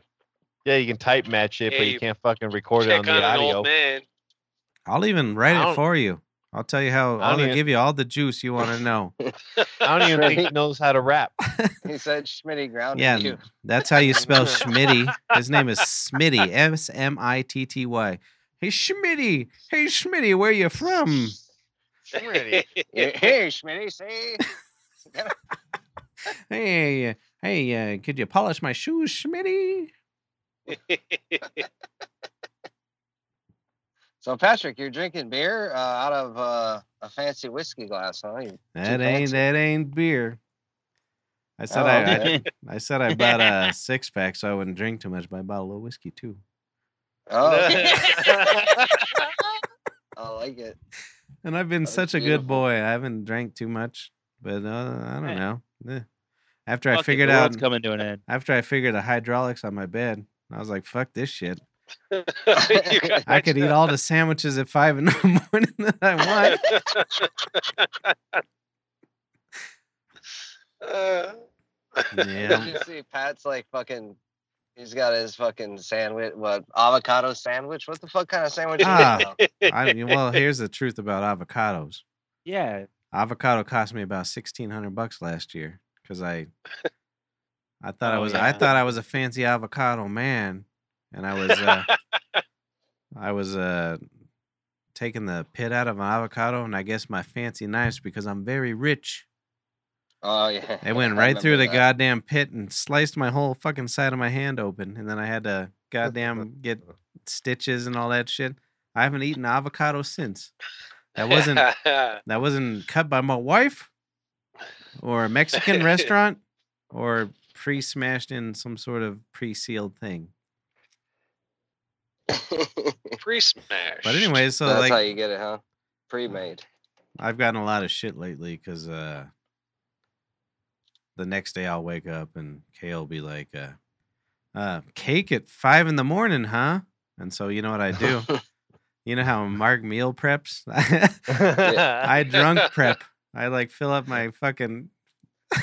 Speaker 3: Yeah, you can type match it,
Speaker 7: Yeah,
Speaker 3: but you
Speaker 7: you
Speaker 3: can't fucking record it on
Speaker 7: Check
Speaker 3: the
Speaker 7: on an
Speaker 3: audio.
Speaker 7: old man.
Speaker 2: I'll even
Speaker 3: I
Speaker 2: write it
Speaker 3: don't-
Speaker 2: for you. I'll tell you how
Speaker 3: I
Speaker 2: I'll
Speaker 3: don't even-
Speaker 2: give you all the juice you want to know.
Speaker 3: I don't even think he knows how to rap.
Speaker 5: He said Schmitty grounded
Speaker 2: Yeah,
Speaker 5: [laughs] you.
Speaker 2: That's how you spell
Speaker 5: [laughs]
Speaker 2: Schmitty. His name is Smitty. S M I T T Y. Hey Schmitty. Hey Schmitty, where you from? [laughs]
Speaker 5: Hey, hey, Schmitty, see?
Speaker 2: Hey, uh, hey, uh, could you polish my shoes, Schmitty?
Speaker 5: So, Patrick, you're drinking beer uh, out of uh, a fancy whiskey glass, huh? You-
Speaker 2: That
Speaker 5: Too
Speaker 2: ain't
Speaker 5: fancy.
Speaker 2: that ain't beer. I said
Speaker 5: Oh,
Speaker 2: I, I
Speaker 5: okay.
Speaker 2: I said I bought
Speaker 5: [laughs]
Speaker 2: a six pack so I wouldn't drink too much, but I bought a little whiskey too.
Speaker 5: Oh, [laughs] okay. I like it.
Speaker 2: And I've been
Speaker 5: That's
Speaker 2: such a good
Speaker 5: beautiful.
Speaker 2: boy. I haven't drank too much. But uh, I don't
Speaker 6: Hey.
Speaker 2: know. Eh. After I
Speaker 6: Fuck it,
Speaker 2: figured
Speaker 6: the
Speaker 2: out
Speaker 6: world's coming to an end.
Speaker 2: after I figured the hydraulics on my bed, I was like, "Fuck this shit."
Speaker 7: [laughs] You got
Speaker 2: I could eat all the sandwiches at five in the [laughs] morning that
Speaker 9: [laughs]
Speaker 2: I
Speaker 6: [laughs]
Speaker 2: want.
Speaker 7: Uh,
Speaker 2: yeah.
Speaker 5: you see Pat's like fucking. He's got his fucking sandwich. What avocado sandwich? What the fuck kind of sandwich? is that,
Speaker 2: Ah.
Speaker 5: though?
Speaker 2: I mean, well, here's the truth about avocados.
Speaker 6: Yeah.
Speaker 2: Avocado cost me about sixteen hundred bucks last year because I, I thought I
Speaker 6: Oh,
Speaker 2: was I
Speaker 6: yeah.
Speaker 2: thought I was a fancy avocado man, and I
Speaker 6: [laughs]
Speaker 2: was uh, I was uh taking the pit out of an avocado, and I guess my fancy knives because I'm very rich.
Speaker 5: Oh yeah.
Speaker 2: It went
Speaker 5: [laughs] I
Speaker 2: right through the
Speaker 5: remember that.
Speaker 2: goddamn pit and sliced my whole fucking side of my hand open, and then I had to
Speaker 5: [laughs]
Speaker 2: goddamn get stitches and all that shit. I haven't eaten avocado since. That
Speaker 5: [laughs]
Speaker 2: wasn't
Speaker 9: [laughs]
Speaker 2: that wasn't cut by my wife, or a
Speaker 5: [laughs]
Speaker 2: Mexican restaurant, or pre-smashed in some sort of pre-sealed thing.
Speaker 7: pre-smash.
Speaker 2: But
Speaker 5: [laughs]
Speaker 2: anyways, so
Speaker 5: That's
Speaker 2: like
Speaker 5: how you get it, huh? Pre-made.
Speaker 2: I've gotten a lot of shit lately because uh, the next day I'll wake up and Kay will be like, uh, uh, cake at five in the morning, huh? And so you know what I do? you know how Mark meal preps? [laughs] I drunk prep. I like fill up my fucking.
Speaker 7: [laughs]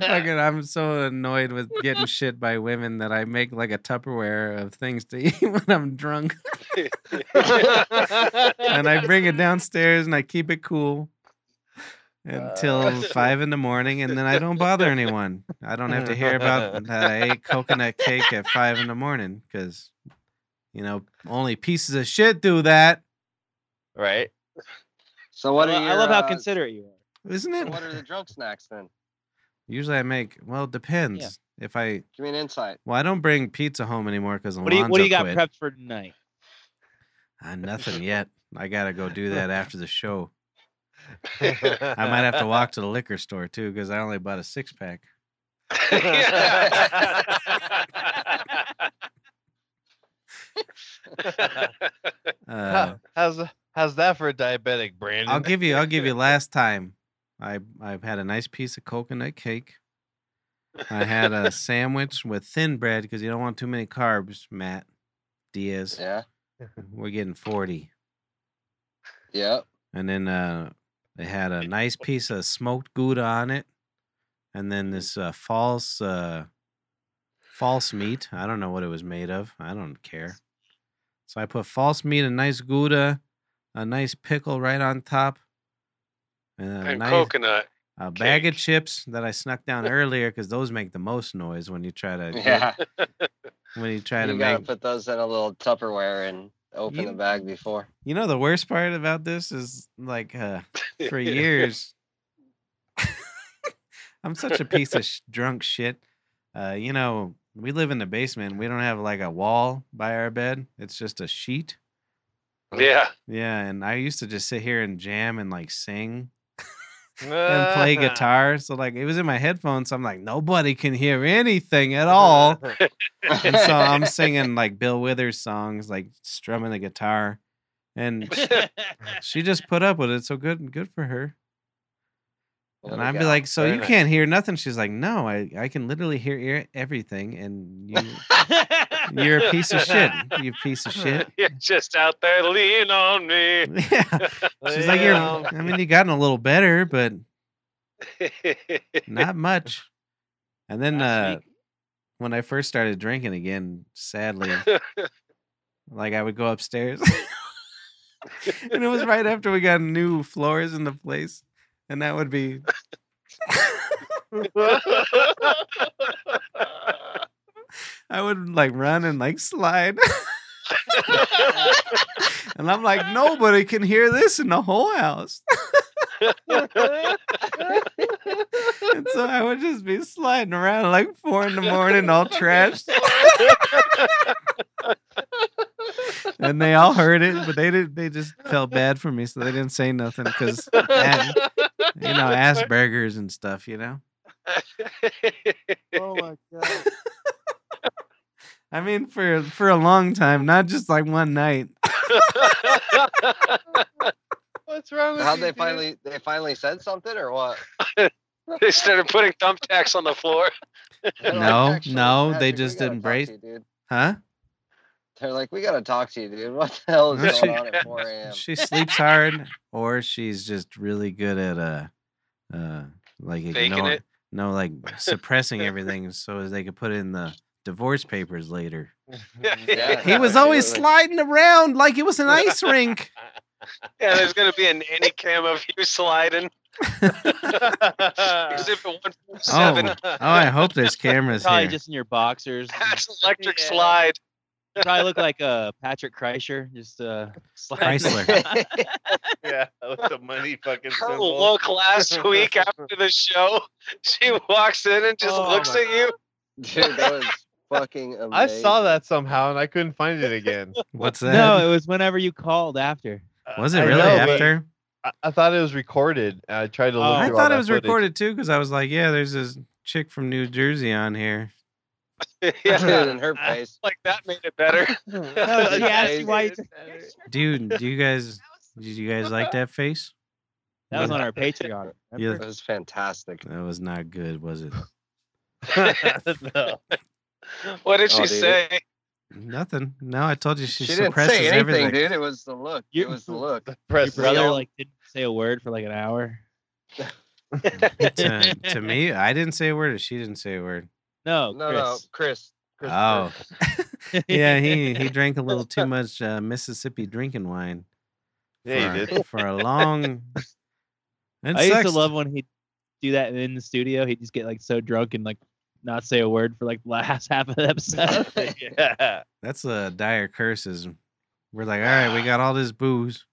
Speaker 9: [laughs]
Speaker 2: fucking I'm so annoyed with getting shit by women that I make like a Tupperware of things to [laughs] eat when I'm drunk. and I bring it downstairs and I keep it cool until
Speaker 6: [laughs]
Speaker 7: Uh.
Speaker 2: five in the morning, and then I don't bother anyone. I don't have to
Speaker 6: [laughs]
Speaker 2: hear about that I ate coconut cake at five in the morning because, you know, only pieces of shit do that,
Speaker 3: right?
Speaker 5: So what
Speaker 6: I,
Speaker 5: are
Speaker 6: lo-
Speaker 5: your,
Speaker 6: I love how
Speaker 5: uh,
Speaker 6: considerate you are.
Speaker 2: isn't
Speaker 5: so
Speaker 2: it?
Speaker 5: what are the drunk snacks then?
Speaker 2: Usually I make. Well, it depends. If I
Speaker 5: Give me an insight.
Speaker 2: well, I don't bring pizza home anymore because
Speaker 6: What do you What do you got
Speaker 2: quit.
Speaker 6: prepped for tonight?
Speaker 2: Ah, nothing yet. I gotta
Speaker 6: [laughs]
Speaker 2: go do that after the show. I might have to walk to the liquor store too because I only bought a six pack. Uh,
Speaker 3: How- how's how's that for a diabetic, Brandon?
Speaker 2: I'll give you. I'll give you. Last time, I I've had a nice piece of coconut cake. I had a sandwich with thin bread because you don't want too many carbs, Matt Diaz.
Speaker 5: Yeah.
Speaker 2: We're getting forty,
Speaker 5: Yep.
Speaker 2: and then uh, they had a nice piece of smoked gouda on it, and then this uh, false uh, false meat. I don't know what it was made of. I don't care. So I put false meat, a nice gouda, a nice pickle right on top, and a
Speaker 9: [laughs] And
Speaker 2: nice
Speaker 9: coconut.
Speaker 2: a bag of
Speaker 9: cake.
Speaker 2: chips that I snuck down earlier because those make the most noise when you
Speaker 5: [laughs]
Speaker 2: try to get-
Speaker 5: Yeah.
Speaker 2: when you try to
Speaker 5: you gotta
Speaker 2: make.
Speaker 5: put those in a little Tupperware and open
Speaker 2: You-
Speaker 5: the bag before.
Speaker 2: You know the worst part about this is like
Speaker 5: [laughs]
Speaker 2: uh, for years, [laughs] I'm such a piece of sh- drunk shit. Uh, you know we live in the basement. We don't have like a wall by our bed. It's just a sheet.
Speaker 9: Yeah.
Speaker 2: Yeah, and I used to just sit here and jam and like sing and [laughs] play
Speaker 5: [laughs]
Speaker 2: guitar. So like it was in my headphones. So I'm like nobody can hear anything
Speaker 5: [laughs]
Speaker 2: at all. and so um,
Speaker 3: [laughs]
Speaker 2: I'm singing like Bill Withers songs, like strumming the guitar,
Speaker 3: [laughs]
Speaker 2: and she just put up with it. So good, good for her.
Speaker 3: Oh
Speaker 5: Well,
Speaker 2: and
Speaker 5: there
Speaker 2: I'd
Speaker 5: you
Speaker 2: be
Speaker 5: go.
Speaker 2: like, "So
Speaker 3: Very
Speaker 2: you
Speaker 3: nice.
Speaker 2: can't hear nothing?" She's like, "No, I, I can literally hear ear- everything, and you, you're a piece
Speaker 9: [laughs]
Speaker 2: of shit. You piece of
Speaker 3: [laughs]
Speaker 2: shit." [laughs]
Speaker 9: You're just out there leaning on me.
Speaker 2: Yeah, she's like, "You're. I
Speaker 3: [laughs]
Speaker 2: mean, you gotten a little better, but not much." And then uh,
Speaker 6: Last
Speaker 2: when I first started drinking again, sadly, like I would go upstairs. [laughs] and it was right after we got new floors in the place. And that would be I would like run and like slide. [laughs] and I'm like, nobody can hear this in the whole house. and so I would just be sliding around at, like four in the morning, all trashed. and they all heard it, but they didn't they just felt bad for me, so they didn't say nothing because you know, Asperger's and stuff, you know.
Speaker 4: Oh my god.
Speaker 2: I mean, for for a long time, not just like one night.
Speaker 3: [laughs] What's wrong with
Speaker 5: [laughs] How'd
Speaker 3: you,
Speaker 5: they
Speaker 3: dude? [laughs]
Speaker 5: finally [laughs] they finally said something
Speaker 2: [laughs]
Speaker 5: or what?
Speaker 7: [laughs] They started putting thumbtacks on the floor.
Speaker 5: They're like,
Speaker 2: No,
Speaker 5: "Actually,
Speaker 2: no, they
Speaker 5: Patrick, we
Speaker 2: just
Speaker 5: gotta talk to
Speaker 2: embraced-
Speaker 5: you, dude.
Speaker 2: Huh?
Speaker 5: They're like, we gotta talk to you, dude. What the hell
Speaker 2: No,
Speaker 5: is
Speaker 2: she-
Speaker 5: going on at 4 a.m.?
Speaker 2: She sleeps hard, or she's just really good at uh, uh, like
Speaker 7: Faking
Speaker 2: ignore-
Speaker 7: it?
Speaker 2: No, like suppressing everything so as they could put it in the divorce papers later.
Speaker 7: [laughs]
Speaker 5: Yeah.
Speaker 2: He was always
Speaker 5: Absolutely.
Speaker 2: sliding around like it was an ice rink.
Speaker 7: Yeah, there's gonna be an any cam of you sliding. Exhibit one four seven.
Speaker 2: Oh, oh, I hope there's cameras
Speaker 10: Probably
Speaker 2: here.
Speaker 10: just in your boxers.
Speaker 7: That's electric
Speaker 10: Yeah.
Speaker 7: slide.
Speaker 10: You probably look like uh, Patrick Kreischer. Just uh, sliding
Speaker 2: Chrysler.
Speaker 3: yeah, with the money fucking
Speaker 7: Her
Speaker 3: symbol.
Speaker 7: look last week after the show, she walks in and just
Speaker 10: Oh
Speaker 7: looks
Speaker 10: my
Speaker 7: at you.
Speaker 5: [laughs] Dude, that was fucking amazing.
Speaker 3: I saw that [laughs] somehow and I couldn't find it again.
Speaker 2: What's that?
Speaker 10: No, it was whenever you called after.
Speaker 2: was it
Speaker 3: I
Speaker 2: really
Speaker 3: know, but
Speaker 2: after?
Speaker 3: I, I thought it was recorded. I tried to look.
Speaker 10: Oh,
Speaker 3: through
Speaker 2: I
Speaker 3: all
Speaker 2: thought it
Speaker 3: that
Speaker 2: was
Speaker 3: footage. [laughs]
Speaker 2: recorded too because I was like, yeah, there's this chick from New Jersey on here.
Speaker 5: Dude,
Speaker 7: [laughs] yeah,
Speaker 5: in her face.
Speaker 7: like that made
Speaker 6: [laughs]
Speaker 7: it better.
Speaker 6: Oh,
Speaker 10: No,
Speaker 7: [laughs]
Speaker 5: he asked you
Speaker 10: why
Speaker 2: Dude, do you guys did you guys like that face?
Speaker 10: That was on our Patreon.
Speaker 2: Yeah,
Speaker 5: It was fantastic.
Speaker 2: that was not good, was it?
Speaker 5: [laughs]
Speaker 3: No.
Speaker 7: [laughs] What did
Speaker 5: Oh,
Speaker 7: she
Speaker 5: dude.
Speaker 7: say?
Speaker 2: Nothing. No, I told you she,
Speaker 5: She, didn't
Speaker 2: suppresses
Speaker 5: say anything,
Speaker 2: everything.
Speaker 5: dude. It was the look.
Speaker 10: You-
Speaker 5: It was the look.
Speaker 10: Your
Speaker 3: Press
Speaker 10: brother
Speaker 5: Leo.
Speaker 10: like didn't say a word for like an hour.
Speaker 2: to, to me, I didn't say a word. or She didn't say a word.
Speaker 10: No,
Speaker 5: No, no, Chris. Chris
Speaker 2: Oh,
Speaker 5: Chris.
Speaker 10: Chris. [laughs]
Speaker 2: yeah, he he drank a little too much uh, Mississippi drinking wine.
Speaker 3: Yeah,
Speaker 2: for,
Speaker 3: you
Speaker 2: a-
Speaker 3: did.
Speaker 2: for a long. It
Speaker 10: I used to
Speaker 2: sucks.
Speaker 10: love when he'd do that in the studio. He'd just get like so drunk and like not say a word for like the last [laughs] half of the episode. [laughs]
Speaker 3: yeah.
Speaker 2: That's a dire curses. We're like, all right, we got all this booze.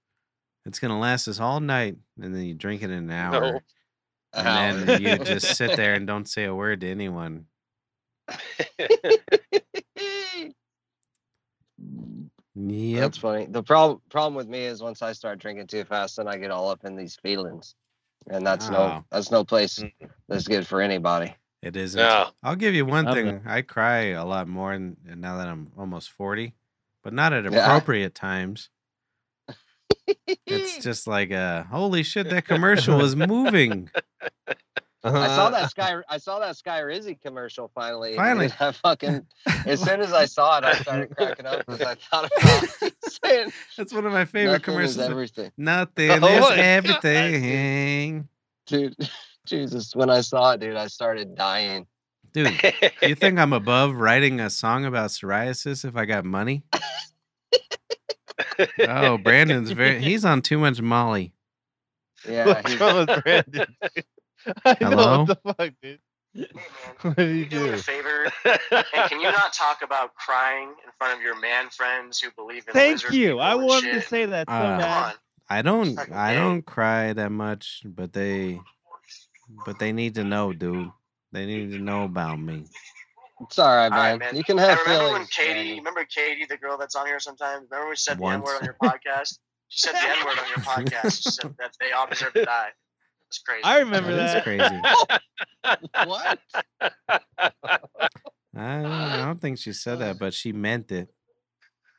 Speaker 2: It's gonna last us all night, and then you drink it in an hour,
Speaker 7: No.
Speaker 2: and then you just sit there and don't say a word to anyone.
Speaker 5: [laughs]
Speaker 2: Yep.
Speaker 5: That's funny. The problem problem with me is once I start drinking too fast, then I get all up in these feelings, and that's
Speaker 2: Oh.
Speaker 5: no that's no place that's good for anybody.
Speaker 2: It isn't.
Speaker 7: No.
Speaker 2: I'll give you one
Speaker 10: Love
Speaker 2: thing. I cry a lot more n- now that I'm almost 40, but not at
Speaker 5: Yeah.
Speaker 2: appropriate times.
Speaker 5: [laughs]
Speaker 2: It's just like, uh, holy shit, that commercial is moving.
Speaker 5: I
Speaker 2: [laughs]
Speaker 5: saw that Sky I saw that Sky Rizzy commercial finally.
Speaker 2: Uh,
Speaker 5: and [laughs]
Speaker 2: Finally.
Speaker 5: dude, I fucking as soon as I saw it, I started cracking up because
Speaker 2: [laughs]
Speaker 5: I thought about [laughs] saying
Speaker 2: That's one of my favorite
Speaker 5: nothing is
Speaker 2: commercials.
Speaker 5: everything, [laughs]
Speaker 2: Nothing
Speaker 3: Oh
Speaker 2: is
Speaker 3: my God,
Speaker 2: everything.
Speaker 5: dude. [laughs] Jesus, when I saw it, dude, I started dying.
Speaker 2: Dude,
Speaker 7: [laughs]
Speaker 2: you think I'm above writing a song about psoriasis if I got
Speaker 5: [laughs]
Speaker 2: money? Oh, Brandon's very, he's on too much Molly.
Speaker 5: Yeah,
Speaker 3: What's
Speaker 5: he-
Speaker 3: wrong with Brandon? dude? [laughs] I
Speaker 2: Hello?
Speaker 3: know what the fuck, dude. [laughs] What do you do?
Speaker 11: favor? And can you not talk about crying in front of your man friends who believe in
Speaker 6: Thank
Speaker 11: lizard
Speaker 6: you.
Speaker 11: people
Speaker 6: I
Speaker 11: and
Speaker 6: wanted to
Speaker 11: shit?
Speaker 6: say that so
Speaker 2: Uh,
Speaker 6: bad.
Speaker 2: I don't
Speaker 11: Fucking
Speaker 2: I
Speaker 11: gay.
Speaker 2: don't cry that much, but they but they need to know, dude. They need to know about me.
Speaker 5: it's all right,
Speaker 11: All right,
Speaker 5: man.
Speaker 11: man.
Speaker 5: You can
Speaker 11: I
Speaker 5: have
Speaker 11: remember
Speaker 5: feelings.
Speaker 11: when Katie,
Speaker 5: man.
Speaker 11: remember Katie, the girl that's on here sometimes? Remember when she said
Speaker 2: Once.
Speaker 11: the N word on
Speaker 5: [laughs]
Speaker 11: your podcast? She said the N word on your podcast. She said that they all deserve to die. It's crazy.
Speaker 10: I remember
Speaker 2: That's
Speaker 10: that. [laughs]
Speaker 2: crazy.
Speaker 11: [laughs]
Speaker 5: What?
Speaker 2: I don't, I don't think she said that, but she meant it.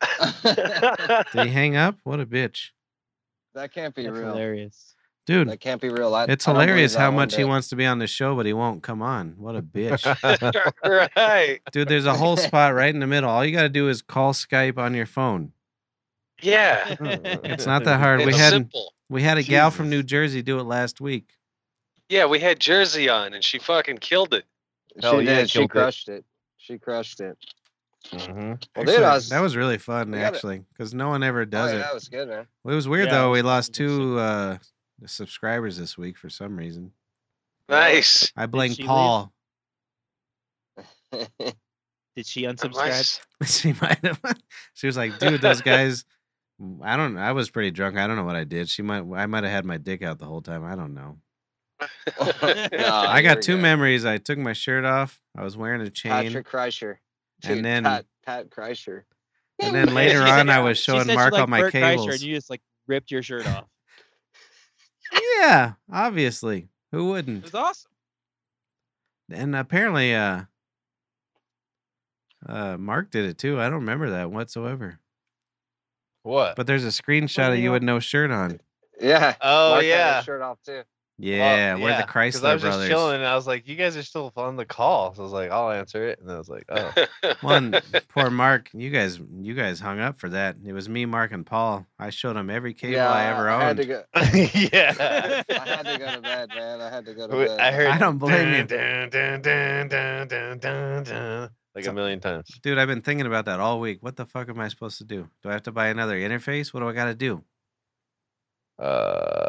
Speaker 7: [laughs]
Speaker 10: [laughs]
Speaker 2: Did he hang up? What a bitch.
Speaker 5: [laughs] that can't be
Speaker 10: That's
Speaker 5: real.
Speaker 10: hilarious.
Speaker 2: Dude,
Speaker 5: That can't be real. I,
Speaker 2: it's
Speaker 5: I don't believe
Speaker 2: hilarious
Speaker 5: that
Speaker 2: how
Speaker 5: one
Speaker 2: much he
Speaker 5: bit.
Speaker 2: wants to be on the show, but he won't come on. What a
Speaker 5: [laughs]
Speaker 2: bitch.
Speaker 7: right.
Speaker 2: Dude, there's a whole spot right in the middle. All you gotta do is call Skype on your phone.
Speaker 7: Yeah.
Speaker 2: It's
Speaker 3: [laughs]
Speaker 2: not that
Speaker 5: [laughs]
Speaker 2: hard. We
Speaker 7: it's
Speaker 2: had
Speaker 7: simple.
Speaker 2: we had a gal from
Speaker 3: Jesus.
Speaker 2: New Jersey do it last week.
Speaker 7: Yeah, we had Jersey on and she fucking killed it.
Speaker 3: Hell
Speaker 5: She
Speaker 3: yeah,
Speaker 5: did. She
Speaker 3: killed it.
Speaker 5: crushed it. She crushed it.
Speaker 3: Mhm.
Speaker 5: Well,
Speaker 2: Actually,
Speaker 5: dude, I was,
Speaker 2: that was really fun
Speaker 5: We gotta-
Speaker 2: actually, because no one ever
Speaker 5: oh,
Speaker 2: does
Speaker 5: yeah,
Speaker 2: it.
Speaker 5: that was good, man.
Speaker 2: It was weird
Speaker 10: Yeah,
Speaker 2: though.
Speaker 10: it
Speaker 2: We
Speaker 10: was-
Speaker 2: lost
Speaker 10: it was sick.
Speaker 2: two uh, subscribers this week for some reason.
Speaker 7: Nice.
Speaker 2: I blame
Speaker 10: she leave?
Speaker 2: Paul. [laughs]
Speaker 5: [laughs]
Speaker 10: Did she unsubscribe?
Speaker 7: Nice.
Speaker 2: she might have. she was like, "Dude, those guys." [laughs] I don't. I was pretty drunk. I don't know what I did. She might. I might have had my dick out the whole time. I don't know.
Speaker 7: [laughs]
Speaker 10: Oh,
Speaker 5: Nah,
Speaker 2: I
Speaker 5: here
Speaker 2: got
Speaker 5: we
Speaker 2: two
Speaker 5: go.
Speaker 2: memories. I took my shirt off. I was wearing a chain,
Speaker 5: Patrick Kreischer.
Speaker 2: And
Speaker 5: Dude,
Speaker 2: then-
Speaker 5: Pat, Pat Kreischer.
Speaker 2: and then
Speaker 10: [laughs]
Speaker 2: later
Speaker 10: She said-
Speaker 2: on, I was
Speaker 10: she
Speaker 2: showing
Speaker 10: said she
Speaker 2: Mark
Speaker 10: liked
Speaker 2: all my
Speaker 10: Bert Kreischer
Speaker 2: cables.
Speaker 10: and you just like ripped your shirt off.
Speaker 2: Yeah, obviously, who wouldn't?
Speaker 10: It was awesome.
Speaker 2: and apparently uh uh mark did it too i don't remember that whatsoever
Speaker 3: What?
Speaker 2: but there's a screenshot of you with no shirt on
Speaker 5: Yeah.
Speaker 3: Oh,
Speaker 5: Mark had his
Speaker 3: yeah.
Speaker 5: Shirt off too.
Speaker 2: Yeah,
Speaker 3: Well,
Speaker 2: we're the
Speaker 3: Oh, 'cause I
Speaker 2: Chrysler
Speaker 3: was just
Speaker 2: brothers.
Speaker 3: chilling, [laughs] and I was like, "You guys are still on the call," so I was like, "I'll answer it," and I was
Speaker 5: [laughs]
Speaker 3: like, "Oh, [laughs]
Speaker 2: One poor Mark, you guys, you guys hung up for that. It was me, Mark, and Paul. I showed him every cable
Speaker 5: yeah,
Speaker 2: I ever owned.
Speaker 5: I
Speaker 3: [laughs]
Speaker 5: had to go.
Speaker 3: yeah."
Speaker 5: I
Speaker 3: [laughs]
Speaker 5: had to go to bed, man. I had to go to
Speaker 3: Wait,
Speaker 5: bed.
Speaker 3: I
Speaker 2: [laughs]
Speaker 3: heard.
Speaker 2: I don't blame you.
Speaker 3: dun, dun, dun, dun, dun, dun, dun, like a million times.
Speaker 2: Dude, I've been thinking about that all week. What the fuck am I supposed to do? Do I have to buy another interface? What do I got to do?
Speaker 3: Uh,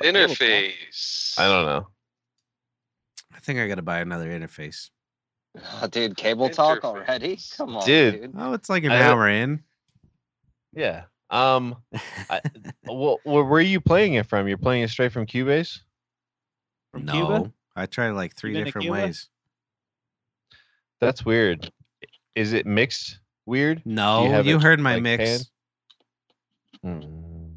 Speaker 7: Interface.
Speaker 3: I don't know.
Speaker 2: I think I got to buy another interface.
Speaker 5: Oh, dude, cable talk already? Come on, dude.
Speaker 3: Dude.
Speaker 2: Oh, it's like an
Speaker 3: I-
Speaker 2: hour in.
Speaker 3: Yeah.
Speaker 2: [laughs]
Speaker 3: Um. I, well, where were you playing it from? You're playing it straight from Cubase.
Speaker 4: From
Speaker 2: no,
Speaker 4: Cuba?
Speaker 2: I tried like three
Speaker 4: been to
Speaker 2: different
Speaker 4: Cuba?
Speaker 2: ways.
Speaker 3: That's weird. Is it mixed weird?
Speaker 2: No,
Speaker 3: have
Speaker 2: Oh, you,
Speaker 3: it,
Speaker 2: heard my
Speaker 3: like,
Speaker 2: mix.
Speaker 3: pan? Mm.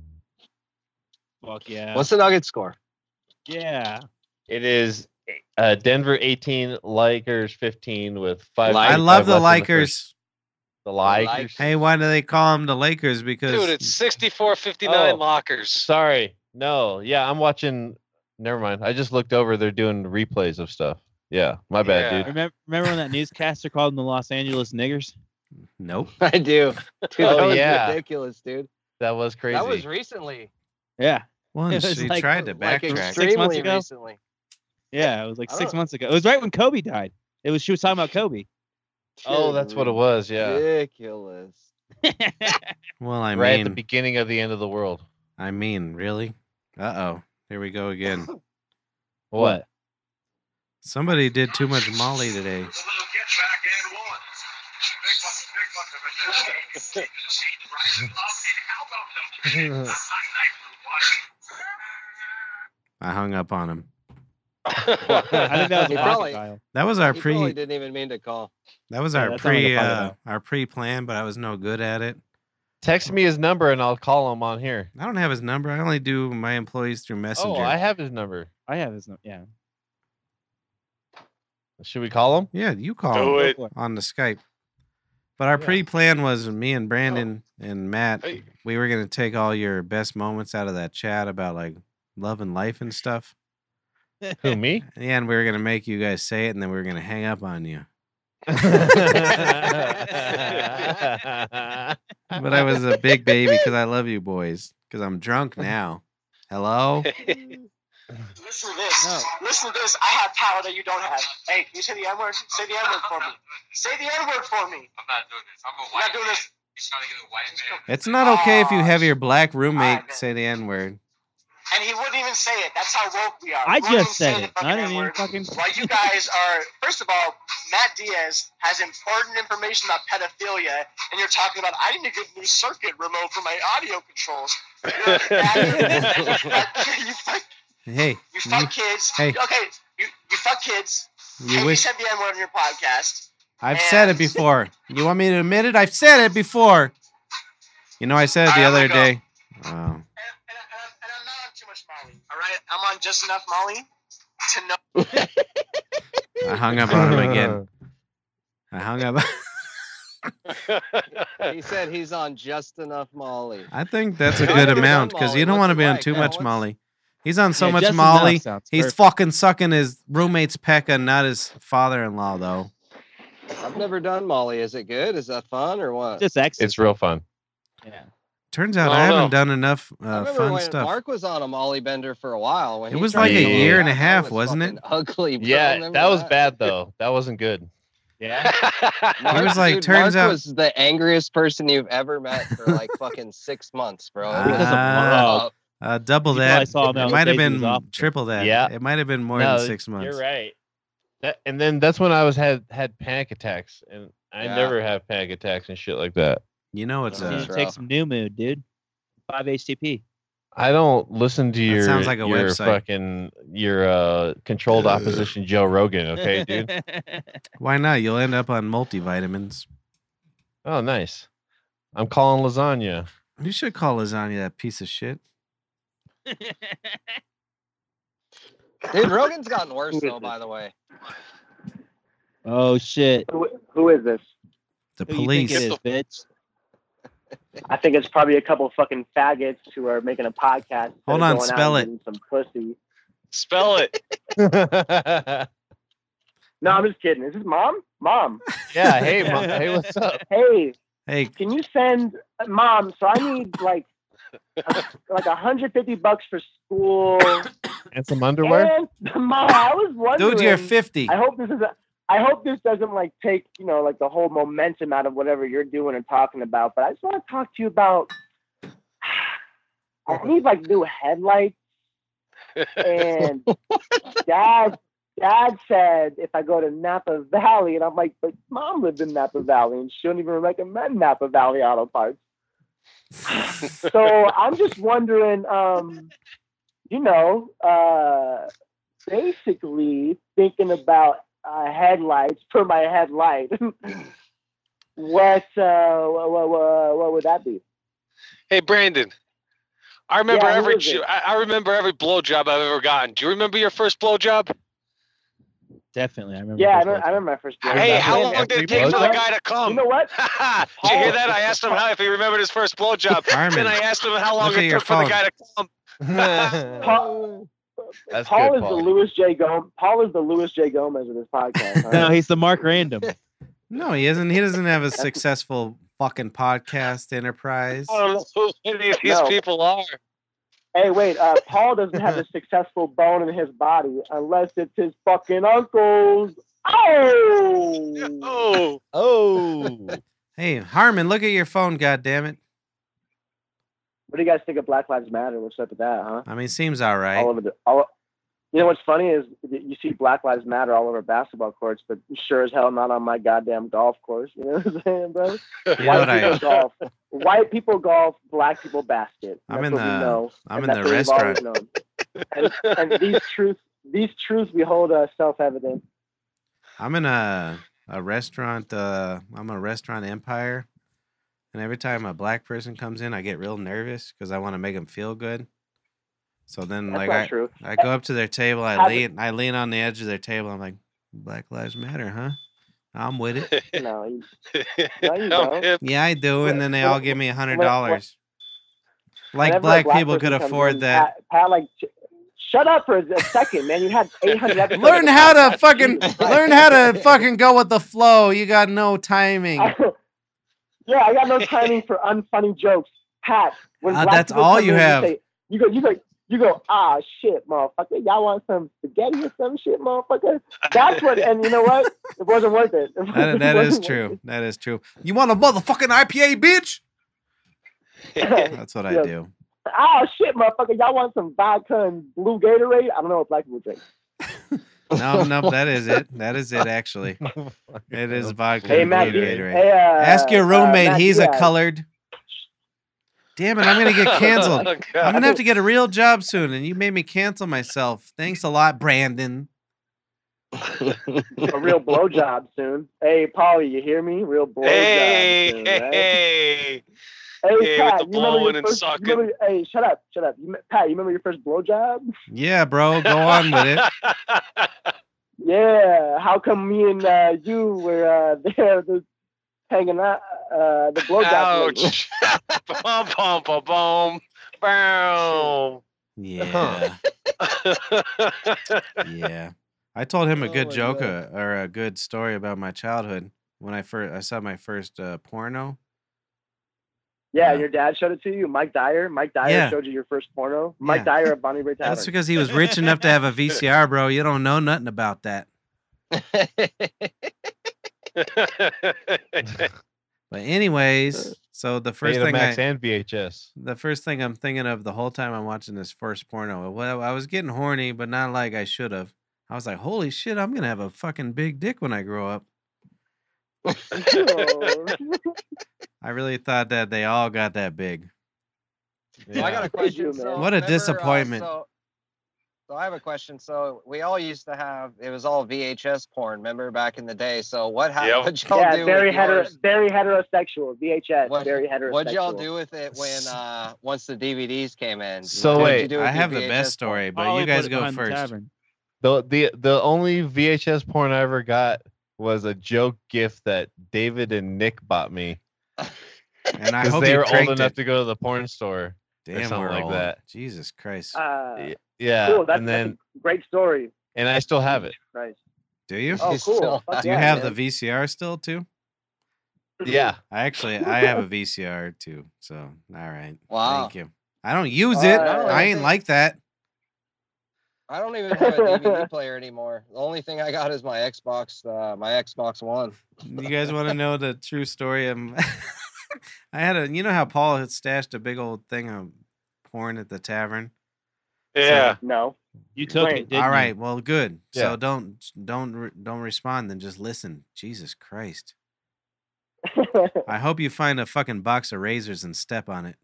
Speaker 4: Fuck yeah.
Speaker 5: What's the Nugget score? [laughs]
Speaker 4: yeah.
Speaker 3: It is uh, Denver 18, Lakers 15 with five.
Speaker 2: I
Speaker 5: Like-
Speaker 2: love the
Speaker 3: left in first-
Speaker 2: Lakers.
Speaker 3: The
Speaker 5: Like-
Speaker 3: Lakers.
Speaker 2: Hey, why do they call them the Lakers?
Speaker 7: Dude,
Speaker 2: Because
Speaker 7: it's 64 59
Speaker 3: Oh.
Speaker 7: lockers.
Speaker 3: Sorry. No. Yeah, I'm watching. Never mind. I just looked over. They're doing replays of stuff. Yeah, my bad,
Speaker 7: Yeah.
Speaker 3: dude.
Speaker 4: Remember, remember when that newscaster called them the Los Angeles niggers?
Speaker 2: nope.
Speaker 5: I do. Dude,
Speaker 3: Oh,
Speaker 5: that was
Speaker 3: yeah.
Speaker 5: ridiculous, dude.
Speaker 3: That was crazy.
Speaker 5: That was recently.
Speaker 4: Yeah,
Speaker 2: Once
Speaker 4: was
Speaker 2: he
Speaker 4: like-
Speaker 2: tried to backtrack.
Speaker 5: Like
Speaker 4: Six months
Speaker 5: extremely
Speaker 4: ago?
Speaker 5: recently.
Speaker 4: yeah. It was like
Speaker 5: I
Speaker 4: six
Speaker 5: don't-
Speaker 4: months ago. It was right when Kobe died. It was she was talking about Kobe.
Speaker 3: oh, that's what it was. Yeah.
Speaker 5: Ridiculous.
Speaker 2: well, I
Speaker 3: right at the
Speaker 2: mean,
Speaker 3: beginning of the end of the world.
Speaker 2: I mean, really? Uh oh, here we go again.
Speaker 3: What?
Speaker 2: Somebody did too much Molly today.
Speaker 3: [laughs]
Speaker 2: I hung up on him.
Speaker 4: [laughs] I think that was
Speaker 5: He
Speaker 4: a
Speaker 5: probably-
Speaker 4: crocodile.
Speaker 2: That was our
Speaker 5: he
Speaker 2: pre.
Speaker 5: probably didn't even mean to call.
Speaker 2: That was
Speaker 4: Yeah,
Speaker 2: our
Speaker 4: that sounded
Speaker 2: pre
Speaker 4: like a
Speaker 2: uh,
Speaker 4: crocodile.
Speaker 2: our pre plan, but I was no good at it.
Speaker 3: Text me his number and I'll call him on here.
Speaker 2: I don't have his number. I only do my employees through Messenger.
Speaker 3: Oh, I have his number.
Speaker 4: I have his. No- yeah.
Speaker 3: Should we call him?
Speaker 2: yeah, you
Speaker 12: Do
Speaker 2: call him
Speaker 12: it.
Speaker 4: Go for it.
Speaker 2: on the Skype. But our
Speaker 3: Yeah.
Speaker 2: pre plan was me and Brandon and Matt.
Speaker 12: Hey.
Speaker 2: We were gonna take all your best moments out of that chat about like love and life and stuff. [laughs]
Speaker 3: Who me? [laughs]
Speaker 2: Yeah, and we were gonna make you guys say it, and then we were gonna hang up on you. But I was a big baby because I love you boys. Because I'm drunk now. Hello.
Speaker 13: Listen to this. Listen to this. I have power that you don't have. Hey, you say the N word. Say the N word for me. Say the N word for me.
Speaker 14: I'm not doing this. I'm a
Speaker 13: You're
Speaker 14: white
Speaker 13: not doing
Speaker 14: man.
Speaker 13: this.
Speaker 14: He's trying to get a white man.
Speaker 2: It's not okay if you have your black
Speaker 13: Alright,
Speaker 2: roommate
Speaker 13: then.
Speaker 2: say the N word.
Speaker 13: And he wouldn't even say it. That's how woke we are.
Speaker 4: I
Speaker 13: We won't
Speaker 4: just
Speaker 13: even
Speaker 4: said
Speaker 13: say
Speaker 4: it.
Speaker 13: the fucking
Speaker 4: I didn't even
Speaker 13: N-word.
Speaker 4: fucking.
Speaker 13: While you guys are, first of all, Matt Diaz has important information about pedophilia, and you're talking about I need to get a new circuit remote for my audio
Speaker 4: [laughs]
Speaker 13: controls. You're a bad- [laughs] you fuck,
Speaker 2: Hey,
Speaker 13: you
Speaker 2: you,
Speaker 13: fuck kids.
Speaker 2: hey.
Speaker 13: Okay, you, you fuck kids.
Speaker 2: you
Speaker 13: and
Speaker 2: wish
Speaker 13: you said the N word on your podcast.
Speaker 2: I've said it
Speaker 13: And-
Speaker 2: before. You want me to admit it? I've said it before. You know, I said it the
Speaker 13: Alright,
Speaker 2: other
Speaker 13: I'm gonna
Speaker 2: day. Oh,
Speaker 13: And, and, and, I'm- and I'm not on too much Molly, all right? I'm on just enough Molly to know.
Speaker 2: I hung up on him again. I hung up. [laughs]
Speaker 5: He said he's on just enough Molly.
Speaker 2: I think that's a
Speaker 5: Why
Speaker 2: good
Speaker 5: are you
Speaker 2: amount
Speaker 5: on
Speaker 2: because
Speaker 5: Molly?
Speaker 2: you don't
Speaker 5: What's
Speaker 2: want to
Speaker 5: it
Speaker 2: be on
Speaker 5: like?
Speaker 2: too
Speaker 5: Yeah,
Speaker 2: much
Speaker 5: what's-
Speaker 2: Molly. He's on so
Speaker 4: Yeah,
Speaker 2: much
Speaker 4: just enough
Speaker 2: Molly.
Speaker 4: sounds
Speaker 2: He's
Speaker 4: perfect.
Speaker 2: fucking sucking his roommate's pecker, not his father-in-law though.
Speaker 5: I've never done Molly. Is it good? Is that fun or what?
Speaker 4: just ecstasy.
Speaker 3: It's real fun.
Speaker 4: yeah.
Speaker 2: Turns out
Speaker 7: I
Speaker 2: I
Speaker 7: don't
Speaker 2: haven't
Speaker 7: know.
Speaker 2: done enough
Speaker 5: I
Speaker 2: uh,
Speaker 5: remember
Speaker 2: fun
Speaker 5: when
Speaker 2: stuff.
Speaker 5: Mark was on a Molly bender for a while. When
Speaker 2: It
Speaker 5: he
Speaker 2: was
Speaker 5: tried
Speaker 3: like
Speaker 5: to
Speaker 3: a
Speaker 5: go
Speaker 3: year
Speaker 5: out,
Speaker 2: and a
Speaker 5: that
Speaker 2: half,
Speaker 5: was
Speaker 2: wasn't it?
Speaker 5: fucking Ugly. [laughs] bro,
Speaker 3: Yeah,
Speaker 5: remember
Speaker 3: that was bad though. That wasn't good.
Speaker 4: Yeah.
Speaker 2: It was like,
Speaker 5: dude,
Speaker 2: turns
Speaker 5: Mark
Speaker 2: out-
Speaker 5: was the angriest person you've ever met for like fucking six months, bro. It was
Speaker 3: [laughs]
Speaker 2: Ah,
Speaker 5: rough.
Speaker 2: Uh, double
Speaker 4: You
Speaker 2: that.
Speaker 4: probably saw him
Speaker 2: it
Speaker 4: out
Speaker 2: might have
Speaker 4: days he was
Speaker 2: been
Speaker 4: off.
Speaker 2: triple that.
Speaker 3: Yeah.
Speaker 2: It might have been more
Speaker 3: No,
Speaker 2: than six
Speaker 4: Oh,
Speaker 2: months.
Speaker 3: You're right. That and then that's when I was had had panic attacks, and I
Speaker 5: Yeah.
Speaker 3: never have panic attacks and shit like that.
Speaker 2: You know it's
Speaker 5: Yeah.
Speaker 2: a.
Speaker 4: You
Speaker 5: That's
Speaker 4: need to take
Speaker 5: rough.
Speaker 4: some new mood, dude. Five HTP.
Speaker 3: I don't listen to your
Speaker 2: sounds like a
Speaker 3: your
Speaker 2: website.
Speaker 3: fucking your uh controlled opposition Joe Rogan.
Speaker 4: [laughs]
Speaker 3: Okay, dude.
Speaker 2: Why not? You'll end up on multivitamins.
Speaker 3: Oh, nice. I'm calling lasagna. [laughs]
Speaker 2: You should call lasagna that piece of shit.
Speaker 5: Oh, Dude, Rogan's gotten worse though. By the way, [laughs]
Speaker 4: oh shit.
Speaker 2: The
Speaker 4: Who you think
Speaker 2: police.
Speaker 4: it is, bitch?
Speaker 13: I think it's probably a couple fucking faggots who are making a podcast. that
Speaker 2: Hold
Speaker 13: are
Speaker 2: on,
Speaker 13: going out
Speaker 2: spell
Speaker 13: and getting Some pussy.
Speaker 7: [laughs] Spell it.
Speaker 13: No, I'm just kidding. Is this mom?
Speaker 3: [laughs]
Speaker 13: Mom.
Speaker 3: Yeah, hey, Mom. Hey, what's
Speaker 13: up? Hey,
Speaker 2: Hey,
Speaker 13: can you send mom? So I need like a, like 150 bucks for school.
Speaker 3: [laughs] and some
Speaker 13: [laughs]
Speaker 3: underwear. [laughs]
Speaker 13: And, mom, I was wondering.
Speaker 3: Dude, you're 50.
Speaker 13: I hope this is a. I hope this doesn't like take you know like the whole momentum out of whatever you're doing and talking about. But I just want to talk to you about. I need like new headlights. and dad dad said if I go to Napa Valley, and I'm like, but mom lived in Napa Valley, and she don't even recommend Napa Valley Auto Parts. so I'm just wondering, um, you know, uh, basically thinking about uh, headlights [laughs] for my headlight. [laughs] what, uh, what, what, what what would that be?
Speaker 7: Hey, Brandon. I remember
Speaker 13: Yeah, who
Speaker 7: every
Speaker 13: is it?
Speaker 7: ju- I I remember every blowjob I've ever gotten. Do you remember your first blowjob?
Speaker 10: Definitely, I remember.
Speaker 13: Yeah, I remember, I remember my first.
Speaker 7: Hey, how long did it take for the guy to come?
Speaker 13: You
Speaker 7: [laughs]
Speaker 13: know what?
Speaker 7: Did you
Speaker 2: Oh.
Speaker 7: hear that? I asked him how if he remembered his first
Speaker 2: [laughs]
Speaker 7: blowjob.
Speaker 2: Carmen,
Speaker 7: then I asked him how long
Speaker 2: look at
Speaker 7: it
Speaker 2: your
Speaker 7: took for the
Speaker 2: phone.
Speaker 7: guy to come.
Speaker 13: Paul,
Speaker 3: um, That's
Speaker 13: Paul
Speaker 3: good,
Speaker 13: is
Speaker 3: Paul.
Speaker 13: the Louis J. Gomez. Paul is the Louis J. Gomez of this podcast. huh?
Speaker 10: No, he's the Mark
Speaker 2: [laughs]
Speaker 10: Random.
Speaker 2: No, he isn't. He doesn't have a successful fucking podcast enterprise.
Speaker 13: Oh.
Speaker 7: I don't know who any of these
Speaker 13: No.
Speaker 7: people are.
Speaker 13: [laughs] Hey, wait. Uh, Paul doesn't have
Speaker 3: [laughs]
Speaker 13: a successful bone in his body unless it's his fucking uncle's.
Speaker 3: [laughs]
Speaker 13: Oh.
Speaker 7: Oh.
Speaker 3: Oh.
Speaker 2: Hey, Harmon, look at your phone, goddammit.
Speaker 13: What do you guys think of Black Lives Matter? What's up with that, huh?
Speaker 2: I mean, seems all right.
Speaker 13: All over the all. You know what's funny is that you see Black Lives Matter all over basketball courts, but sure as hell not on my goddamn golf course. You know what I'm saying,
Speaker 2: [laughs]
Speaker 13: bro?
Speaker 7: Oh.
Speaker 2: You know
Speaker 13: White
Speaker 2: what I-
Speaker 7: [laughs]
Speaker 13: people golf. White people golf. Black people basket.
Speaker 2: I'm
Speaker 13: That's
Speaker 2: in
Speaker 13: what we
Speaker 2: the-
Speaker 13: know,
Speaker 2: I'm
Speaker 13: and
Speaker 2: in
Speaker 13: that's
Speaker 2: the
Speaker 13: what we've always known. and,
Speaker 2: [laughs]
Speaker 13: and these truths, these truths, we hold uh, self-evident.
Speaker 2: I'm in a a restaurant. Uh, I'm a restaurant empire, and every time a black person comes in, I get real nervous because I want to make them feel good. So then,
Speaker 13: That's
Speaker 2: like,
Speaker 13: not
Speaker 2: I, [laughs]
Speaker 13: true.
Speaker 2: I go up to their table. I
Speaker 13: Have-
Speaker 2: lean. I lean on the edge of their table. I'm like, Black Lives Matter, huh? I'm with it.
Speaker 13: No, you, no, you don't.
Speaker 2: yeah, I do. And then they all give me a hundred
Speaker 13: When- when-
Speaker 2: dollars. Like
Speaker 13: Whenever a
Speaker 2: black, people could
Speaker 13: person comes in,
Speaker 2: afford that.
Speaker 13: [laughs] Pat, Pat, like, sh- shut up for a second, man. You had
Speaker 2: [laughs]
Speaker 13: 800 episodes.
Speaker 2: learn
Speaker 13: of
Speaker 2: how to
Speaker 13: podcasts. [laughs]
Speaker 2: fucking
Speaker 13: Jesus Christ.
Speaker 2: learn how to fucking go with the flow. You got no timing.
Speaker 13: [laughs] yeah, I got no timing for unfunny jokes. Pat, when
Speaker 2: Ah,
Speaker 13: black
Speaker 2: that's
Speaker 13: people
Speaker 2: all
Speaker 13: come
Speaker 2: you
Speaker 13: in,
Speaker 2: have.
Speaker 13: You, say, you go, you go, you go. Ah, shit, motherfucker. Y'all want some spaghetti or some shit, motherfucker? That's what. And you know what?
Speaker 2: [laughs]
Speaker 13: It wasn't worth it. [laughs] It
Speaker 2: [laughs] That- that
Speaker 13: wasn't
Speaker 2: is
Speaker 13: worth
Speaker 2: true. That is true. You want a motherfucking IPA, bitch?
Speaker 13: it. [laughs]
Speaker 2: That's what I
Speaker 13: Yeah.
Speaker 2: do.
Speaker 13: Ah, shit, motherfucker. Y'all want some vodka and blue Gatorade? I don't know what black people drink.
Speaker 2: No, no, that is it. That is it. Actually, it is vodka.
Speaker 13: Hey,
Speaker 2: and
Speaker 13: Matt,
Speaker 2: Gatorade,
Speaker 13: you-
Speaker 2: right?
Speaker 13: hey, uh,
Speaker 2: Ask your
Speaker 13: uh,
Speaker 2: roommate.
Speaker 13: Matt,
Speaker 2: He's
Speaker 13: you
Speaker 2: a
Speaker 13: guys-
Speaker 2: colored. Damn it! I'm gonna
Speaker 7: [laughs]
Speaker 2: get
Speaker 13: [laughs]
Speaker 2: canceled.
Speaker 7: Oh, God.
Speaker 2: I'm gonna have to get a real job soon, and you made me cancel myself. Thanks a lot, Brandon.
Speaker 13: a real blowjob soon. Hey, Polly, you hear me? Real blowjob
Speaker 7: Hey,
Speaker 13: soon, right?
Speaker 7: hey,
Speaker 13: Hey,
Speaker 7: Yeah,
Speaker 13: Pat,
Speaker 7: with the
Speaker 13: you remember
Speaker 7: blowing
Speaker 13: your
Speaker 7: and
Speaker 13: first, you
Speaker 7: sucking.
Speaker 13: remember- hey, shut up, shut up. You, me- Pat, you remember your first blowjob?
Speaker 2: Yeah, bro, go on
Speaker 7: [laughs]
Speaker 2: with it.
Speaker 13: Yeah. How come me and uh, you were uh, [laughs] there the, hanging out? Uh, the blowjob. place?
Speaker 7: Ouch. [laughs] bum, bum, bum, bum. [laughs] Boom.
Speaker 2: Yeah, yeah. I told him a good joke uh, or a good story about my childhood when I first I saw my first uh, porno.
Speaker 13: [laughs] Yeah, and your dad showed it to you. Mike Dyer. Mike Dyer
Speaker 2: Yeah.
Speaker 13: showed you your first porno.
Speaker 2: Yeah.
Speaker 13: Mike Dyer
Speaker 5: [laughs]
Speaker 13: of Bonnie Raitt Tavern.
Speaker 2: That's because he was rich enough to have a VCR, bro. You don't know nothing about that. But anyways, so the first thing
Speaker 3: Betamax
Speaker 2: I,
Speaker 3: and VHS.
Speaker 2: the first thing I'm thinking of the whole time I'm watching this first porno, well, I was getting horny, but not like I should have. I was like, holy shit, I'm gonna have a fucking big dick when I grow up.
Speaker 13: [laughs]
Speaker 5: [laughs]
Speaker 2: I really thought that they all got that big.
Speaker 5: Well, I got a question. So
Speaker 2: what a
Speaker 5: remember, uh,
Speaker 2: disappointment.
Speaker 5: so, so I have a question. So we all used to have it was all VHS porn. Remember back in the day. So what happened? [laughs]
Speaker 7: Yep.
Speaker 5: What y'all
Speaker 13: yeah,
Speaker 5: do
Speaker 13: very
Speaker 5: with
Speaker 13: hetero,
Speaker 5: yours?
Speaker 13: very heterosexual. VHS, very heterosexual.
Speaker 5: What'd y'all do with it when uh once the DVDs came in?
Speaker 3: So
Speaker 5: What'd
Speaker 3: wait,
Speaker 5: you do with
Speaker 2: Oh, I
Speaker 5: your
Speaker 2: have the
Speaker 5: VHS
Speaker 2: best
Speaker 5: porn?
Speaker 2: story,
Speaker 4: Oh,
Speaker 2: but
Speaker 10: Polly
Speaker 2: you
Speaker 10: put
Speaker 2: guys
Speaker 10: it
Speaker 2: go
Speaker 10: behind the
Speaker 2: first.
Speaker 10: tavern.
Speaker 3: The the the only VHS porn I ever got was a joke gift that David and Nick bought me.
Speaker 2: And I
Speaker 3: Because
Speaker 2: hope
Speaker 3: they
Speaker 2: you
Speaker 3: were old
Speaker 2: cranked
Speaker 3: enough
Speaker 2: it.
Speaker 3: to go to the porn store or
Speaker 2: Damn,
Speaker 3: something
Speaker 2: we're
Speaker 3: like
Speaker 2: old.
Speaker 3: that.
Speaker 2: Jesus Christ.
Speaker 13: Uh,
Speaker 3: Y- Yeah,
Speaker 13: cool. That's,
Speaker 3: and
Speaker 13: that's
Speaker 3: then
Speaker 13: a great story.
Speaker 3: and I still have it.
Speaker 13: Christ.
Speaker 2: Do you?
Speaker 13: [laughs]
Speaker 2: [laughs]
Speaker 13: Oh, cool. Fuck
Speaker 2: Do you
Speaker 13: yeah,
Speaker 2: have
Speaker 13: man.
Speaker 2: the VCR still too?
Speaker 3: Yeah. [laughs]
Speaker 2: I actually I have a VCR too. So all right.
Speaker 5: Wow.
Speaker 2: Thank you. I don't use it.
Speaker 5: Uh,
Speaker 2: I ain't like that.
Speaker 5: I don't even have a
Speaker 13: [laughs]
Speaker 5: DVD player anymore. The only thing I got is my Xbox, uh, my Xbox One.
Speaker 2: You guys want to know the true story? Of m- [laughs] I had a you know how Paul had stashed a big old thing of porn at the tavern.
Speaker 9: Yeah.
Speaker 7: [laughs]
Speaker 13: [laughs] No. [laughs]
Speaker 10: You took it, didn't
Speaker 2: All
Speaker 10: you?
Speaker 2: right. Well, good.
Speaker 10: Yeah.
Speaker 2: So don't don't re- don't respond. Then just listen. Jesus Christ. I hope you find a fucking box of razors and step on it.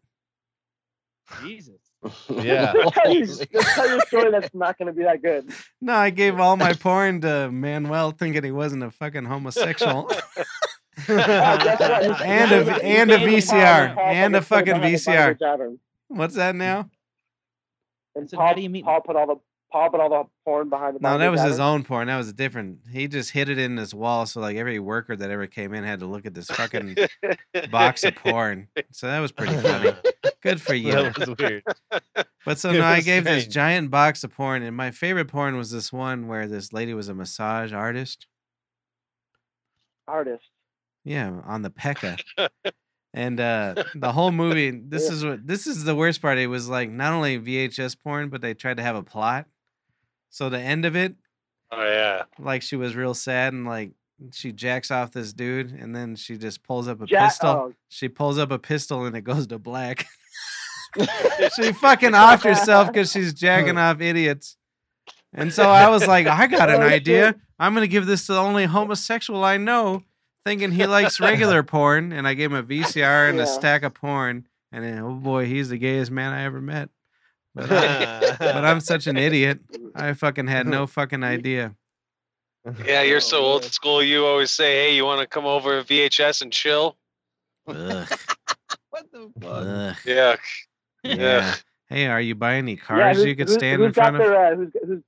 Speaker 10: Jesus.
Speaker 5: [laughs]
Speaker 3: Yeah.
Speaker 13: Just tell you, just tell you
Speaker 7: [laughs]
Speaker 13: a story that's not going to be that good.
Speaker 2: No, I gave all [laughs] my porn to Manuel, thinking he wasn't a fucking
Speaker 3: [laughs]
Speaker 2: homosexual. [laughs] and a v- and a VCR and a fucking VCR. What's that now?
Speaker 13: And Paul, Paul put all the Paul put all the porn behind the.
Speaker 2: No,
Speaker 13: Bonzo
Speaker 2: that was his
Speaker 13: Tavern?
Speaker 2: own porn. That was different. He just hid it in his wall, so like every worker that ever came in had to look at this fucking box of porn. So that was pretty funny. Good for you.
Speaker 3: That was weird.
Speaker 2: But so
Speaker 3: It
Speaker 2: no, I
Speaker 3: was
Speaker 2: gave this
Speaker 3: strange.
Speaker 2: giant box of porn, and my favorite porn was this one where this lady was a massage artist.
Speaker 13: artist.
Speaker 2: Yeah, on the Pekka.
Speaker 13: [laughs]
Speaker 2: and uh the whole movie, this is what this is the worst part. It was like not only VHS porn, but they tried to have a plot. So the end of it,
Speaker 9: Oh yeah.
Speaker 2: like she was real sad and like she jacks off this dude and then she just pulls up a
Speaker 13: Ja-
Speaker 2: pistol.
Speaker 13: oh.
Speaker 2: She pulls up a pistol and it goes to black.
Speaker 13: oh. [laughs]
Speaker 2: she fucking offed herself because she's jacking off idiots. And so I was like, I got an
Speaker 13: Oh,
Speaker 2: idea.
Speaker 13: shit.
Speaker 2: I'm gonna give this to the only homosexual I know, thinking he likes regular porn. And I gave him a VCR and
Speaker 13: Yeah.
Speaker 2: a stack of porn. And then, oh boy, he's the gayest man I ever met. But, I, but I'm such an idiot. I fucking had no fucking idea.
Speaker 9: Yeah, you're so old school. You always say, "Hey, you want to come over to VHS and chill?"
Speaker 2: Ugh, ugh.
Speaker 9: Yeah.
Speaker 2: Yeah. Hey, are you buying any cars
Speaker 13: who's-
Speaker 2: you could
Speaker 13: who's-
Speaker 2: stand
Speaker 13: who's
Speaker 2: in front
Speaker 13: got
Speaker 2: of?
Speaker 13: Their, uh, who's, who's,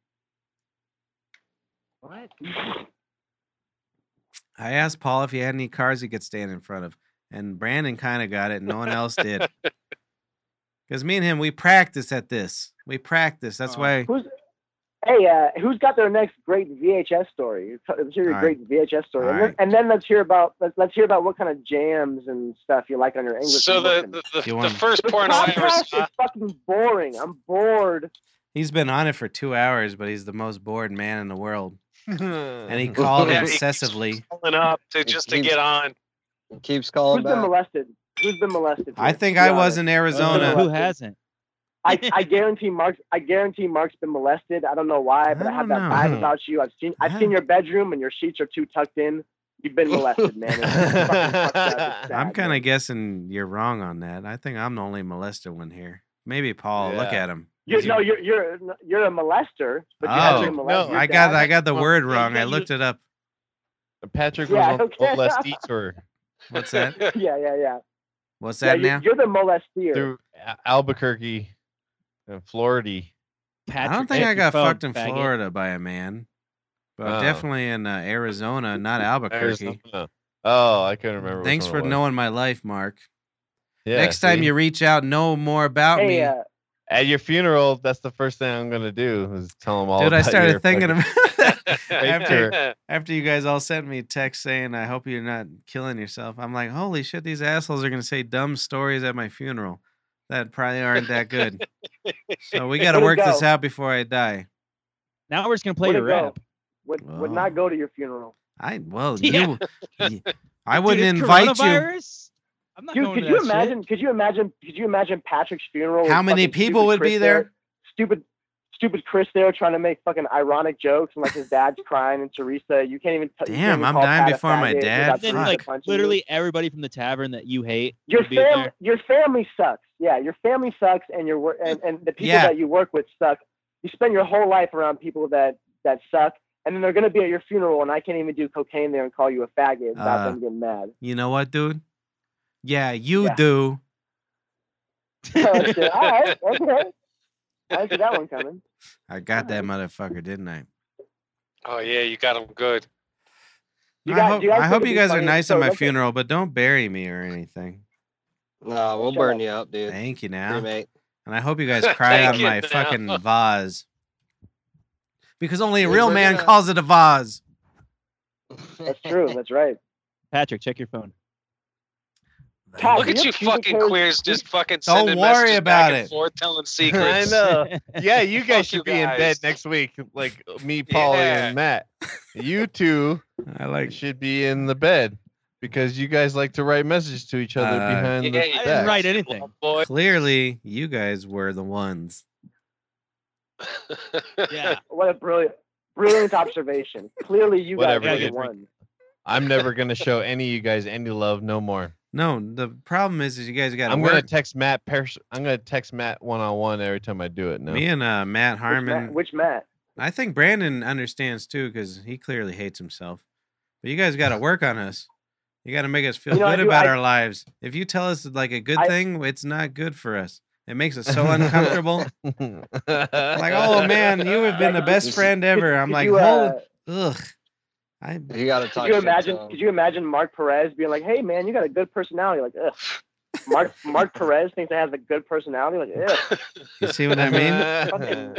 Speaker 13: what?
Speaker 2: I asked Paul if he had any cars he could stand in front of, and Brandon kind of got it. and No one else did. Because me and him, we practice at this. We practice. That's why.
Speaker 13: Who's? Hey, uh, who's got their next great VHS story? Let's hear your
Speaker 2: All right.
Speaker 13: great VHS story,
Speaker 2: All
Speaker 13: and, then,
Speaker 2: right.
Speaker 13: and then let's hear about let's, let's hear about what kind of jams and stuff you like on your English.
Speaker 9: So the
Speaker 13: version.
Speaker 9: the, the,
Speaker 2: You
Speaker 9: the
Speaker 2: want-
Speaker 9: first
Speaker 13: The
Speaker 9: porn I ever
Speaker 13: podcast
Speaker 9: saw.
Speaker 13: is fucking boring. I'm bored.
Speaker 2: He's been on it for two hours, but he's the most bored man in the world. [laughs] And
Speaker 9: [laughs]
Speaker 2: he called
Speaker 9: Yeah, he keeps [laughs]
Speaker 2: incessively.
Speaker 9: calling up to just to get on.
Speaker 5: Keeps
Speaker 13: Who's
Speaker 5: calling
Speaker 13: been
Speaker 5: back.
Speaker 13: [laughs] molested? Who's been molested?
Speaker 2: I
Speaker 13: here?
Speaker 2: think
Speaker 13: Be
Speaker 2: I
Speaker 13: honest.
Speaker 2: was in Arizona.
Speaker 10: Who hasn't?
Speaker 13: I, I guarantee Mark's I guarantee Mark's been molested. I don't know why, but
Speaker 2: I
Speaker 13: I, have
Speaker 2: don't
Speaker 13: that
Speaker 2: know.
Speaker 13: vibe about you. I've seen I've seen your bedroom and your sheets are too tucked in. You've been molested, man. It's fucking fucked up.
Speaker 2: [laughs]
Speaker 13: It's
Speaker 2: I'm
Speaker 13: sad,
Speaker 2: kind
Speaker 13: man.
Speaker 2: of guessing you're wrong on that. I think I'm the only molested one here. Maybe Paul. Look
Speaker 3: Yeah.
Speaker 2: at him.
Speaker 13: you
Speaker 2: Is he-
Speaker 13: no, you're you're you're a molester, but you
Speaker 2: Oh,
Speaker 13: have been molested.
Speaker 3: no,
Speaker 2: I got I got the
Speaker 3: Well,
Speaker 2: word
Speaker 3: yeah,
Speaker 2: wrong.
Speaker 3: yeah,
Speaker 2: I
Speaker 3: you-
Speaker 2: looked it up.
Speaker 3: Patrick
Speaker 13: Yeah,
Speaker 3: was on
Speaker 13: okay.
Speaker 3: the
Speaker 13: [laughs]
Speaker 3: last detour
Speaker 2: What's that?
Speaker 13: [laughs] Yeah, yeah, yeah.
Speaker 2: What's
Speaker 13: yeah
Speaker 2: that
Speaker 13: you-
Speaker 2: now?
Speaker 13: You're the molester.
Speaker 3: through Al- Albuquerque and Florida.
Speaker 2: I don't
Speaker 10: Patrick,
Speaker 2: think
Speaker 10: hit
Speaker 2: I
Speaker 10: your
Speaker 2: got
Speaker 10: phone,
Speaker 2: fucked in
Speaker 10: faggot.
Speaker 2: Florida by a man, but
Speaker 3: Oh.
Speaker 2: definitely in uh, Arizona, not Albuquerque.
Speaker 3: [laughs] Arizona. Oh, I couldn't remember. which
Speaker 2: Thanks
Speaker 3: one
Speaker 2: for
Speaker 3: it was.
Speaker 2: knowing my life, Mark.
Speaker 3: Yeah,
Speaker 2: Next time
Speaker 3: see?
Speaker 2: you reach out, know more about me.
Speaker 13: Hey, uh,
Speaker 3: at your funeral, that's the first thing I'm gonna do is tell them all.
Speaker 2: Dude, I
Speaker 3: about
Speaker 2: started
Speaker 3: your
Speaker 2: thinking
Speaker 3: fucking-
Speaker 2: about [laughs]
Speaker 3: [laughs]
Speaker 2: after,
Speaker 3: Sure.
Speaker 2: after you guys all sent me texts saying, I hope you're not killing yourself. I'm like, holy shit, these assholes are going to say dumb stories at my funeral that probably aren't that good. so we got to
Speaker 13: Way to
Speaker 2: work this
Speaker 13: go.
Speaker 2: out before I die.
Speaker 10: Now we're just gonna play
Speaker 13: Way
Speaker 10: your
Speaker 13: to go.
Speaker 10: rap.
Speaker 13: would would
Speaker 2: Wow.
Speaker 13: not go to your funeral.
Speaker 2: I, well,
Speaker 10: Yeah.
Speaker 2: you, y- I wouldn't
Speaker 10: Dude,
Speaker 2: invite you.
Speaker 10: coronavirus? I'm not
Speaker 13: Dude,
Speaker 10: going
Speaker 13: could
Speaker 10: to
Speaker 13: you
Speaker 10: that shit.
Speaker 13: imagine? Could you imagine? Could you imagine Patrick's funeral? with
Speaker 2: How many
Speaker 13: fucking
Speaker 2: people
Speaker 13: stupid
Speaker 2: would
Speaker 13: Chris
Speaker 2: be
Speaker 13: there?
Speaker 2: there?
Speaker 13: Stupid, stupid Chris there trying to make fucking ironic jokes and like his
Speaker 2: [laughs]
Speaker 13: dad's crying and Teresa. You can't even. T-
Speaker 2: Damn,
Speaker 13: you can't even
Speaker 2: I'm
Speaker 13: call
Speaker 2: dying
Speaker 13: Pat a
Speaker 2: before my
Speaker 13: faggot
Speaker 2: dad.
Speaker 10: Then
Speaker 2: Fuck.
Speaker 13: without Teresa
Speaker 10: like
Speaker 13: punching you.
Speaker 10: literally everybody from the tavern that you hate
Speaker 13: Your
Speaker 10: would be
Speaker 13: family,
Speaker 10: there.
Speaker 13: your family sucks. Yeah, your family sucks, and your wor- and, and the people
Speaker 2: Yeah.
Speaker 13: that you work with suck. You spend your whole life around people that that suck, and then they're gonna be at your funeral, and I can't even do cocaine there and call you a faggot without
Speaker 2: Uh,
Speaker 13: them
Speaker 2: [laughs]
Speaker 13: getting mad.
Speaker 2: You know what, dude? Yeah, you
Speaker 13: Yeah.
Speaker 2: do.
Speaker 13: Oh, shit. All right, okay. I see that one coming.
Speaker 2: I got that motherfucker, didn't I?
Speaker 9: Oh yeah, you got him good.
Speaker 13: You
Speaker 2: I
Speaker 13: guys-
Speaker 2: hope,
Speaker 13: do you guys
Speaker 2: I
Speaker 13: think
Speaker 2: hope
Speaker 13: it'd
Speaker 2: you
Speaker 13: be
Speaker 2: guys are
Speaker 13: funny-
Speaker 2: nice
Speaker 13: so
Speaker 2: at my
Speaker 13: let's-
Speaker 2: funeral, but don't bury me or anything.
Speaker 5: No, we'll burn you up, dude.
Speaker 2: Thank you now.
Speaker 5: Cremate.
Speaker 2: And I hope
Speaker 5: [laughs]
Speaker 2: you guys cry
Speaker 5: Thank
Speaker 2: on
Speaker 5: you
Speaker 2: my
Speaker 5: now.
Speaker 2: fucking vase. Because only a
Speaker 5: Dude,
Speaker 2: real
Speaker 5: we're
Speaker 2: man
Speaker 5: gonna-
Speaker 2: calls it a vase.
Speaker 13: That's true. That's right.
Speaker 6: Patrick, check your
Speaker 13: [laughs]
Speaker 6: phone.
Speaker 13: Todd,
Speaker 7: Look
Speaker 13: do
Speaker 7: at
Speaker 13: have
Speaker 7: you
Speaker 13: pizza
Speaker 7: fucking
Speaker 13: toast?
Speaker 7: queers just fucking
Speaker 2: Don't
Speaker 7: sending
Speaker 2: worry
Speaker 7: messages
Speaker 2: about
Speaker 7: back and
Speaker 2: it.
Speaker 7: forth telling
Speaker 9: [laughs]
Speaker 7: secrets.
Speaker 3: I know. Yeah,
Speaker 7: [laughs]
Speaker 3: you guys
Speaker 7: Fuck
Speaker 3: should
Speaker 7: you
Speaker 3: be in bed
Speaker 7: guys.
Speaker 3: next week, like
Speaker 7: [laughs]
Speaker 3: me, Polly, and Matt. You two,
Speaker 2: I like
Speaker 3: should be in the bed because you guys like to write messages to each other
Speaker 2: Uh,
Speaker 3: behind the
Speaker 7: Yeah, you
Speaker 3: back.
Speaker 7: guys.
Speaker 6: write anything.
Speaker 2: [laughs] Clearly, you guys were the ones.
Speaker 9: [laughs]
Speaker 6: Yeah.
Speaker 13: What a brilliant, brilliant observation. Clearly, you
Speaker 3: Whatever,
Speaker 13: guys are the
Speaker 3: dude.
Speaker 13: one.
Speaker 3: I'm never gonna show any of you guys any love
Speaker 2: [laughs]
Speaker 3: no more.
Speaker 2: No, the problem is, is you guys got to
Speaker 3: I'm
Speaker 2: work.
Speaker 3: gonna text Matt. Pers- I'm gonna text Matt one on one every time I do it. No, [laughs]
Speaker 2: Me and uh, Matt Harmon.
Speaker 13: Which Matt?
Speaker 2: I think Brandon understands too because he clearly hates himself. But you guys
Speaker 13: [laughs]
Speaker 2: got to work on us. You got to make us feel
Speaker 13: You know, I
Speaker 2: good
Speaker 13: do-
Speaker 2: about
Speaker 13: I-
Speaker 2: our lives. If you tell us like a good
Speaker 13: I-
Speaker 2: thing, it's not good for us. It makes us so
Speaker 13: [laughs]
Speaker 2: uncomfortable.
Speaker 3: like,
Speaker 2: like, oh man, you have been the
Speaker 13: Could- [laughs]
Speaker 2: best friend ever. I'm
Speaker 13: could
Speaker 2: like,
Speaker 13: you, uh,
Speaker 2: hold, ugh. I
Speaker 5: [laughs] You gotta talk. shit
Speaker 13: Could you
Speaker 5: to
Speaker 13: imagine?
Speaker 5: him.
Speaker 13: Could you imagine Mark Perez being like, "Hey, man, you got a good personality." Like, ugh.
Speaker 3: [laughs]
Speaker 13: Mark Mark Perez thinks I have a good personality. Like, ugh.
Speaker 2: you see what I
Speaker 13: [laughs]
Speaker 2: mean?
Speaker 13: Fucking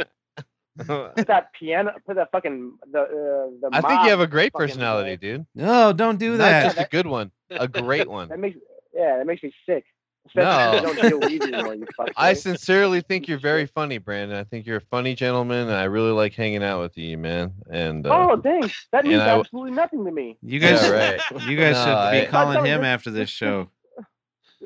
Speaker 13: put that piano. Put that fucking the uh, the.
Speaker 3: [laughs] I think
Speaker 13: mob
Speaker 3: you have a great
Speaker 13: fucking-
Speaker 3: personality, dude.
Speaker 2: No, don't do
Speaker 3: Not
Speaker 2: that.
Speaker 3: just
Speaker 13: [laughs]
Speaker 3: a good one, a great one.
Speaker 13: That makes yeah, that makes me sick. Especially
Speaker 3: No.
Speaker 13: if you don't deal weed
Speaker 3: [laughs]
Speaker 13: anymore, you fucking.
Speaker 3: I sincerely think you're very funny, Brandon. I think you're a funny gentleman, and I really like hanging out with you, man. And uh,
Speaker 13: Oh dang, that means
Speaker 3: And I-
Speaker 13: absolutely nothing to me.
Speaker 2: You
Speaker 3: Yeah,
Speaker 2: guys,
Speaker 13: [laughs]
Speaker 3: right.
Speaker 2: you guys
Speaker 3: No,
Speaker 2: should be
Speaker 3: I-
Speaker 2: calling him after this show.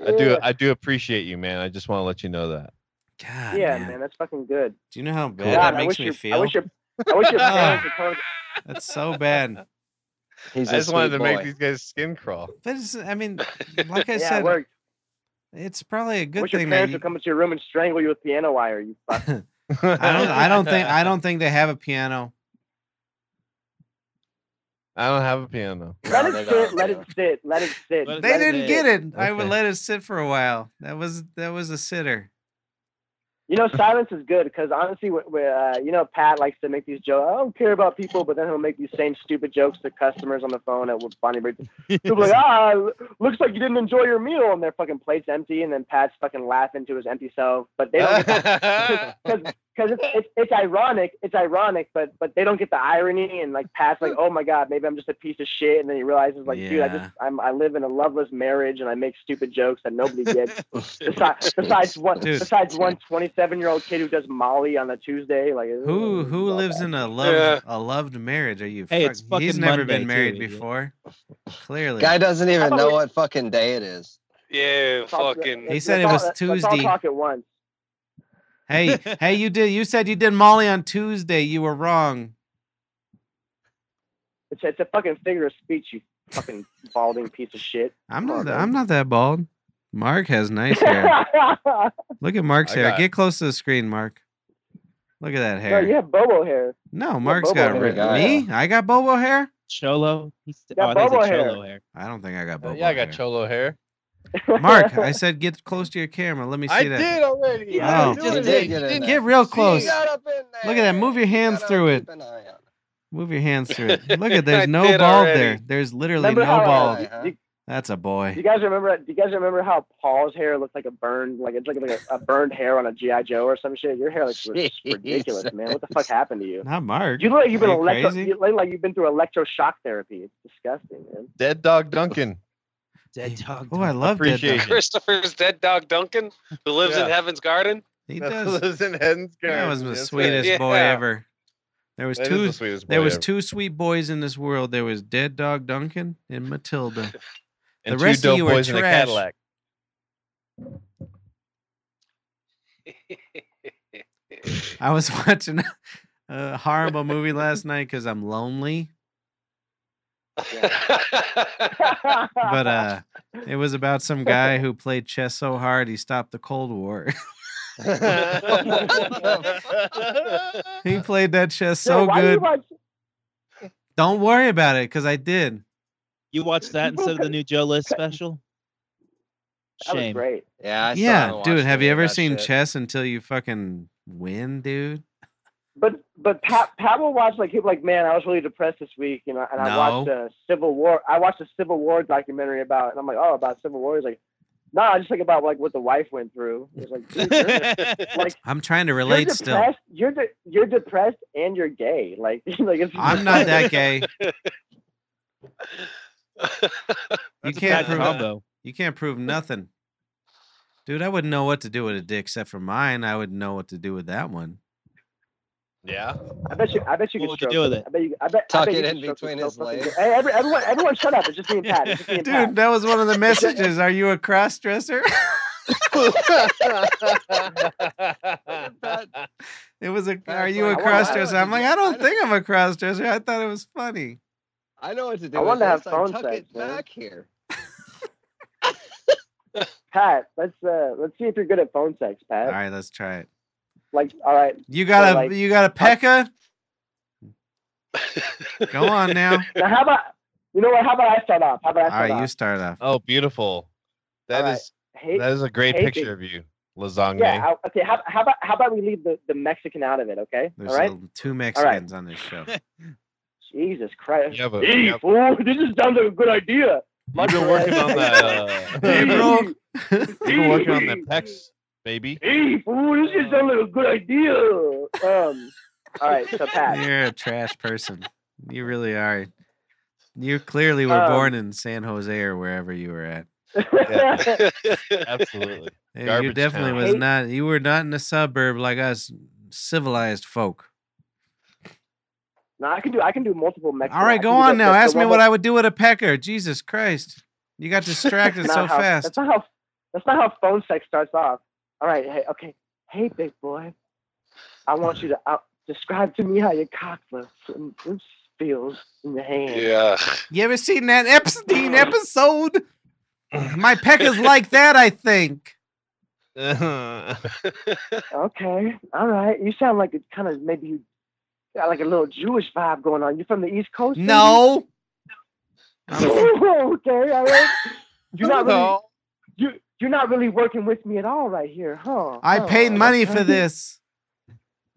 Speaker 3: I do,
Speaker 13: Yeah.
Speaker 3: I do appreciate you, man. I just want to let you know that. Ah,
Speaker 2: God,
Speaker 13: Yeah,
Speaker 2: man.
Speaker 13: man, that's fucking good.
Speaker 2: Do you know how
Speaker 3: God,
Speaker 2: bad that
Speaker 13: I
Speaker 2: makes
Speaker 13: wish
Speaker 2: me
Speaker 13: your-
Speaker 2: feel?
Speaker 13: I wish your, I wish
Speaker 2: [laughs]
Speaker 13: your
Speaker 2: Oh.
Speaker 13: parents had told.
Speaker 2: That's so bad.
Speaker 5: He's
Speaker 3: I
Speaker 5: a
Speaker 3: just wanted
Speaker 5: sweet
Speaker 3: to make
Speaker 5: boy.
Speaker 3: these guys skin crawl.
Speaker 2: But it's, I mean, like I
Speaker 13: [laughs] yeah,
Speaker 2: said,
Speaker 13: it worked.
Speaker 2: it's probably a
Speaker 13: I
Speaker 2: good
Speaker 13: wish your
Speaker 2: thing that
Speaker 13: parents
Speaker 2: you,
Speaker 13: would come into your room and strangle you with piano wire. You fuck.
Speaker 2: [laughs] I don't.
Speaker 13: [laughs]
Speaker 2: I don't think.
Speaker 6: [laughs]
Speaker 2: I don't think they have a piano.
Speaker 3: [laughs] I don't have
Speaker 2: [laughs]
Speaker 3: a piano.
Speaker 13: Let
Speaker 5: they
Speaker 13: it
Speaker 5: don't,
Speaker 13: sit. Let it
Speaker 5: yeah.
Speaker 13: sit. Let it sit.
Speaker 6: Let it-
Speaker 2: They
Speaker 13: let
Speaker 2: didn't
Speaker 13: sit.
Speaker 2: get it. I would
Speaker 3: Okay.
Speaker 2: let it sit for a while. That was that was a sitter.
Speaker 13: You know, silence is good because honestly, wh- wh- uh, you know, Pat likes to make these jokes. I don't care about people, but then he'll make these same stupid jokes to customers on the phone at Bonnie Bridge.
Speaker 2: [laughs]
Speaker 13: People like, ah, l- looks like you didn't enjoy your meal, and their fucking plate's empty, and then Pat's fucking laughing to his empty self. But they don't get
Speaker 2: [laughs]
Speaker 13: because it's, it's it's ironic. It's ironic, but but they don't get the irony, and like Pat's like, oh my god, maybe I'm just a piece of shit, and then he realizes like, dude, I
Speaker 2: Yeah.
Speaker 13: just I'm I live in a loveless marriage, and I make stupid jokes that nobody gets. besides, besides one
Speaker 2: Dude.
Speaker 13: besides one 27 year old kid who does Molly on a Tuesday like
Speaker 2: Who who lives in a loved
Speaker 7: Yeah.
Speaker 2: a loved marriage? Are you?
Speaker 6: Hey, it's
Speaker 2: He's
Speaker 6: fucking
Speaker 2: never
Speaker 6: Monday,
Speaker 2: been
Speaker 6: too,
Speaker 2: married
Speaker 6: idiot.
Speaker 2: before. Clearly,
Speaker 5: Guy doesn't even
Speaker 13: thought
Speaker 5: know
Speaker 13: we-
Speaker 5: what fucking day it is.
Speaker 7: yeah, fucking.
Speaker 2: He said it was Tuesday.
Speaker 13: Let's all talk at once. [laughs]
Speaker 2: hey hey, you did. You said you did Molly on Tuesday. You were wrong.
Speaker 13: It's, it's a fucking figure of speech, you fucking balding piece of shit.
Speaker 2: I'm
Speaker 13: Come
Speaker 2: not.
Speaker 13: on,
Speaker 2: that-
Speaker 13: man.
Speaker 2: I'm not that bald. Mark has
Speaker 13: [laughs]
Speaker 2: nice hair.
Speaker 13: no,
Speaker 2: Look at Mark's
Speaker 3: I
Speaker 2: hair.
Speaker 3: got-
Speaker 2: Get close to the screen, Mark. Look at that hair.
Speaker 13: you have bobo hair.
Speaker 2: No, Mark's
Speaker 13: bobo
Speaker 2: got
Speaker 13: hair.
Speaker 2: ri-
Speaker 5: Guy.
Speaker 2: me. I got bobo hair.
Speaker 6: Cholo. He's,
Speaker 13: Yeah,
Speaker 6: oh, I thought he
Speaker 13: Bobo
Speaker 6: said
Speaker 13: hair.
Speaker 6: Cholo hair.
Speaker 2: I don't think I got bobo.
Speaker 3: Uh, yeah, I got
Speaker 2: hair.
Speaker 3: cholo hair.
Speaker 13: [laughs]
Speaker 2: Mark,
Speaker 3: [laughs]
Speaker 2: I said get close to your camera. Let me see
Speaker 3: I
Speaker 2: that.
Speaker 3: did already.
Speaker 2: Yeah,
Speaker 3: I
Speaker 2: he
Speaker 3: was doing
Speaker 5: did
Speaker 3: it.
Speaker 5: get
Speaker 3: You
Speaker 5: in
Speaker 3: didn't-
Speaker 2: Get real close.
Speaker 5: He got up in
Speaker 2: Look at that. Move your
Speaker 5: there. You
Speaker 2: hands
Speaker 5: gotta
Speaker 2: through it.
Speaker 5: keep an eye on
Speaker 2: Move your hands through
Speaker 3: [laughs]
Speaker 2: it. Look at there's
Speaker 7: I
Speaker 2: no
Speaker 7: did
Speaker 2: ball
Speaker 7: already.
Speaker 2: there. There's literally
Speaker 13: Remember
Speaker 2: no
Speaker 13: how, uh,
Speaker 2: ball.
Speaker 5: Huh?
Speaker 13: You,
Speaker 2: That's a boy.
Speaker 13: you guys remember? Do you guys remember how Paul's hair looked like a burned, like it's like, like a, a burned hair on a GI Joe or some shit? Your hair looks ri- ridiculous, man. What the fuck happened to you?
Speaker 2: Not Mark.
Speaker 13: You look like you've been
Speaker 2: Are you
Speaker 13: electro,
Speaker 2: crazy?
Speaker 13: you look like you've been through electroshock therapy. It's disgusting, man.
Speaker 3: Dead dog Duncan.
Speaker 6: Dead dog.
Speaker 2: Oh, I love that.
Speaker 3: Appreciate
Speaker 2: dog.
Speaker 3: you.
Speaker 7: Christopher's dead dog Duncan, who lives in
Speaker 3: Yeah.
Speaker 7: Heaven's Garden.
Speaker 2: [laughs] He does.
Speaker 3: Lives in Heaven's
Speaker 2: That
Speaker 3: Garden.
Speaker 2: was the
Speaker 3: That's right.
Speaker 2: sweetest
Speaker 7: Yeah.
Speaker 2: boy ever. There was
Speaker 3: That is
Speaker 2: two.
Speaker 3: the sweetest
Speaker 2: there
Speaker 3: boy
Speaker 2: was
Speaker 3: ever.
Speaker 2: two sweet boys in this world. There was Dead Dog Duncan and Matilda.
Speaker 3: And
Speaker 2: the
Speaker 3: two
Speaker 2: rest of
Speaker 3: dope
Speaker 2: you are
Speaker 3: boys in a
Speaker 2: trash.
Speaker 3: Cadillac.
Speaker 2: I was [laughs] watching a horrible movie last night because I'm lonely.
Speaker 13: [laughs]
Speaker 2: But uh, it was about some guy who played chess so hard he stopped the Cold War. [laughs]
Speaker 5: [laughs]
Speaker 13: [laughs]
Speaker 2: he played that chess
Speaker 13: Yo,
Speaker 2: so
Speaker 13: why do you
Speaker 2: good.
Speaker 13: watch-
Speaker 2: Don't worry about it because I did.
Speaker 6: You watched that instead of the new Joe
Speaker 13: [laughs]
Speaker 6: List special?
Speaker 13: that was
Speaker 6: Shame.
Speaker 13: great.
Speaker 5: Yeah, I still
Speaker 2: yeah,
Speaker 5: haven't
Speaker 2: dude.
Speaker 5: watched
Speaker 2: Have
Speaker 5: any
Speaker 2: you
Speaker 5: of
Speaker 2: ever
Speaker 5: that
Speaker 2: seen
Speaker 5: shit. [laughs]
Speaker 2: chess until you fucking win, dude?
Speaker 13: But but Pat Pat will watch like he'll be like man I was really depressed this week you know and I
Speaker 2: No.
Speaker 13: watched a Civil War I watched a Civil War documentary about it, and I'm like oh about Civil War he's like No, I just think about like what the wife went through. It's like,
Speaker 2: [laughs]
Speaker 13: dude, you're- like
Speaker 2: I'm trying to relate
Speaker 13: you're
Speaker 2: still.
Speaker 13: depressed- [laughs] You're de- you're depressed and you're gay. Like [laughs] like it's
Speaker 2: I'm not that
Speaker 5: [laughs]
Speaker 2: gay. you
Speaker 10: a
Speaker 2: can't
Speaker 10: bad
Speaker 2: prove
Speaker 10: combo.
Speaker 2: you can't prove nothing. Dude, I wouldn't know what to do with a dick except for mine. I wouldn't know what to do with that one.
Speaker 3: Yeah.
Speaker 9: [laughs]
Speaker 13: I bet you. I bet you
Speaker 2: What
Speaker 13: could
Speaker 2: would you
Speaker 13: stroke
Speaker 2: do with
Speaker 13: I bet you. I bet. I
Speaker 5: Tuck
Speaker 13: bet
Speaker 5: it
Speaker 13: you
Speaker 5: in
Speaker 13: could stroke
Speaker 5: between
Speaker 13: so
Speaker 5: his
Speaker 13: fucking good.
Speaker 5: legs.
Speaker 13: Hey, every, everyone, everyone, shut up! It's just me and Pat. It's just me and Pat.
Speaker 2: Dude, that was
Speaker 13: [laughs]
Speaker 2: one of the messages. Are you a cross dresser? it was a are you a
Speaker 5: like, I wonder-
Speaker 2: cross dresser? I'm like, I don't think I'm a cross dresser. I thought it was funny.
Speaker 5: I know what to do.
Speaker 13: I
Speaker 5: with
Speaker 13: wanted to have
Speaker 5: this.
Speaker 13: phone
Speaker 5: tuck
Speaker 13: sex,
Speaker 5: it
Speaker 13: man.
Speaker 5: back here.
Speaker 13: Pat, let's uh, let's see if you're good at phone sex, Pat.
Speaker 2: All right, let's try it.
Speaker 13: Like, all right,
Speaker 2: You got a
Speaker 13: like-
Speaker 2: you got a Pekka?
Speaker 13: [laughs]
Speaker 2: Go on now.
Speaker 13: now how about you know what? How about I start off? How about I
Speaker 2: All
Speaker 13: start
Speaker 2: right, you
Speaker 13: off?
Speaker 2: start off.
Speaker 3: Oh, beautiful. That is
Speaker 13: All right. Hey-
Speaker 3: that is a great
Speaker 13: hey,
Speaker 3: picture of you, Lasagna.
Speaker 13: Yeah. I, okay. How, how about how about we leave the, the Mexican out of it? Okay.
Speaker 2: There's
Speaker 13: all right.
Speaker 2: uh, two Mexicans on this
Speaker 13: [laughs]
Speaker 2: show.
Speaker 13: Jesus Christ.
Speaker 3: Yeah, but-
Speaker 13: Hey,
Speaker 3: yeah.
Speaker 13: fool, this is sounds like a good idea.
Speaker 3: You've been working on that. Uh,
Speaker 2: Hey, bro. [laughs]
Speaker 3: You've been working on the pecs, baby.
Speaker 13: Hey, fool, this just sounds like a good idea. Um. All right.
Speaker 2: [laughs]
Speaker 13: So Pat.
Speaker 2: You're a trash person. You really are. You clearly were
Speaker 13: Um,
Speaker 2: born in San Jose or wherever you were at.
Speaker 13: [laughs]
Speaker 3: Yeah. [laughs] Absolutely.
Speaker 2: Yeah, you
Speaker 3: Garbage
Speaker 2: definitely
Speaker 3: town.
Speaker 2: was not. You were not in a suburb like us, civilized folk.
Speaker 13: No, I can do I can do multiple Mexican.
Speaker 2: All right,
Speaker 13: I
Speaker 2: go
Speaker 13: can do
Speaker 2: on
Speaker 13: the-
Speaker 2: now.
Speaker 13: the- the
Speaker 2: Ask me
Speaker 13: one
Speaker 2: what
Speaker 13: that-
Speaker 2: I would do with a pecker. Jesus Christ, you
Speaker 13: [laughs]
Speaker 2: got distracted
Speaker 13: That's
Speaker 2: so
Speaker 13: not how-
Speaker 2: fast.
Speaker 13: That's not how. That's not how phone sex starts off. All right. Hey. Okay. Hey, big boy. I want you to out, describe to me how your cock looks and oops, feels in your hand.
Speaker 7: Yeah.
Speaker 2: You ever seen that Epstein episode? My
Speaker 13: [laughs]
Speaker 2: pecker's like that, I think.
Speaker 13: Okay. All right. You sound like it kind of maybe you got like a little Jewish vibe going on. You from the East Coast? maybe?
Speaker 2: No.
Speaker 13: [laughs] okay. All right. You're not really.
Speaker 2: No.
Speaker 13: You you're not really working with me at all right here, huh?
Speaker 2: I
Speaker 13: Huh,
Speaker 2: paid money for
Speaker 13: [laughs] okay.
Speaker 2: this.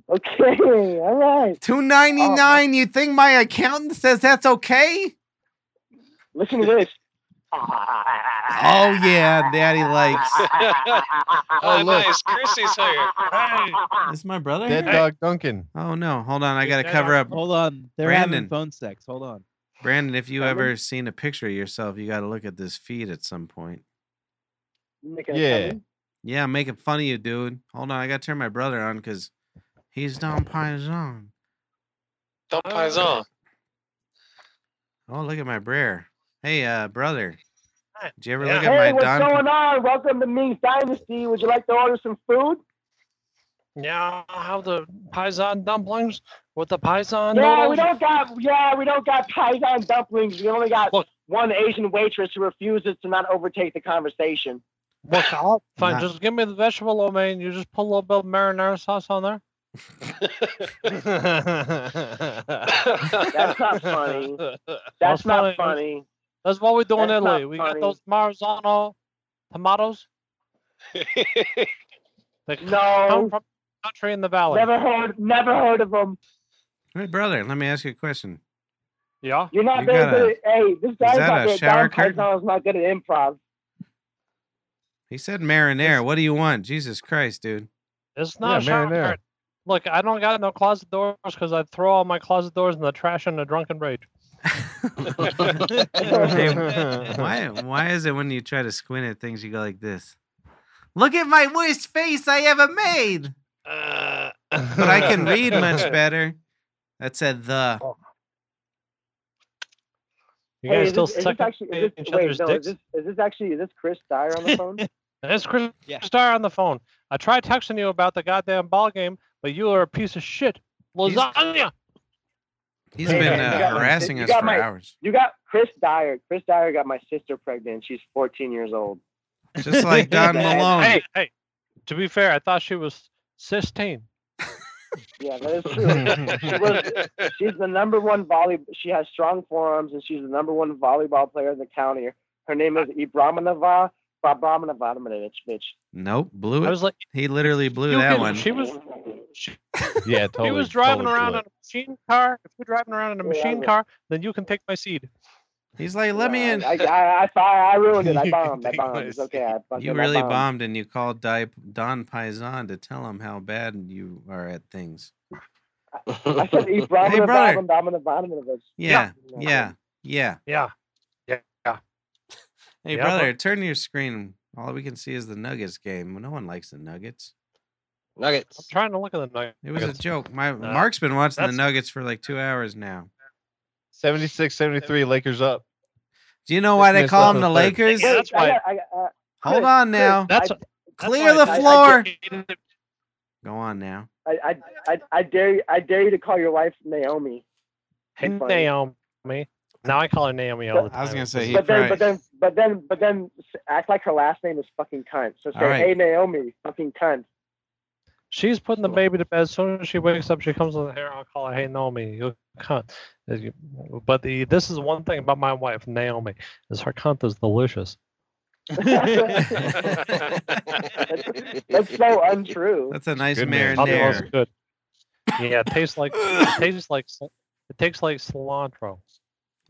Speaker 13: Okay. All right.
Speaker 2: Two ninety
Speaker 13: Oh,
Speaker 2: nine. You think my accountant says that's okay?
Speaker 13: Listen to this.
Speaker 2: [laughs] Oh yeah, Daddy likes.
Speaker 7: [laughs] oh, nice. Chrissy's here.
Speaker 2: Is my brother
Speaker 3: Dead
Speaker 2: here?
Speaker 3: dog Duncan.
Speaker 2: Oh no! Hold on, I gotta
Speaker 10: They're
Speaker 2: cover
Speaker 10: not-
Speaker 2: up.
Speaker 10: Hold on. They're
Speaker 2: Brandon.
Speaker 10: having phone sex. Hold on.
Speaker 2: Brandon, if you
Speaker 13: Brandon?
Speaker 2: ever seen a picture of yourself, you gotta look at this feed at some point.
Speaker 13: You making a
Speaker 3: Yeah.
Speaker 13: comment?
Speaker 2: Yeah, I'm making fun of you, dude. Hold on, I gotta turn my brother on because he's Don Paisan.
Speaker 7: Don Paisan.
Speaker 2: Oh, look at my brer. Hey, uh, brother. Did you ever look at
Speaker 13: Hey,
Speaker 2: my
Speaker 13: what's
Speaker 2: Don?
Speaker 13: going on? Welcome to Ming's Dynasty. Would you like to order some food?
Speaker 9: Yeah, I have the Paisan dumplings with the Paisan
Speaker 13: yeah, we
Speaker 9: noodles.
Speaker 13: don't got yeah, we don't got Paisan dumplings. We only got one Asian waitress who refuses to not overtake the conversation.
Speaker 9: Look, I'll- Fine,
Speaker 2: Nah.
Speaker 9: just give me the vegetable lo mein. You just put a little bit of marinara sauce on there.
Speaker 13: That's not funny. That's not
Speaker 9: funny.
Speaker 13: funny.
Speaker 9: [laughs] That's what we do in
Speaker 13: That's not
Speaker 9: Italy. We got
Speaker 13: funny.
Speaker 9: those Marzano
Speaker 13: [laughs]
Speaker 9: tomatoes. They come
Speaker 13: No,
Speaker 9: from the country in the
Speaker 2: Oh,
Speaker 9: valley.
Speaker 13: never heard, never heard of them.
Speaker 2: Hey, brother, let me ask you a question.
Speaker 9: Yeah.
Speaker 13: You're not
Speaker 2: You
Speaker 13: very
Speaker 2: gotta-
Speaker 13: good. At, hey, this guy's
Speaker 2: that
Speaker 13: not
Speaker 2: a
Speaker 13: good.
Speaker 2: shower
Speaker 13: Don
Speaker 2: curtain?
Speaker 13: Paisan's not good at improv.
Speaker 2: He said marinara. What do you want? Jesus Christ,
Speaker 13: [laughs]
Speaker 2: dude. [laughs]
Speaker 9: It's
Speaker 3: Yeah,
Speaker 9: not yeah,
Speaker 3: marinara.
Speaker 9: Look, I don't got no closet doors because I throw all my closet doors in the trash in a drunken
Speaker 2: [laughs]
Speaker 9: rage.
Speaker 2: Hey, why why is it when you try to squint at things you go like this? Look at my worst face I ever
Speaker 13: [laughs]
Speaker 2: made. But I
Speaker 9: [laughs]
Speaker 2: can read much better. That said the
Speaker 9: You
Speaker 13: Hey,
Speaker 9: guys
Speaker 13: is
Speaker 9: still
Speaker 13: this, is this
Speaker 9: sucking
Speaker 13: actually, is this,
Speaker 9: each
Speaker 13: wait,
Speaker 9: other's
Speaker 13: no, is
Speaker 9: dicks?
Speaker 13: this, is this actually is this Chris Dyer on
Speaker 9: [laughs]
Speaker 13: the phone?
Speaker 9: It's Chris
Speaker 10: Yeah.
Speaker 9: Star on the phone. I tried texting you about the goddamn ball game, but you are a piece of shit. Lasagna.
Speaker 2: he's
Speaker 13: Hey,
Speaker 2: been
Speaker 13: man, you
Speaker 2: uh,
Speaker 13: got my-
Speaker 2: harassing
Speaker 13: you
Speaker 2: us
Speaker 13: got
Speaker 2: for
Speaker 13: my-
Speaker 2: hours.
Speaker 13: You got Chris Dyer. Chris Dyer got my sister pregnant. She's 14 years old.
Speaker 2: Just
Speaker 13: [laughs]
Speaker 2: like Don Malone.
Speaker 9: Hey, hey. To be fair, I thought she was
Speaker 2: [laughs]
Speaker 9: 16.
Speaker 13: Yeah, that is
Speaker 9: [laughs]
Speaker 13: true. she was, she's the number one volley. She has strong forearms, and she's the number one volleyball player in the county. Her name is Ibramanova. Ibramanova, bitch.
Speaker 2: Nope, blew
Speaker 9: I
Speaker 2: it.
Speaker 9: was like,
Speaker 2: he literally blew
Speaker 9: you
Speaker 2: that
Speaker 9: can-
Speaker 2: one.
Speaker 9: she was
Speaker 3: yeah, totally.
Speaker 9: He was driving
Speaker 3: totally
Speaker 9: around
Speaker 3: blew
Speaker 9: in
Speaker 3: it.
Speaker 9: a machine car. If you're driving around in a
Speaker 13: Yeah, I
Speaker 9: machine
Speaker 13: would.
Speaker 9: car, then you can take my seed.
Speaker 2: He's like, let me in.
Speaker 13: I, I, I, I ruined it. I
Speaker 9: [laughs]
Speaker 13: bombed. I bombed. It's okay. I fucking-
Speaker 2: You
Speaker 13: I
Speaker 2: really bombed, and you called Di- Don Paisan to tell him how bad you are at things.
Speaker 13: I
Speaker 2: [laughs]
Speaker 13: said, "Hey, brother,
Speaker 2: Hey, brother.
Speaker 13: brother. I'm in the bottom of this.
Speaker 2: Yeah, yeah, yeah.
Speaker 7: Yeah. Yeah. Yeah.
Speaker 2: Hey,
Speaker 7: Yeah,
Speaker 2: brother, turn your screen. All we can see is the Nuggets game. No one likes the Nuggets.
Speaker 5: [laughs] Nuggets.
Speaker 7: I'm
Speaker 13: [laughs]
Speaker 7: trying to look at the
Speaker 2: It was a
Speaker 7: Nuggets.
Speaker 2: joke.
Speaker 7: [laughs]
Speaker 2: My Mark's been watching the
Speaker 7: that's-
Speaker 2: Nuggets for like two hours now.
Speaker 7: 76 73, Lakers up.
Speaker 2: Do you know why they
Speaker 7: Dismissed
Speaker 2: call them
Speaker 7: off
Speaker 2: the
Speaker 7: the third.
Speaker 2: Lakers?
Speaker 7: Yeah, that's
Speaker 13: I
Speaker 7: why-
Speaker 13: got, I got, uh,
Speaker 2: Hold
Speaker 13: Chris,
Speaker 2: on
Speaker 13: Chris,
Speaker 2: now.
Speaker 13: I-
Speaker 7: That's
Speaker 2: Clear the
Speaker 13: I- I- I-
Speaker 2: floor. Go on now.
Speaker 13: I, I, I, I dare you, I dare you to call your wife Naomi.
Speaker 7: Hey,
Speaker 13: Funny.
Speaker 7: Naomi. Now I call her Naomi all the time.
Speaker 2: I was gonna say he
Speaker 13: but then,
Speaker 2: probably.
Speaker 13: but then, but then, but then, s- act like her last name is fucking cunt. So say,
Speaker 2: All right.
Speaker 13: hey Naomi, fucking
Speaker 7: [laughs]
Speaker 13: cunt. [laughs]
Speaker 7: She's putting the baby to bed. As soon as she wakes up, she comes in here. I'll call her, hey, Naomi, you cunt. As you- But the this is one thing about my wife, Naomi, is her cunt is
Speaker 13: [laughs]
Speaker 7: delicious. [laughs]
Speaker 13: That's
Speaker 5: [laughs]
Speaker 13: so untrue.
Speaker 2: That's a nice
Speaker 7: man. Probably also
Speaker 2: marinara.
Speaker 7: good. Yeah, it tastes like it tastes like cil- it tastes like cilantro.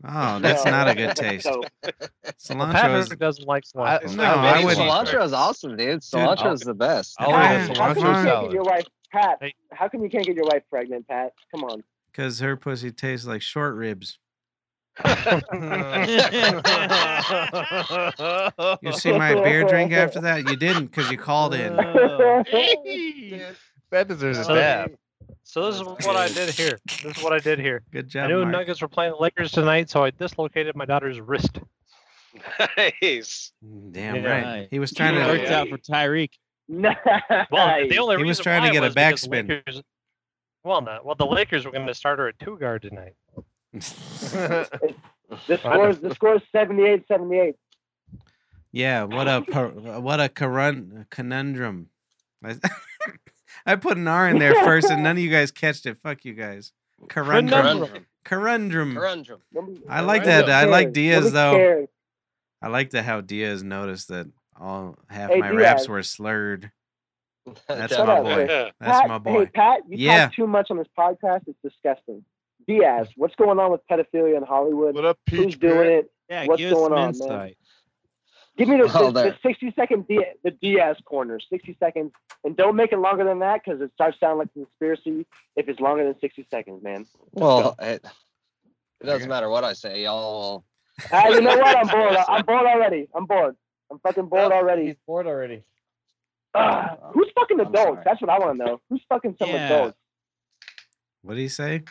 Speaker 2: Oh,
Speaker 13: [laughs]
Speaker 2: that's
Speaker 13: No.
Speaker 2: not a good taste.
Speaker 13: No.
Speaker 7: Well,
Speaker 2: Cilantro
Speaker 7: Pat
Speaker 2: is.
Speaker 7: Ritter doesn't like cilantro.
Speaker 2: No, Oh, I wouldn't.
Speaker 5: Cilantro is awesome, dude. Cilantro is the best.
Speaker 3: Oh,
Speaker 7: I'll
Speaker 13: Pat,
Speaker 7: eat a cilantro
Speaker 13: how come you can't
Speaker 7: salad.
Speaker 13: get your wife, Pat? How come you can't get your wife pregnant, Pat? Come on.
Speaker 2: Because her pussy tastes like short ribs.
Speaker 7: [laughs]
Speaker 2: You see my beer drink after that? You didn't because you called in.
Speaker 5: [laughs]
Speaker 7: That deserves
Speaker 5: a
Speaker 7: stab. So this is what I did here. This is what I did here.
Speaker 2: Good
Speaker 7: I
Speaker 2: job,
Speaker 7: knew
Speaker 2: Mark.
Speaker 7: Nuggets were playing the Lakers tonight, so I dislocated my daughter's wrist.
Speaker 15: Nice.
Speaker 2: Damn
Speaker 7: Yeah.
Speaker 2: right. He was trying
Speaker 4: worked
Speaker 2: to.
Speaker 4: out for Tyreek.
Speaker 13: [laughs] Nice.
Speaker 7: Well, the only
Speaker 2: He was
Speaker 7: reason
Speaker 2: trying to
Speaker 7: why
Speaker 2: get a
Speaker 7: was because the
Speaker 2: backspin.
Speaker 7: Lakers- Well, not. Well, the Lakers were going to start her at two guard tonight. [laughs]
Speaker 13: the score's the score's 78-78.
Speaker 2: Yeah. What a per- what a corun- conundrum. I, [laughs] I put an R in there first, and none of you guys catched it. Fuck you guys. Corundrum.
Speaker 5: Conundrum.
Speaker 2: Corundrum.
Speaker 5: Conundrum.
Speaker 13: Nobody-
Speaker 2: I like
Speaker 13: nobody
Speaker 2: that. I like
Speaker 13: cares.
Speaker 2: Diaz
Speaker 13: Nobody
Speaker 2: though.
Speaker 13: cares.
Speaker 2: I like that how Diaz noticed that all half
Speaker 13: Hey,
Speaker 2: my raps
Speaker 13: Diaz.
Speaker 2: were slurred.
Speaker 5: [laughs]
Speaker 2: That's [laughs]
Speaker 13: Shut
Speaker 2: my
Speaker 13: up,
Speaker 2: boy.
Speaker 13: Chris.
Speaker 2: That's
Speaker 13: Pat,
Speaker 2: my boy.
Speaker 13: Hey, Pat, you
Speaker 2: Yeah.
Speaker 13: talk too much on this podcast. It's disgusting. Diaz, what's going on with pedophilia in Hollywood?
Speaker 16: up,
Speaker 13: Who's doing it?
Speaker 4: Yeah,
Speaker 13: What's
Speaker 4: give us
Speaker 13: going
Speaker 4: some
Speaker 13: on, man?
Speaker 4: insight.
Speaker 13: Give me the, the-
Speaker 5: Well,
Speaker 13: the
Speaker 5: there-
Speaker 13: 60 second Diaz, the Diaz corner, 60 seconds. And don't make it longer than that because it starts sounding like conspiracy if it's longer than 60 seconds, man.
Speaker 5: Well, it, it doesn't matter what I say. Y'all
Speaker 13: Ah, you know what? I'm bored. I'm bored already. I'm bored. I'm fucking bored already.
Speaker 7: Oh, bored already.
Speaker 13: Ugh. who's fucking
Speaker 5: I'm
Speaker 13: adults?
Speaker 5: sorry.
Speaker 13: That's what I want to know. Who's fucking some
Speaker 4: Yeah.
Speaker 13: adults?
Speaker 2: What do you say?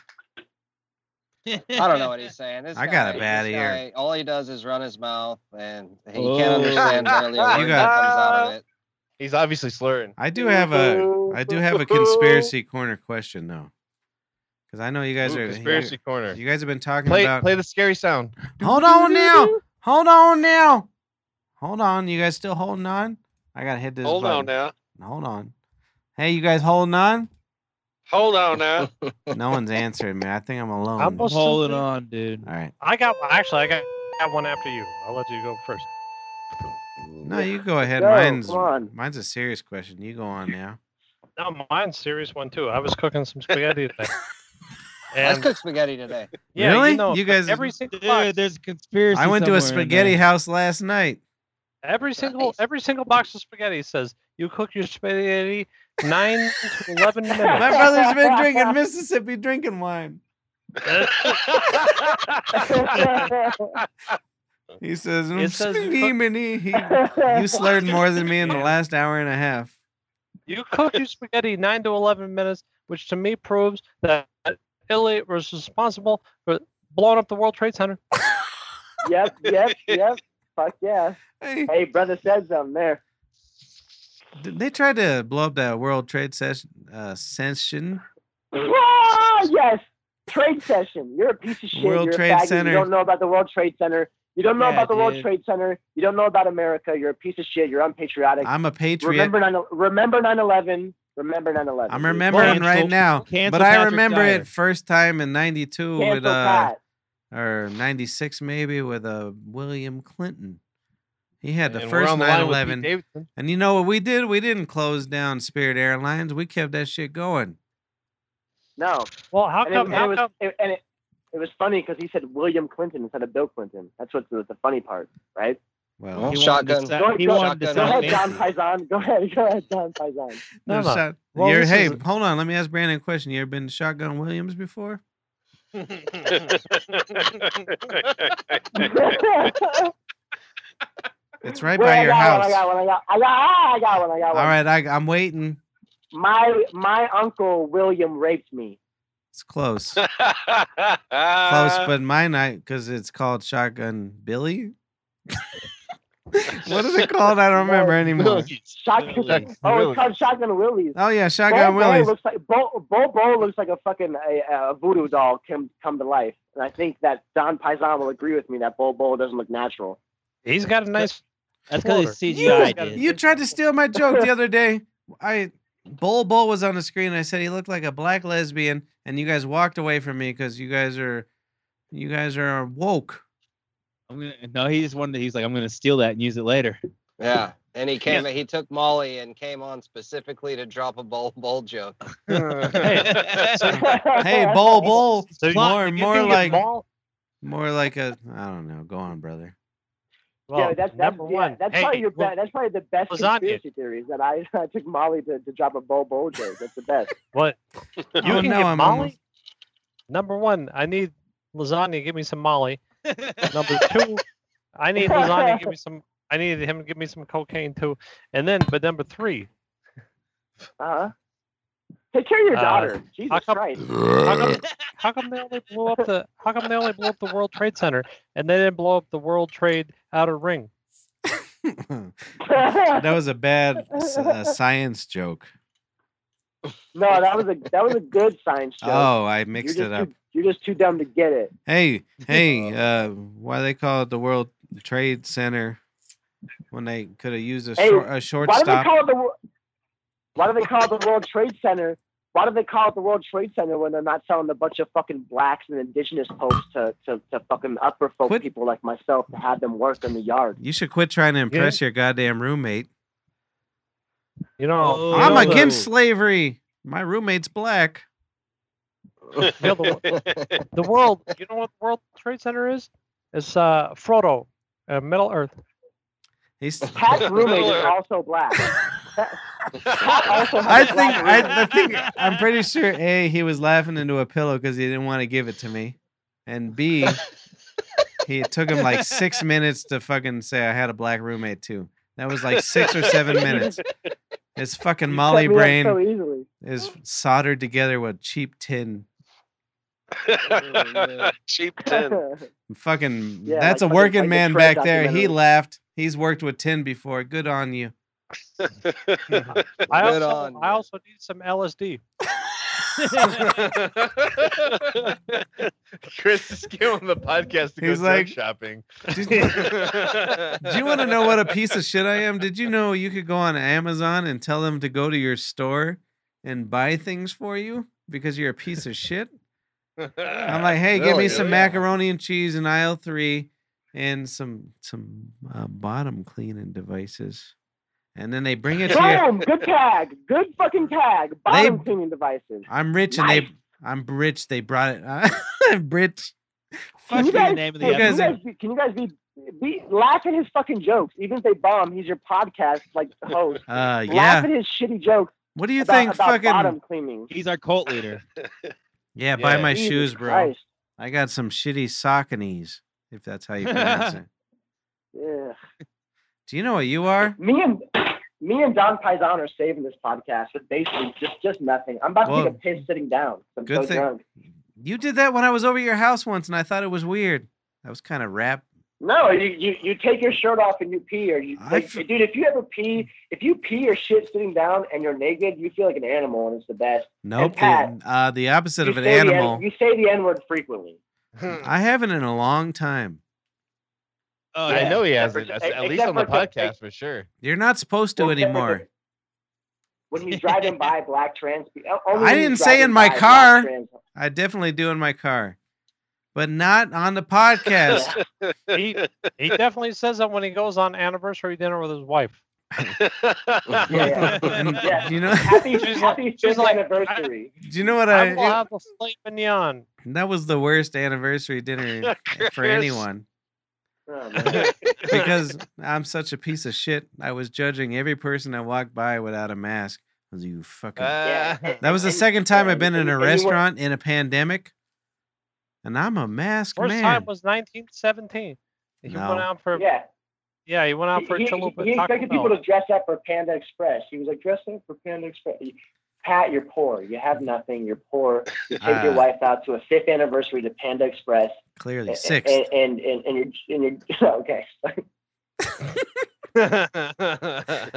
Speaker 5: will. I don't
Speaker 10: [laughs]
Speaker 5: know what he's saying. This
Speaker 2: I got a
Speaker 5: guy-
Speaker 2: bad
Speaker 5: this
Speaker 2: ear.
Speaker 5: guy, all he does is run his mouth, and he
Speaker 4: Oh.
Speaker 5: can't understand really
Speaker 13: [laughs]
Speaker 5: a
Speaker 2: You
Speaker 5: word that
Speaker 2: got-
Speaker 5: comes out of it.
Speaker 7: He's obviously slurring.
Speaker 2: I do have a I do have a
Speaker 13: [laughs]
Speaker 2: conspiracy corner question though, because I know you guys
Speaker 7: Ooh,
Speaker 2: are
Speaker 7: conspiracy corner.
Speaker 2: You, you guys have been talking
Speaker 7: Play,
Speaker 2: about.
Speaker 7: play the scary sound.
Speaker 2: Hold on now. Hold on now. Hold on. You guys still holding on? I gotta hit this.
Speaker 15: Hold on
Speaker 2: button.
Speaker 15: now.
Speaker 2: Hold on. Hey, you guys holding on?
Speaker 15: Hold on now.
Speaker 2: [laughs] No one's answering me. I think I'm alone.
Speaker 7: I'm
Speaker 2: All
Speaker 7: almost-
Speaker 4: Holding on, dude.
Speaker 2: right.
Speaker 7: I got actually. I got, got one after you. I'll let you go first.
Speaker 2: No, you go ahead.
Speaker 13: Go,
Speaker 2: mine's
Speaker 13: come on.
Speaker 2: mine's a serious question. You go on now.
Speaker 7: No, mine's serious one too. I was cooking some
Speaker 2: [laughs]
Speaker 7: spaghetti today.
Speaker 5: Let's
Speaker 7: And
Speaker 5: cook spaghetti today.
Speaker 7: yeah,
Speaker 2: Really?
Speaker 7: you, know,
Speaker 2: You guys-
Speaker 7: every single
Speaker 4: Dude,
Speaker 7: box,
Speaker 4: there's a conspiracy.
Speaker 2: I went to a
Speaker 4: somewhere in
Speaker 2: spaghetti
Speaker 4: there.
Speaker 2: house last night.
Speaker 7: every single
Speaker 5: Nice.
Speaker 7: every single box of spaghetti says you cook your spaghetti nine to
Speaker 2: [laughs]
Speaker 7: eleven
Speaker 2: My
Speaker 7: minutes.
Speaker 2: brother's been drinking Mississippi drinking wine.
Speaker 7: [laughs]
Speaker 2: [laughs] He says,
Speaker 7: It says you
Speaker 2: "Mini,
Speaker 7: cook-
Speaker 2: mini, he- [laughs] You slurred more than me in the last hour and a half.
Speaker 7: You cook your spaghetti nine to eleven minutes, which to me proves that Italy was responsible for blowing up the World Trade Center.
Speaker 13: yep, yep, yep. Fuck yeah.
Speaker 2: Hey,
Speaker 13: Hey, brother said something there.
Speaker 2: did they tried to blow up that World Trade Session. Uh, session.
Speaker 13: Ah, yes. Trade session. You're a piece of shit.
Speaker 2: World
Speaker 13: You're
Speaker 2: Trade
Speaker 13: a faggot.
Speaker 2: Center.
Speaker 13: You don't know about the World Trade Center. You don't know
Speaker 4: Yeah,
Speaker 13: about the World
Speaker 4: dude.
Speaker 13: Trade Center. You don't know about America. You're a piece of shit. You're unpatriotic.
Speaker 2: I'm a patriot.
Speaker 13: remember 9 remember 9/11. Remember 9/11.
Speaker 2: I'm remembering
Speaker 4: Cancel-
Speaker 2: right now,
Speaker 4: cancel
Speaker 2: but I
Speaker 4: Patrick
Speaker 2: remember
Speaker 4: Dyer.
Speaker 2: it first time in '92
Speaker 13: Cancel
Speaker 2: with uh,
Speaker 13: Pat.
Speaker 2: or '96 maybe with uh, William Clinton. He had the
Speaker 7: And we're
Speaker 2: first
Speaker 7: on the line with Pete
Speaker 2: 9/11,
Speaker 7: Davidson.
Speaker 2: and you know what we did? We didn't close down Spirit Airlines. We kept that shit going.
Speaker 13: No.
Speaker 7: Well, how
Speaker 13: And
Speaker 7: come?
Speaker 13: it, and
Speaker 7: how
Speaker 13: [laughs] it was
Speaker 7: come?
Speaker 13: it- and it It was funny because he said William Clinton instead of Bill Clinton. That's what's the, the funny part, right?
Speaker 2: Well,
Speaker 13: He wanted
Speaker 5: shotgun.
Speaker 13: to sa- Go,
Speaker 5: he
Speaker 13: go-
Speaker 5: wanted to
Speaker 13: go
Speaker 5: sa-
Speaker 13: ahead,
Speaker 5: me.
Speaker 13: Don Paisan. Go ahead, go ahead, Don
Speaker 2: [laughs]
Speaker 13: Paisan.
Speaker 2: No,
Speaker 7: No, no.
Speaker 2: shot-
Speaker 7: Well,
Speaker 2: you're-
Speaker 7: this
Speaker 2: hey,
Speaker 7: is-
Speaker 2: hold on. Let me ask Brandon a question. You ever been to Shotgun Williams before? It's right
Speaker 13: Wait,
Speaker 2: by
Speaker 13: I
Speaker 2: your
Speaker 13: got
Speaker 2: house.
Speaker 13: One, I got one. I got. I got. ah, I got one. I got
Speaker 2: All
Speaker 13: one.
Speaker 2: right, I, I'm waiting.
Speaker 13: My my uncle William raped me.
Speaker 2: It's close, close,
Speaker 13: Uh,
Speaker 2: but mine I because it's called Shotgun Billy. [laughs] what is it called? I don't remember
Speaker 7: [laughs]
Speaker 2: anymore.
Speaker 13: Shotgun. [laughs] Oh,
Speaker 2: Willie.
Speaker 13: it's called Shotgun Willie's.
Speaker 2: Oh yeah, Shotgun
Speaker 13: Bo Bo
Speaker 2: Willies.
Speaker 13: looks like Bo, Bo Bo looks like a fucking a, a voodoo doll come come to life, and I think that Don Paisan will agree with me that Bo Bo doesn't look natural. [laughs]
Speaker 7: He's got
Speaker 2: [laughs]
Speaker 7: a nice.
Speaker 4: That's
Speaker 7: Quarter.
Speaker 4: because he's
Speaker 2: You,
Speaker 4: CGI. dude.
Speaker 2: you tried to steal my joke
Speaker 13: [laughs]
Speaker 2: the other day. I Bull Bull was on the screen. I said he looked like a black lesbian, and you guys walked away from me because you guys are you guys are woke.
Speaker 4: I'm gonna, no, he just wanted. He's like, I'm gonna steal that and use it later.
Speaker 5: Yeah, and he came. He took Molly and came on specifically to drop a bowl bowl
Speaker 13: [laughs]
Speaker 5: joke.
Speaker 2: [laughs] Hey, Bull Bull,
Speaker 7: So
Speaker 2: more
Speaker 7: you
Speaker 2: more
Speaker 7: think it's
Speaker 2: like
Speaker 7: Maul?
Speaker 2: more like a I don't know. Go on, brother.
Speaker 13: yeah, that's, that's,
Speaker 7: number
Speaker 13: yeah,
Speaker 7: one.
Speaker 13: that's
Speaker 7: hey,
Speaker 13: probably your
Speaker 7: well,
Speaker 13: best. That's probably the best
Speaker 7: lasagna.
Speaker 13: conspiracy theory is that I, [laughs] I took Molly to, to drop a Bo Bo joke. That's the best.
Speaker 7: What? You
Speaker 2: Oh,
Speaker 7: can
Speaker 2: no,
Speaker 7: get
Speaker 2: I'm
Speaker 7: Molly.
Speaker 2: almost-
Speaker 7: Number one, I need lasagna. Give me some Molly. Number two, I need lasagna. Give me some. I need him to give me some cocaine too. And then, but number three,
Speaker 13: Uh huh. Take care of your
Speaker 7: Uh,
Speaker 13: daughter.
Speaker 7: how
Speaker 13: Jesus
Speaker 7: come-
Speaker 13: Christ. [laughs]
Speaker 7: how come, how come they only blew up the? How come they only blew up the World Trade Center and they didn't blow up the World Trade Outer Ring?
Speaker 2: That was a bad s-
Speaker 13: [laughs]
Speaker 2: uh, science joke.
Speaker 13: no, that was a that was a good
Speaker 7: [laughs]
Speaker 13: science joke.
Speaker 2: Oh, I
Speaker 13: You're
Speaker 2: mixed
Speaker 13: just
Speaker 2: it up.
Speaker 13: Too, you're just too dumb to get it. [laughs]
Speaker 2: Hey, hey, uh, why they call it the World Trade Center when they could have used a,
Speaker 13: Hey,
Speaker 2: short, a
Speaker 13: Why do they
Speaker 2: shortstop?
Speaker 13: call it the wor- Why do they call it the World Trade Center? Why do they call it the World Trade Center when they're not selling a bunch of fucking blacks and indigenous folks to, to, to fucking upper folk
Speaker 2: Quit-
Speaker 13: people like myself to have them work in
Speaker 7: [laughs]
Speaker 13: the yard?
Speaker 2: you should quit trying to impress your goddamn roommate.
Speaker 7: You know,
Speaker 4: Oh,
Speaker 2: I'm
Speaker 7: you know
Speaker 2: against slavery. My roommate's black.
Speaker 7: The, you know the, the world. You know what the World Trade Center is? It's uh, Frodo, uh, Middle Earth.
Speaker 13: [laughs]
Speaker 2: He's. [laughs]
Speaker 13: Pat's roommate is also black. Pat also has
Speaker 2: I
Speaker 5: [laughs]
Speaker 13: a
Speaker 2: think
Speaker 13: black roommate.
Speaker 2: I, I think I'm
Speaker 13: [laughs]
Speaker 2: pretty sure a he was laughing into a pillow because he didn't want to give it to me, and
Speaker 13: [laughs]
Speaker 2: b he it took him like six minutes to fucking say I had a black roommate too. That was like six or seven [laughs]
Speaker 13: [laughs]
Speaker 2: minutes. His fucking Molly
Speaker 13: Set me up
Speaker 2: brain
Speaker 13: so easily.
Speaker 2: is soldered together with cheap tin.
Speaker 17: Cheap tin.
Speaker 13: [laughs]
Speaker 2: Fucking,
Speaker 13: Yeah,
Speaker 2: that's
Speaker 13: like
Speaker 2: a
Speaker 13: fucking-
Speaker 2: working
Speaker 13: like the
Speaker 2: man
Speaker 13: Shrek
Speaker 2: back there. He
Speaker 13: documentary.
Speaker 2: laughed. He's worked with tin before. Good on you.
Speaker 3: [laughs]
Speaker 7: I
Speaker 5: Good
Speaker 7: also,
Speaker 5: on
Speaker 7: I also need
Speaker 5: [laughs]
Speaker 7: some LSD.
Speaker 3: [laughs] Chris is giving the podcast to go
Speaker 2: He's
Speaker 3: drug
Speaker 2: like-
Speaker 3: shopping.
Speaker 13: [laughs]
Speaker 2: Did- Do you want to know what a piece of shit I am? Did you know you could go on Amazon and tell them to go to your store and buy things for you because you're a piece of shit? I'm
Speaker 13: [laughs]
Speaker 2: like, hey, give me
Speaker 3: Really?
Speaker 2: some macaroni and cheese in aisle three, and some some uh, bottom cleaning devices, and then they bring it to you. [laughs]
Speaker 13: Boom! Good tag. Good fucking tag. Bottom cleaning devices.
Speaker 2: I'm rich, and they I'm rich. They brought it. I'm [laughs] rich.
Speaker 13: Can
Speaker 4: Fuck you,
Speaker 13: you guys,
Speaker 4: the name of the
Speaker 13: hey, can, you
Speaker 2: episode.
Speaker 13: guys be, can you guys be be laugh at his fucking jokes? Even if they bomb, he's your podcast
Speaker 2: [laughs]
Speaker 13: like host.
Speaker 2: Uh,
Speaker 13: Laugh at
Speaker 2: yeah.
Speaker 13: his shitty jokes.
Speaker 2: What do you
Speaker 13: about,
Speaker 2: think?
Speaker 13: about bottom
Speaker 2: Fucking
Speaker 13: cleaning?
Speaker 4: He's our [laughs] cult leader.
Speaker 2: yeah, buy
Speaker 3: Yeah.
Speaker 2: my
Speaker 13: Jesus
Speaker 2: shoes, bro.
Speaker 13: Christ.
Speaker 2: I got some shitty Sauconies, if that's how you pronounce it.
Speaker 13: Yeah.
Speaker 2: Do you know what you are?
Speaker 13: Me and me and Don Paisan are saving this podcast with basically just just nothing. I'm about to
Speaker 2: Well,
Speaker 13: take a piss sitting down. I'm
Speaker 2: good
Speaker 13: so
Speaker 2: thing-
Speaker 13: drunk.
Speaker 2: You did that when I was over your house once, and I thought it was weird. That was kind of rap.
Speaker 13: No, you, you you take your shirt off and you pee, or you
Speaker 2: I
Speaker 13: like,
Speaker 2: fe-
Speaker 13: dude. If you ever pee, if you pee or shit sitting down and you're naked, you feel like an animal, and it's the best.
Speaker 2: Nope.
Speaker 13: Pat,
Speaker 2: The, uh, the opposite
Speaker 13: You
Speaker 2: of an
Speaker 13: say the N-
Speaker 2: animal.
Speaker 13: you say the N word frequently.
Speaker 2: I haven't in a long time.
Speaker 4: Oh,
Speaker 3: I
Speaker 4: yeah.
Speaker 3: know [laughs] he
Speaker 13: Except
Speaker 3: has
Speaker 13: for-
Speaker 3: it,
Speaker 13: ex-
Speaker 3: at at least on the
Speaker 13: except for-
Speaker 3: podcast for sure.
Speaker 2: You're not supposed to
Speaker 13: Well, yeah,
Speaker 2: anymore.
Speaker 13: When he's
Speaker 2: [laughs]
Speaker 13: driving by black trans, pe- only
Speaker 2: I
Speaker 13: when he's
Speaker 2: didn't say
Speaker 13: driving
Speaker 2: in my
Speaker 13: by black
Speaker 2: car.
Speaker 13: trans-
Speaker 2: I definitely do in my car, but not on the podcast.
Speaker 13: [laughs]
Speaker 7: He he definitely says that when he goes on anniversary dinner with his wife.
Speaker 3: [laughs]
Speaker 13: Yeah.
Speaker 2: And
Speaker 13: Yeah.
Speaker 2: Do you know? [laughs]
Speaker 13: Happy,
Speaker 3: She's like-
Speaker 13: happy
Speaker 3: she's
Speaker 13: fifth
Speaker 3: like,
Speaker 13: anniversary.
Speaker 2: Do you know what
Speaker 3: I will
Speaker 2: I?
Speaker 3: have a filet mignon.
Speaker 2: that was the worst anniversary
Speaker 3: [laughs]
Speaker 2: dinner for
Speaker 3: Chris.
Speaker 2: anyone
Speaker 13: Oh,
Speaker 2: because I'm such a piece of shit. I was judging every person that walked by without a mask. I was, you fucking. [laughs] that was the second time I've been in a
Speaker 3: Uh, and you weren't-
Speaker 2: restaurant in a pandemic, and I'm a mask
Speaker 3: [laughs] First
Speaker 2: man.
Speaker 3: time was 1917. He
Speaker 2: No.
Speaker 3: went out for
Speaker 13: Yeah.
Speaker 3: yeah. He went out
Speaker 13: He,
Speaker 3: for
Speaker 13: he,
Speaker 3: a chalupa
Speaker 13: he
Speaker 3: Taco
Speaker 13: expected
Speaker 3: Bell.
Speaker 13: people to dress up for Panda Express. He was like, dress up for Panda Express. Pat, you're poor. You have nothing. You're
Speaker 2: [laughs]
Speaker 13: poor. You take your
Speaker 2: Ah.
Speaker 13: wife out to a fifth anniversary to Panda Express.
Speaker 2: Clearly
Speaker 13: and-
Speaker 2: sixth.
Speaker 13: And, and, and, and you're, and you're [laughs] okay.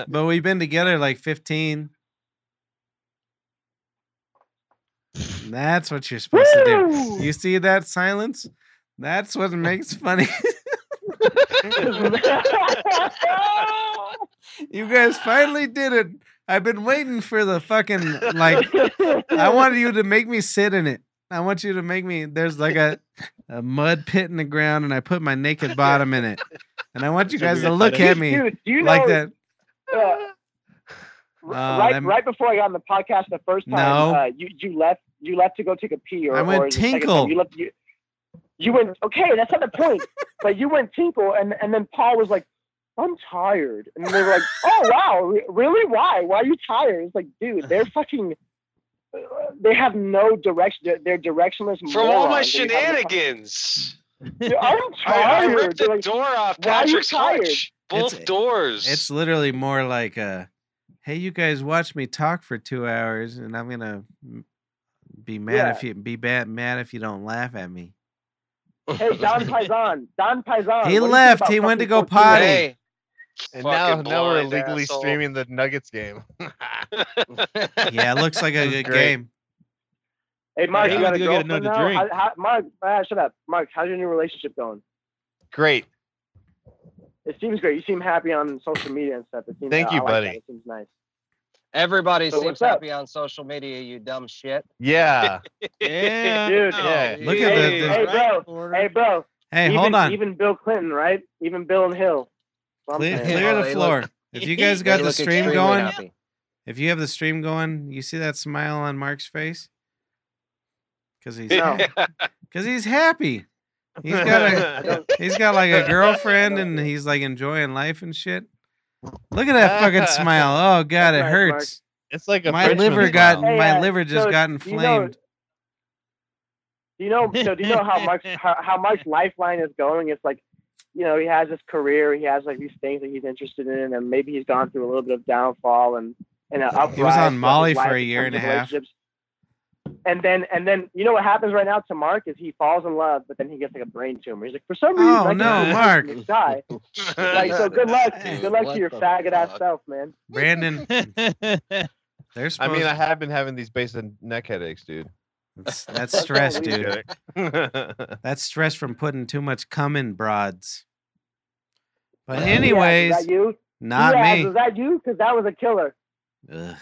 Speaker 2: but we've been together like 15. That's what you're supposed to
Speaker 13: [laughs]
Speaker 2: do. You see that silence? That's what makes funny. you guys finally did it. I've been waiting for the fucking like
Speaker 13: [laughs]
Speaker 2: I wanted you to make me sit in it. I want you to make me there's like
Speaker 13: [laughs]
Speaker 2: a a mud pit in the ground and I put my naked bottom in it. And I want you
Speaker 13: [laughs] Should we
Speaker 2: guys to
Speaker 13: get
Speaker 2: look
Speaker 13: that
Speaker 2: at
Speaker 13: in?
Speaker 2: me
Speaker 13: Dude, do you
Speaker 2: like
Speaker 13: know-
Speaker 2: that.
Speaker 13: [laughs] Uh,
Speaker 2: Oh,
Speaker 13: right,
Speaker 2: that-
Speaker 13: right before I got on the podcast the first time,
Speaker 2: No.
Speaker 13: uh, you you left you left to go take a pee, or
Speaker 2: I went
Speaker 13: or the second time
Speaker 2: tinkle.
Speaker 13: You left you, you went okay. That's not the
Speaker 2: [laughs]
Speaker 13: point. but you went tinkle, and and then Paul was like, "I'm tired," and they
Speaker 2: [laughs]
Speaker 13: were like, "Oh wow, re- really? Why? Why are you tired?" It's like,
Speaker 2: [laughs]
Speaker 13: dude, they're fucking. uh, They have no direction. They're, they're directionless.
Speaker 7: [laughs] From all my
Speaker 13: morons, and they have no-
Speaker 7: shenanigans.
Speaker 13: Dude,
Speaker 2: [laughs]
Speaker 13: I'm
Speaker 7: I, I
Speaker 13: tired.
Speaker 7: ripped the
Speaker 13: Like,
Speaker 7: door off
Speaker 13: why are you
Speaker 7: Patrick's
Speaker 13: tired?
Speaker 7: couch. Both
Speaker 2: It's-
Speaker 7: doors.
Speaker 2: It's literally more like uh hey you guys watch me talk for 2 hours and I'm going to be mad if you be bad mad if you don't laugh at
Speaker 13: [laughs]
Speaker 2: me.
Speaker 13: Hey, Don Paisan. Don
Speaker 2: He
Speaker 13: Paisan. what do you think
Speaker 2: left.
Speaker 13: about
Speaker 2: He went to
Speaker 13: fucking
Speaker 2: go
Speaker 13: 14?
Speaker 2: potty.
Speaker 18: and now,
Speaker 7: Fucking
Speaker 18: now we're
Speaker 7: blind
Speaker 18: legally
Speaker 7: asshole.
Speaker 18: streaming the Nuggets game.
Speaker 2: Yeah, it looks like a
Speaker 18: It was
Speaker 2: good
Speaker 18: great.
Speaker 2: game.
Speaker 13: Hey, Mark,
Speaker 18: Yeah,
Speaker 13: you
Speaker 18: you
Speaker 13: got
Speaker 18: gotta
Speaker 13: to
Speaker 18: go
Speaker 13: go
Speaker 18: get another
Speaker 13: now?
Speaker 18: drink.
Speaker 13: How, how, Mark, ah, shut up. Mark, how's your new relationship going?
Speaker 18: Great.
Speaker 13: It seems great. You seem happy on social media and stuff. It seems,
Speaker 18: Thank
Speaker 13: I
Speaker 18: you,
Speaker 13: like
Speaker 18: buddy.
Speaker 13: that. It seems nice.
Speaker 5: Everybody
Speaker 13: So
Speaker 5: seems
Speaker 13: what's up?
Speaker 5: happy on social media, you dumb shit.
Speaker 18: Yeah.
Speaker 10: Yeah.
Speaker 13: Dude,
Speaker 18: Yeah.
Speaker 2: Look
Speaker 13: hey,
Speaker 2: at the,
Speaker 13: hey,
Speaker 2: the-
Speaker 13: bro, hey, bro.
Speaker 2: Hey,
Speaker 13: even,
Speaker 2: hold on.
Speaker 13: Even Bill Clinton, right? Even Bill and Hill. That's what I'm
Speaker 2: Clear,
Speaker 13: saying.
Speaker 2: clear the
Speaker 5: they look-
Speaker 2: floor. if you guys
Speaker 5: [laughs] they
Speaker 2: got the
Speaker 5: look
Speaker 2: stream
Speaker 5: extremely
Speaker 2: going,
Speaker 5: happy.
Speaker 2: if you have the stream going, you see that smile on Mark's face? Cuz he's
Speaker 13: No.
Speaker 2: cuz he's happy. He's [laughs] got
Speaker 7: [laughs]
Speaker 2: a
Speaker 3: [laughs]
Speaker 13: I don't-
Speaker 2: he's got like a girlfriend and he's like enjoying life and shit. Look at that fucking smile. Oh god, it
Speaker 13: That's nice, Mark.
Speaker 2: hurts.
Speaker 10: It's like
Speaker 2: [laughs]
Speaker 10: a
Speaker 2: My
Speaker 10: Frenchman
Speaker 2: liver
Speaker 10: smile.
Speaker 2: got
Speaker 13: Hey,
Speaker 2: my
Speaker 13: uh,
Speaker 2: liver just
Speaker 13: so
Speaker 2: got
Speaker 13: do you know-
Speaker 2: inflamed.
Speaker 13: Do
Speaker 2: [laughs]
Speaker 13: you know? So do you know how Mark's how, how Mark's lifeline is going? It's like, you know, he has his career. He has like these things that he's interested in, and maybe he's gone through a little bit of downfall and and an uprise.
Speaker 2: He was
Speaker 13: throughout
Speaker 2: on
Speaker 13: his
Speaker 2: Molly
Speaker 13: life
Speaker 2: for a
Speaker 13: in
Speaker 2: year
Speaker 13: terms
Speaker 2: and a
Speaker 13: of
Speaker 2: half.
Speaker 13: relationships. And then and then you know what happens right now to Mark is he falls in love, but then he gets like a brain tumor. He's like, for some reason,
Speaker 2: Oh,
Speaker 13: I can't
Speaker 2: no,
Speaker 13: get this
Speaker 2: Mark.
Speaker 13: from this guy. Like, so
Speaker 5: [laughs]
Speaker 13: good luck, good luck to your faggot ass self, man.
Speaker 2: Brandon, they're
Speaker 18: I
Speaker 2: supposed
Speaker 18: mean, I have been having these base and neck headaches, dude.
Speaker 2: that's, that's stress,
Speaker 13: Just
Speaker 2: dude. That's stress from putting too much cum in broads. But
Speaker 13: Yeah,
Speaker 2: anyways,
Speaker 13: is that you?
Speaker 2: not
Speaker 13: yeah,
Speaker 2: me.
Speaker 13: Is that you? Because that was a killer.
Speaker 2: Ugh.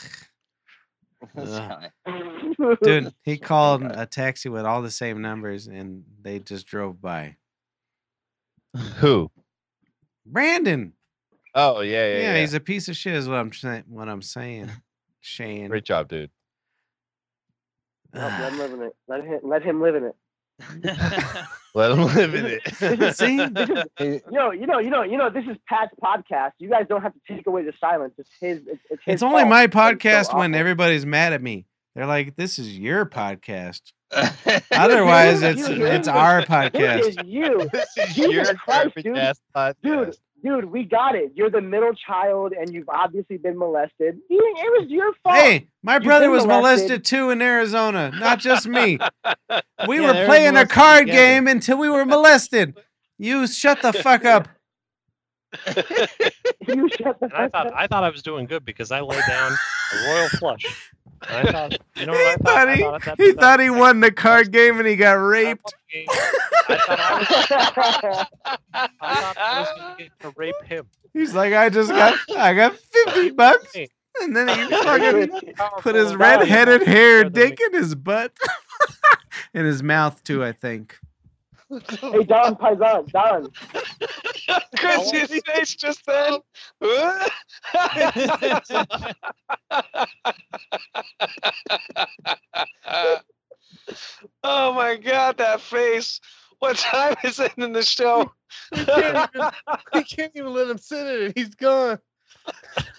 Speaker 5: This
Speaker 2: Ugh.
Speaker 5: guy.
Speaker 2: Dude, he called a taxi with all the same numbers and they just drove by.
Speaker 18: Who?
Speaker 2: Brandon.
Speaker 18: Oh yeah,
Speaker 2: Yeah,
Speaker 18: yeah, yeah.
Speaker 2: he's a piece of shit is what I'm saying what I'm saying. Shane.
Speaker 18: Great job, dude.
Speaker 13: No, [sighs] let him live in it. Let him let him live in it.
Speaker 18: Let
Speaker 3: [laughs]
Speaker 18: him live in it.
Speaker 2: [laughs] [laughs] See?
Speaker 5: He-
Speaker 13: You know, you know, you know, you know. This is Pat's podcast. You guys don't have to take away the silence. It's his. It's, it's, his
Speaker 2: It's only
Speaker 13: fault.
Speaker 2: my
Speaker 13: It's so
Speaker 2: podcast when
Speaker 13: awful.
Speaker 2: everybody's mad at me. They're like, this is your
Speaker 13: [laughs]
Speaker 2: podcast. Otherwise
Speaker 13: You-
Speaker 2: it's
Speaker 13: you-
Speaker 2: it's our
Speaker 13: [laughs] This
Speaker 2: podcast.
Speaker 13: is you,
Speaker 18: this is
Speaker 13: Jesus
Speaker 18: your
Speaker 13: Christ,
Speaker 18: garbage
Speaker 13: dude.
Speaker 18: ass podcast.
Speaker 13: dude. Dude, we got it. You're the middle child, and you've obviously been molested. You- It was your fault.
Speaker 2: Hey, my
Speaker 13: You've
Speaker 2: brother
Speaker 13: been
Speaker 2: was molested
Speaker 13: molested.
Speaker 2: too in Arizona, not just me. We
Speaker 10: Yeah, they
Speaker 2: were
Speaker 10: were
Speaker 2: playing a
Speaker 10: molested
Speaker 2: card
Speaker 10: together.
Speaker 2: game until we were molested. You shut the fuck up.
Speaker 13: [laughs] You shut the
Speaker 3: And I
Speaker 13: fuck
Speaker 3: thought
Speaker 13: up.
Speaker 3: I thought I was doing good because I laid down a royal flush. And I thought, you know what I
Speaker 2: he
Speaker 3: thought?
Speaker 2: thought
Speaker 3: I
Speaker 2: he,
Speaker 3: thought that-
Speaker 2: he
Speaker 3: that-
Speaker 2: thought he won the card game and he got raped.
Speaker 3: I thought I was,
Speaker 13: [laughs]
Speaker 3: I thought I was gonna get to rape him.
Speaker 2: He's like, I just got I got fifty bucks, and then
Speaker 7: [laughs]
Speaker 2: he fucking put his red-headed hair dick in his butt, [laughs] in his mouth too. I think.
Speaker 13: Hey, Don Paisan, Don.
Speaker 19: Chris's face just then. [laughs] oh my god, that face. What time is it in the show?
Speaker 3: We [laughs] can't even, we can't even let him sit in it. He's gone.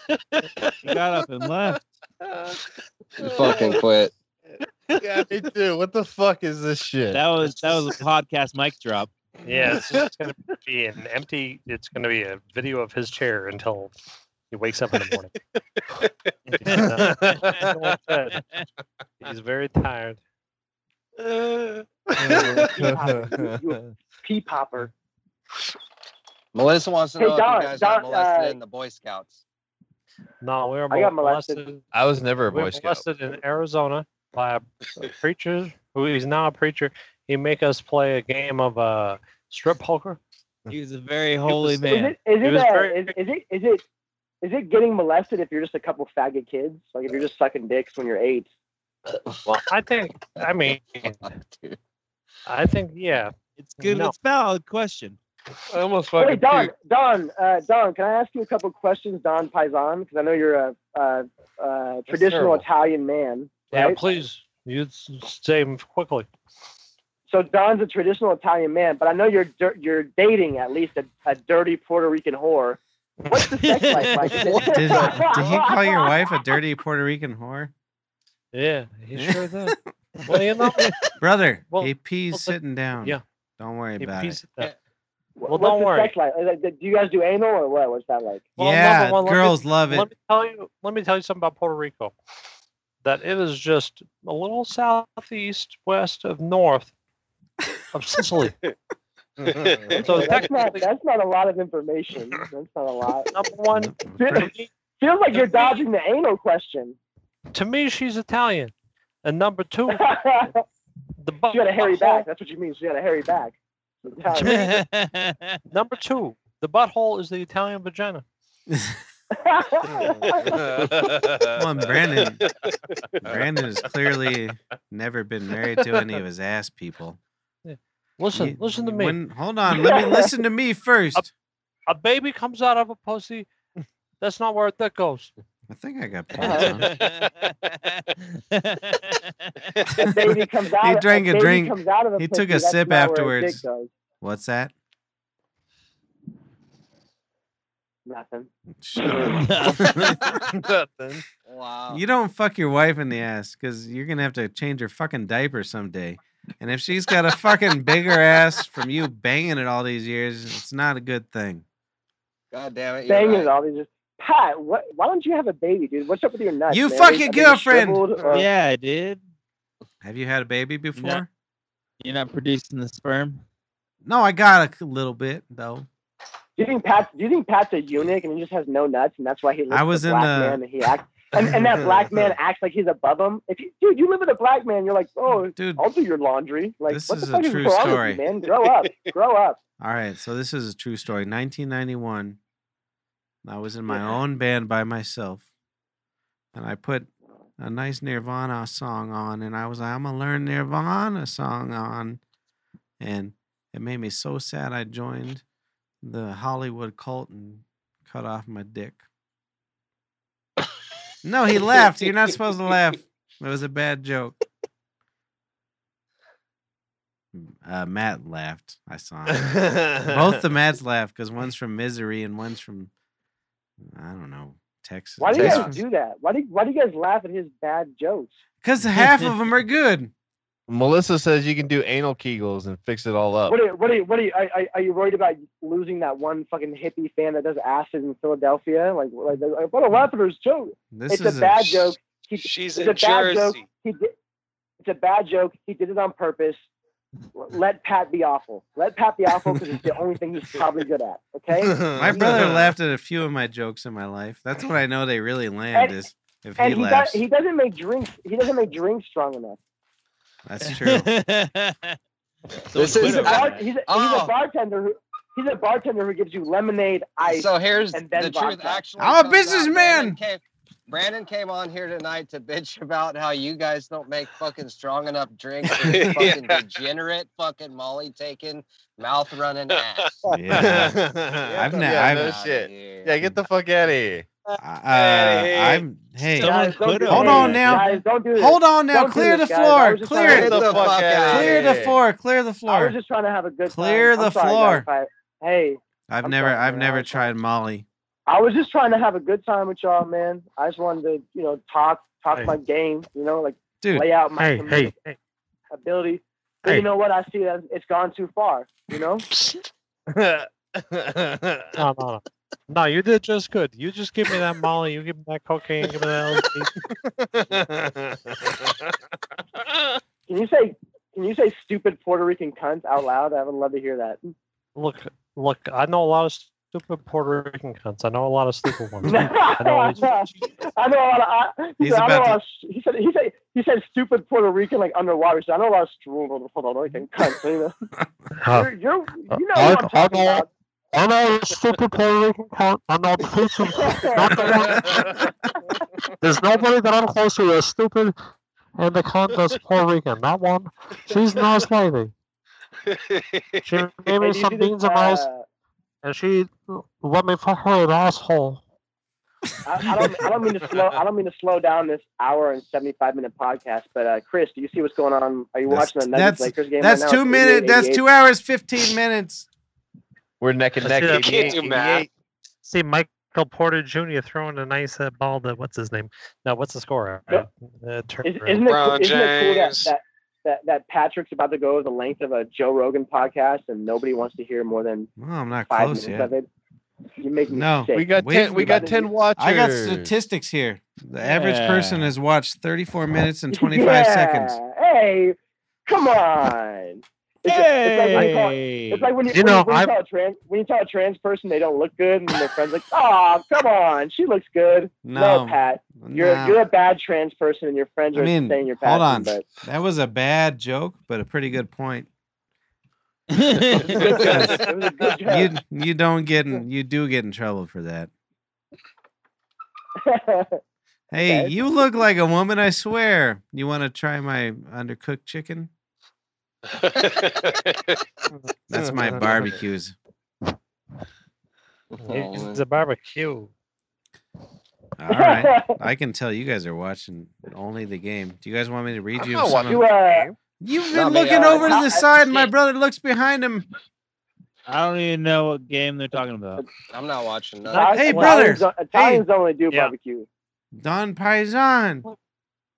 Speaker 4: He got up and [laughs] left.
Speaker 5: fucking quit.
Speaker 3: Yeah, me too. What the fuck is this shit?
Speaker 4: That was that was a podcast mic [laughs] drop.
Speaker 7: Yeah, it's just
Speaker 19: [laughs]
Speaker 7: gonna be an empty. It's gonna be a video of his chair until he wakes up in the morning. Like that.
Speaker 13: [laughs]
Speaker 7: He's very tired.
Speaker 19: [laughs]
Speaker 3: [laughs]
Speaker 13: you pea popper.
Speaker 5: Melissa wants to
Speaker 13: Hey,
Speaker 5: know
Speaker 13: Don,
Speaker 5: if you guys
Speaker 13: Don,
Speaker 5: are molested
Speaker 13: uh,
Speaker 5: in the
Speaker 3: [laughs]
Speaker 5: Boy Scouts. [laughs]
Speaker 7: No, we were
Speaker 13: I got
Speaker 7: molested.
Speaker 20: I was never a
Speaker 7: we
Speaker 20: Boy
Speaker 7: were
Speaker 20: Scout.
Speaker 7: molested in Arizona by a a preacher who is now a preacher. He make us play a game of uh, strip poker.
Speaker 4: He was a very holy man.
Speaker 13: Is it is
Speaker 7: It
Speaker 13: it,
Speaker 7: was
Speaker 13: uh,
Speaker 7: very-
Speaker 13: is, is it is it is it getting molested if you're just a couple faggot kids? Like if you're just sucking dicks when you're eight?
Speaker 7: Well, I think. I mean, I think yeah.
Speaker 4: It's good.
Speaker 7: No.
Speaker 4: It's valid question.
Speaker 20: I almost
Speaker 13: Wait, Don, Don, uh, Don, can I ask you a couple questions, Don Paisan? Because I know you're a, a, a traditional
Speaker 7: terrible.
Speaker 13: Italian man.
Speaker 7: Yeah,
Speaker 13: right?
Speaker 7: please. You s- say them quickly.
Speaker 13: So Don's a traditional Italian man, but I know you're dir- you're dating at least a, a dirty Puerto Rican whore. What's the sex life like?
Speaker 2: Did, did he call your wife a dirty Puerto Rican whore?
Speaker 7: [laughs] Yeah, he sure does. Well, you know,
Speaker 2: Brother,
Speaker 7: Well,
Speaker 2: he pees
Speaker 7: well, the-
Speaker 2: sitting down.
Speaker 7: yeah.
Speaker 2: Don't worry
Speaker 7: he
Speaker 2: about
Speaker 7: piece
Speaker 2: it.
Speaker 7: of that.
Speaker 13: Well,
Speaker 7: don't
Speaker 13: What's
Speaker 7: worry.
Speaker 13: the sex like? Is it- Do you guys do anal or what? What's that like?
Speaker 7: Well,
Speaker 2: yeah,
Speaker 7: number one, let me-
Speaker 2: girls love it.
Speaker 7: Let me tell you. Let me tell you something about Puerto Rico. That it is just a little southeast west of north of Sicily. so
Speaker 13: that's not
Speaker 7: technically,
Speaker 13: that's not a lot of information. That's not
Speaker 7: [laughs]
Speaker 13: a lot.
Speaker 7: number one
Speaker 13: Fe- Feels
Speaker 7: [laughs]
Speaker 13: like you're dodging the anal question. [laughs]
Speaker 7: to me, she's Italian, and number two,
Speaker 13: she got
Speaker 7: the bu-
Speaker 13: a hairy
Speaker 7: butthole-
Speaker 13: back. That's what you mean. She got a
Speaker 7: [laughs]
Speaker 13: hairy back.
Speaker 7: To [laughs] me,
Speaker 2: [laughs]
Speaker 7: number two, the butthole is the Italian vagina.
Speaker 2: Come on, Brandon. Brandon has clearly never been married to any of his ass people.
Speaker 7: Listen,
Speaker 2: You-
Speaker 7: listen to me.
Speaker 2: When, hold on, let me listen to
Speaker 7: [laughs]
Speaker 2: me first.
Speaker 7: a baby comes out of a pussy. That's not where
Speaker 2: [laughs]
Speaker 7: that goes.
Speaker 2: I think I got
Speaker 7: Uh,
Speaker 2: pants on.
Speaker 7: [laughs]
Speaker 13: A
Speaker 2: [laughs]
Speaker 13: baby comes out.
Speaker 2: drank a
Speaker 13: baby
Speaker 2: drink.
Speaker 13: Comes out of a
Speaker 2: He took
Speaker 13: pussy,
Speaker 2: a
Speaker 13: that's
Speaker 2: sip
Speaker 13: not where a dick
Speaker 2: afterwards.
Speaker 13: goes.
Speaker 2: What's that?
Speaker 13: Nothing.
Speaker 7: [laughs]
Speaker 20: Nothing.
Speaker 5: Wow.
Speaker 2: [laughs] You don't fuck your wife in the ass because you're gonna have to change her fucking diaper someday. And if she's got a fucking bigger ass from you banging it all these years, it's not a good thing.
Speaker 5: God damn it.
Speaker 13: Banging
Speaker 5: You're
Speaker 13: it
Speaker 5: right.
Speaker 13: all. They just Pat. What? Why don't you have a baby, dude? What's up with your nuts?
Speaker 2: You
Speaker 13: man?
Speaker 2: fuck
Speaker 13: They-
Speaker 2: your
Speaker 13: are they
Speaker 2: girlfriend.
Speaker 13: shriveled or-
Speaker 4: yeah, dude.
Speaker 2: Have you had a baby before?
Speaker 4: You're not producing the sperm.
Speaker 2: No, I got a little bit though.
Speaker 13: Do you think Pat? Do you think Pat's a eunuch and he just has no nuts, and that's why he looks
Speaker 2: I
Speaker 13: like
Speaker 2: was
Speaker 13: a
Speaker 2: in
Speaker 13: black
Speaker 2: the-
Speaker 13: man and he acts? And, and that
Speaker 2: [laughs]
Speaker 13: black man acts like he's above him. If you, dude, you live with a black man, you're like, oh,
Speaker 2: Dude,
Speaker 13: I'll do your laundry. Like,
Speaker 2: this
Speaker 13: what
Speaker 2: is
Speaker 13: the
Speaker 2: a
Speaker 13: fuck is
Speaker 2: true
Speaker 13: going
Speaker 2: story.
Speaker 13: on with you, man? Grow up, grow up.
Speaker 2: All right, so this is a true story. 1991, I was in my own band by myself, and I put a nice Nirvana song on, and I was like, I'm gonna learn Nirvana song on, and it made me so sad. I joined the Hollywood cult and cut off my dick. No, he laughed. You're not supposed to laugh. It was a bad joke. Uh, Matt laughed. I saw him both the Mats laugh because one's from Misery and one's from I don't know Texas.
Speaker 13: Why do you guys
Speaker 2: [laughs] Texas.
Speaker 13: do that? Why do Why do you guys laugh at his bad jokes?
Speaker 2: Because half of them are good.
Speaker 20: Melissa says you can do anal kegels and fix it all up.
Speaker 3: [laughs]
Speaker 13: What are, what are, what are you, are, are- are you worried about losing that one fucking hippie fan that does acid in Philadelphia? Like, like, like what a laughter's joke.
Speaker 2: This
Speaker 13: it's
Speaker 2: is
Speaker 13: a bad joke.
Speaker 19: [laughs]
Speaker 13: He,
Speaker 19: She's
Speaker 13: it's
Speaker 19: in
Speaker 13: a bad joke.
Speaker 19: Jersey.
Speaker 13: He did, it's a bad joke. He did it on purpose. Let Pat be awful. Let Pat be awful because it's the only thing he's probably good at.
Speaker 5: [laughs]
Speaker 13: Okay.
Speaker 2: [laughs]
Speaker 19: [laughs]
Speaker 2: My
Speaker 7: [laughs]
Speaker 2: brother laughed at a few of my jokes in my life. That's when I know they really land
Speaker 13: And-
Speaker 2: is if he
Speaker 13: And he, does,
Speaker 2: laughs.
Speaker 13: he doesn't make drinks. He doesn't make drinks strong enough.
Speaker 2: That's
Speaker 4: [laughs]
Speaker 2: true.
Speaker 5: This
Speaker 13: He's
Speaker 5: is.
Speaker 13: a, bar,
Speaker 5: I,
Speaker 13: he's, a, he's
Speaker 5: Oh.
Speaker 13: a bartender who he's a bartender who gives you lemonade, ice,
Speaker 5: so here's
Speaker 13: and then
Speaker 5: the
Speaker 13: vodka.
Speaker 5: truth. Actually,
Speaker 2: I'm a
Speaker 5: comes out. Brandon
Speaker 2: businessman.
Speaker 5: came- Brandon came on here tonight to bitch [laughs] about how you guys don't make fucking strong enough drinks
Speaker 3: [laughs]
Speaker 5: for your fucking degenerate fucking Molly taking mouth
Speaker 3: [laughs]
Speaker 5: running ass.
Speaker 3: Yeah. I've
Speaker 5: ne-
Speaker 3: never.
Speaker 5: I've-
Speaker 3: no shit. Yeah, get the fuck out of here.
Speaker 2: uh, I'm- hey.
Speaker 3: Guys, don't do
Speaker 2: hold
Speaker 3: this.
Speaker 2: on now.
Speaker 3: Guys,
Speaker 13: don't do
Speaker 2: Hold on now.
Speaker 13: Don't do
Speaker 2: Clear
Speaker 13: this,
Speaker 2: the
Speaker 13: guys. I
Speaker 2: floor.
Speaker 13: was just
Speaker 2: Clear
Speaker 13: trying to
Speaker 2: it.
Speaker 13: get the fuck out of
Speaker 2: Clear the
Speaker 13: here.
Speaker 2: floor. Clear the
Speaker 13: I
Speaker 2: floor.
Speaker 13: was just trying to have a good
Speaker 2: Clear
Speaker 13: time. I'm
Speaker 2: the
Speaker 13: sorry,
Speaker 2: floor.
Speaker 13: guys, if I- hey,
Speaker 2: I've
Speaker 13: I'm
Speaker 2: never,
Speaker 13: sorry,
Speaker 2: I've
Speaker 13: man.
Speaker 2: never tried Molly.
Speaker 13: I was just trying to have a good time with y'all, man. I just wanted to, you know, talk, talk my game, you know, like
Speaker 2: Dude.
Speaker 13: lay out my
Speaker 2: Hey,
Speaker 13: comedic ability. But you know what? I see that it's gone too far, you know?
Speaker 3: [laughs]
Speaker 7: No, no, no. No, you did just good. You just give me that Molly. You give me that cocaine. Give me that LSD.
Speaker 13: Can you say can you say stupid Puerto Rican cunt out loud? I would love to hear that. [laughs]
Speaker 7: look, look. I know a lot of stupid Puerto Rican cunts. I know a lot of stupid ones. I know
Speaker 13: I know a lot of. I, he
Speaker 7: He's
Speaker 13: said, I know
Speaker 7: about to-
Speaker 13: a lot of sh- he said he said he said stupid Puerto Rican like underwater. So I know a lot of strudel Puerto Rican cunts. You know,
Speaker 7: [laughs]
Speaker 13: you're, you're you know what I'm talking [laughs] about.
Speaker 7: I know
Speaker 13: [laughs]
Speaker 7: a stupid Puerto Rican cunt. I know stupid. Not the one. There's nobody that I'm close to that's stupid, and the cunt that's Puerto Rican. That one. She's a nice lady. [laughs] She gave me
Speaker 13: Hey, did you
Speaker 7: some
Speaker 13: do this,
Speaker 7: beans and rice,
Speaker 13: uh,
Speaker 7: and she let me fuck her in the asshole.
Speaker 13: I, I don't I don't mean to slow I don't mean to slow down this hour and seventy five minute podcast. But uh, Chris, do you see what's going on? Are you
Speaker 2: That's-
Speaker 13: watching the Nuggets
Speaker 2: That's
Speaker 13: Lakers game?
Speaker 2: that's
Speaker 13: right now?
Speaker 2: two
Speaker 13: It's
Speaker 2: minutes. That's
Speaker 13: 88.
Speaker 2: two hours fifteen minutes.
Speaker 3: We're neck and neck.
Speaker 7: see that.
Speaker 3: 88,
Speaker 7: Can't do
Speaker 3: 88.
Speaker 7: See Michael Porter Jr. throwing a nice uh, ball to what's his name? Now what's the score?
Speaker 13: Yep.
Speaker 7: Uh, turn
Speaker 13: Is, isn't
Speaker 7: around.
Speaker 13: it, cool, isn't it cool that, that, that, that Patrick's about to go the length of a Joe Rogan podcast and nobody wants to hear more than
Speaker 2: Well, I'm not
Speaker 13: five
Speaker 2: close
Speaker 13: minutes
Speaker 2: yet.
Speaker 13: of it? You make me
Speaker 2: No,
Speaker 13: sick.
Speaker 2: Wait for me. I got statistics here. The average
Speaker 13: Yeah.
Speaker 2: person has watched
Speaker 13: [laughs]
Speaker 2: 34 minutes and 25
Speaker 13: Yeah.
Speaker 2: seconds.
Speaker 13: Hey, come on. It's, it's like when you call- it's like when you,
Speaker 2: You
Speaker 13: when you-
Speaker 2: know,
Speaker 13: when you
Speaker 2: I've-
Speaker 13: tell a trans when you tell a trans person they don't look good and their friends like, oh, come on, she looks good.
Speaker 2: No.
Speaker 13: Pat, you're
Speaker 2: No.
Speaker 13: you're a bad trans person and your friends
Speaker 2: I
Speaker 13: are
Speaker 2: mean,
Speaker 13: saying you're bad.
Speaker 2: hold on.
Speaker 13: but
Speaker 2: That was a bad joke, but a pretty good point.
Speaker 13: it was a good
Speaker 2: you
Speaker 13: joke.
Speaker 2: you don't get in,
Speaker 13: [laughs]
Speaker 2: you do get in trouble for that. Hey, you look like a woman, I swear. You want to try my undercooked chicken? That's
Speaker 13: [laughs]
Speaker 7: [laughs]
Speaker 2: my barbecues.
Speaker 5: [laughs]
Speaker 7: It's a barbecue.
Speaker 2: [laughs] All
Speaker 13: [laughs]
Speaker 2: right. I can tell you guys are watching only the game. Do you guys want me to read you
Speaker 13: not
Speaker 2: some of-
Speaker 13: watching the game.
Speaker 2: You've
Speaker 13: Not
Speaker 2: been
Speaker 13: me,
Speaker 2: looking
Speaker 13: uh,
Speaker 2: over to
Speaker 13: I-
Speaker 2: the side and my brother looks behind him.
Speaker 4: I don't even know what game they're talking about.
Speaker 5: I'm not watching that.
Speaker 13: Italians-
Speaker 2: Hey,
Speaker 13: Italians
Speaker 2: brother.
Speaker 13: don't- Italians only do barbecue.
Speaker 2: Don Paisan.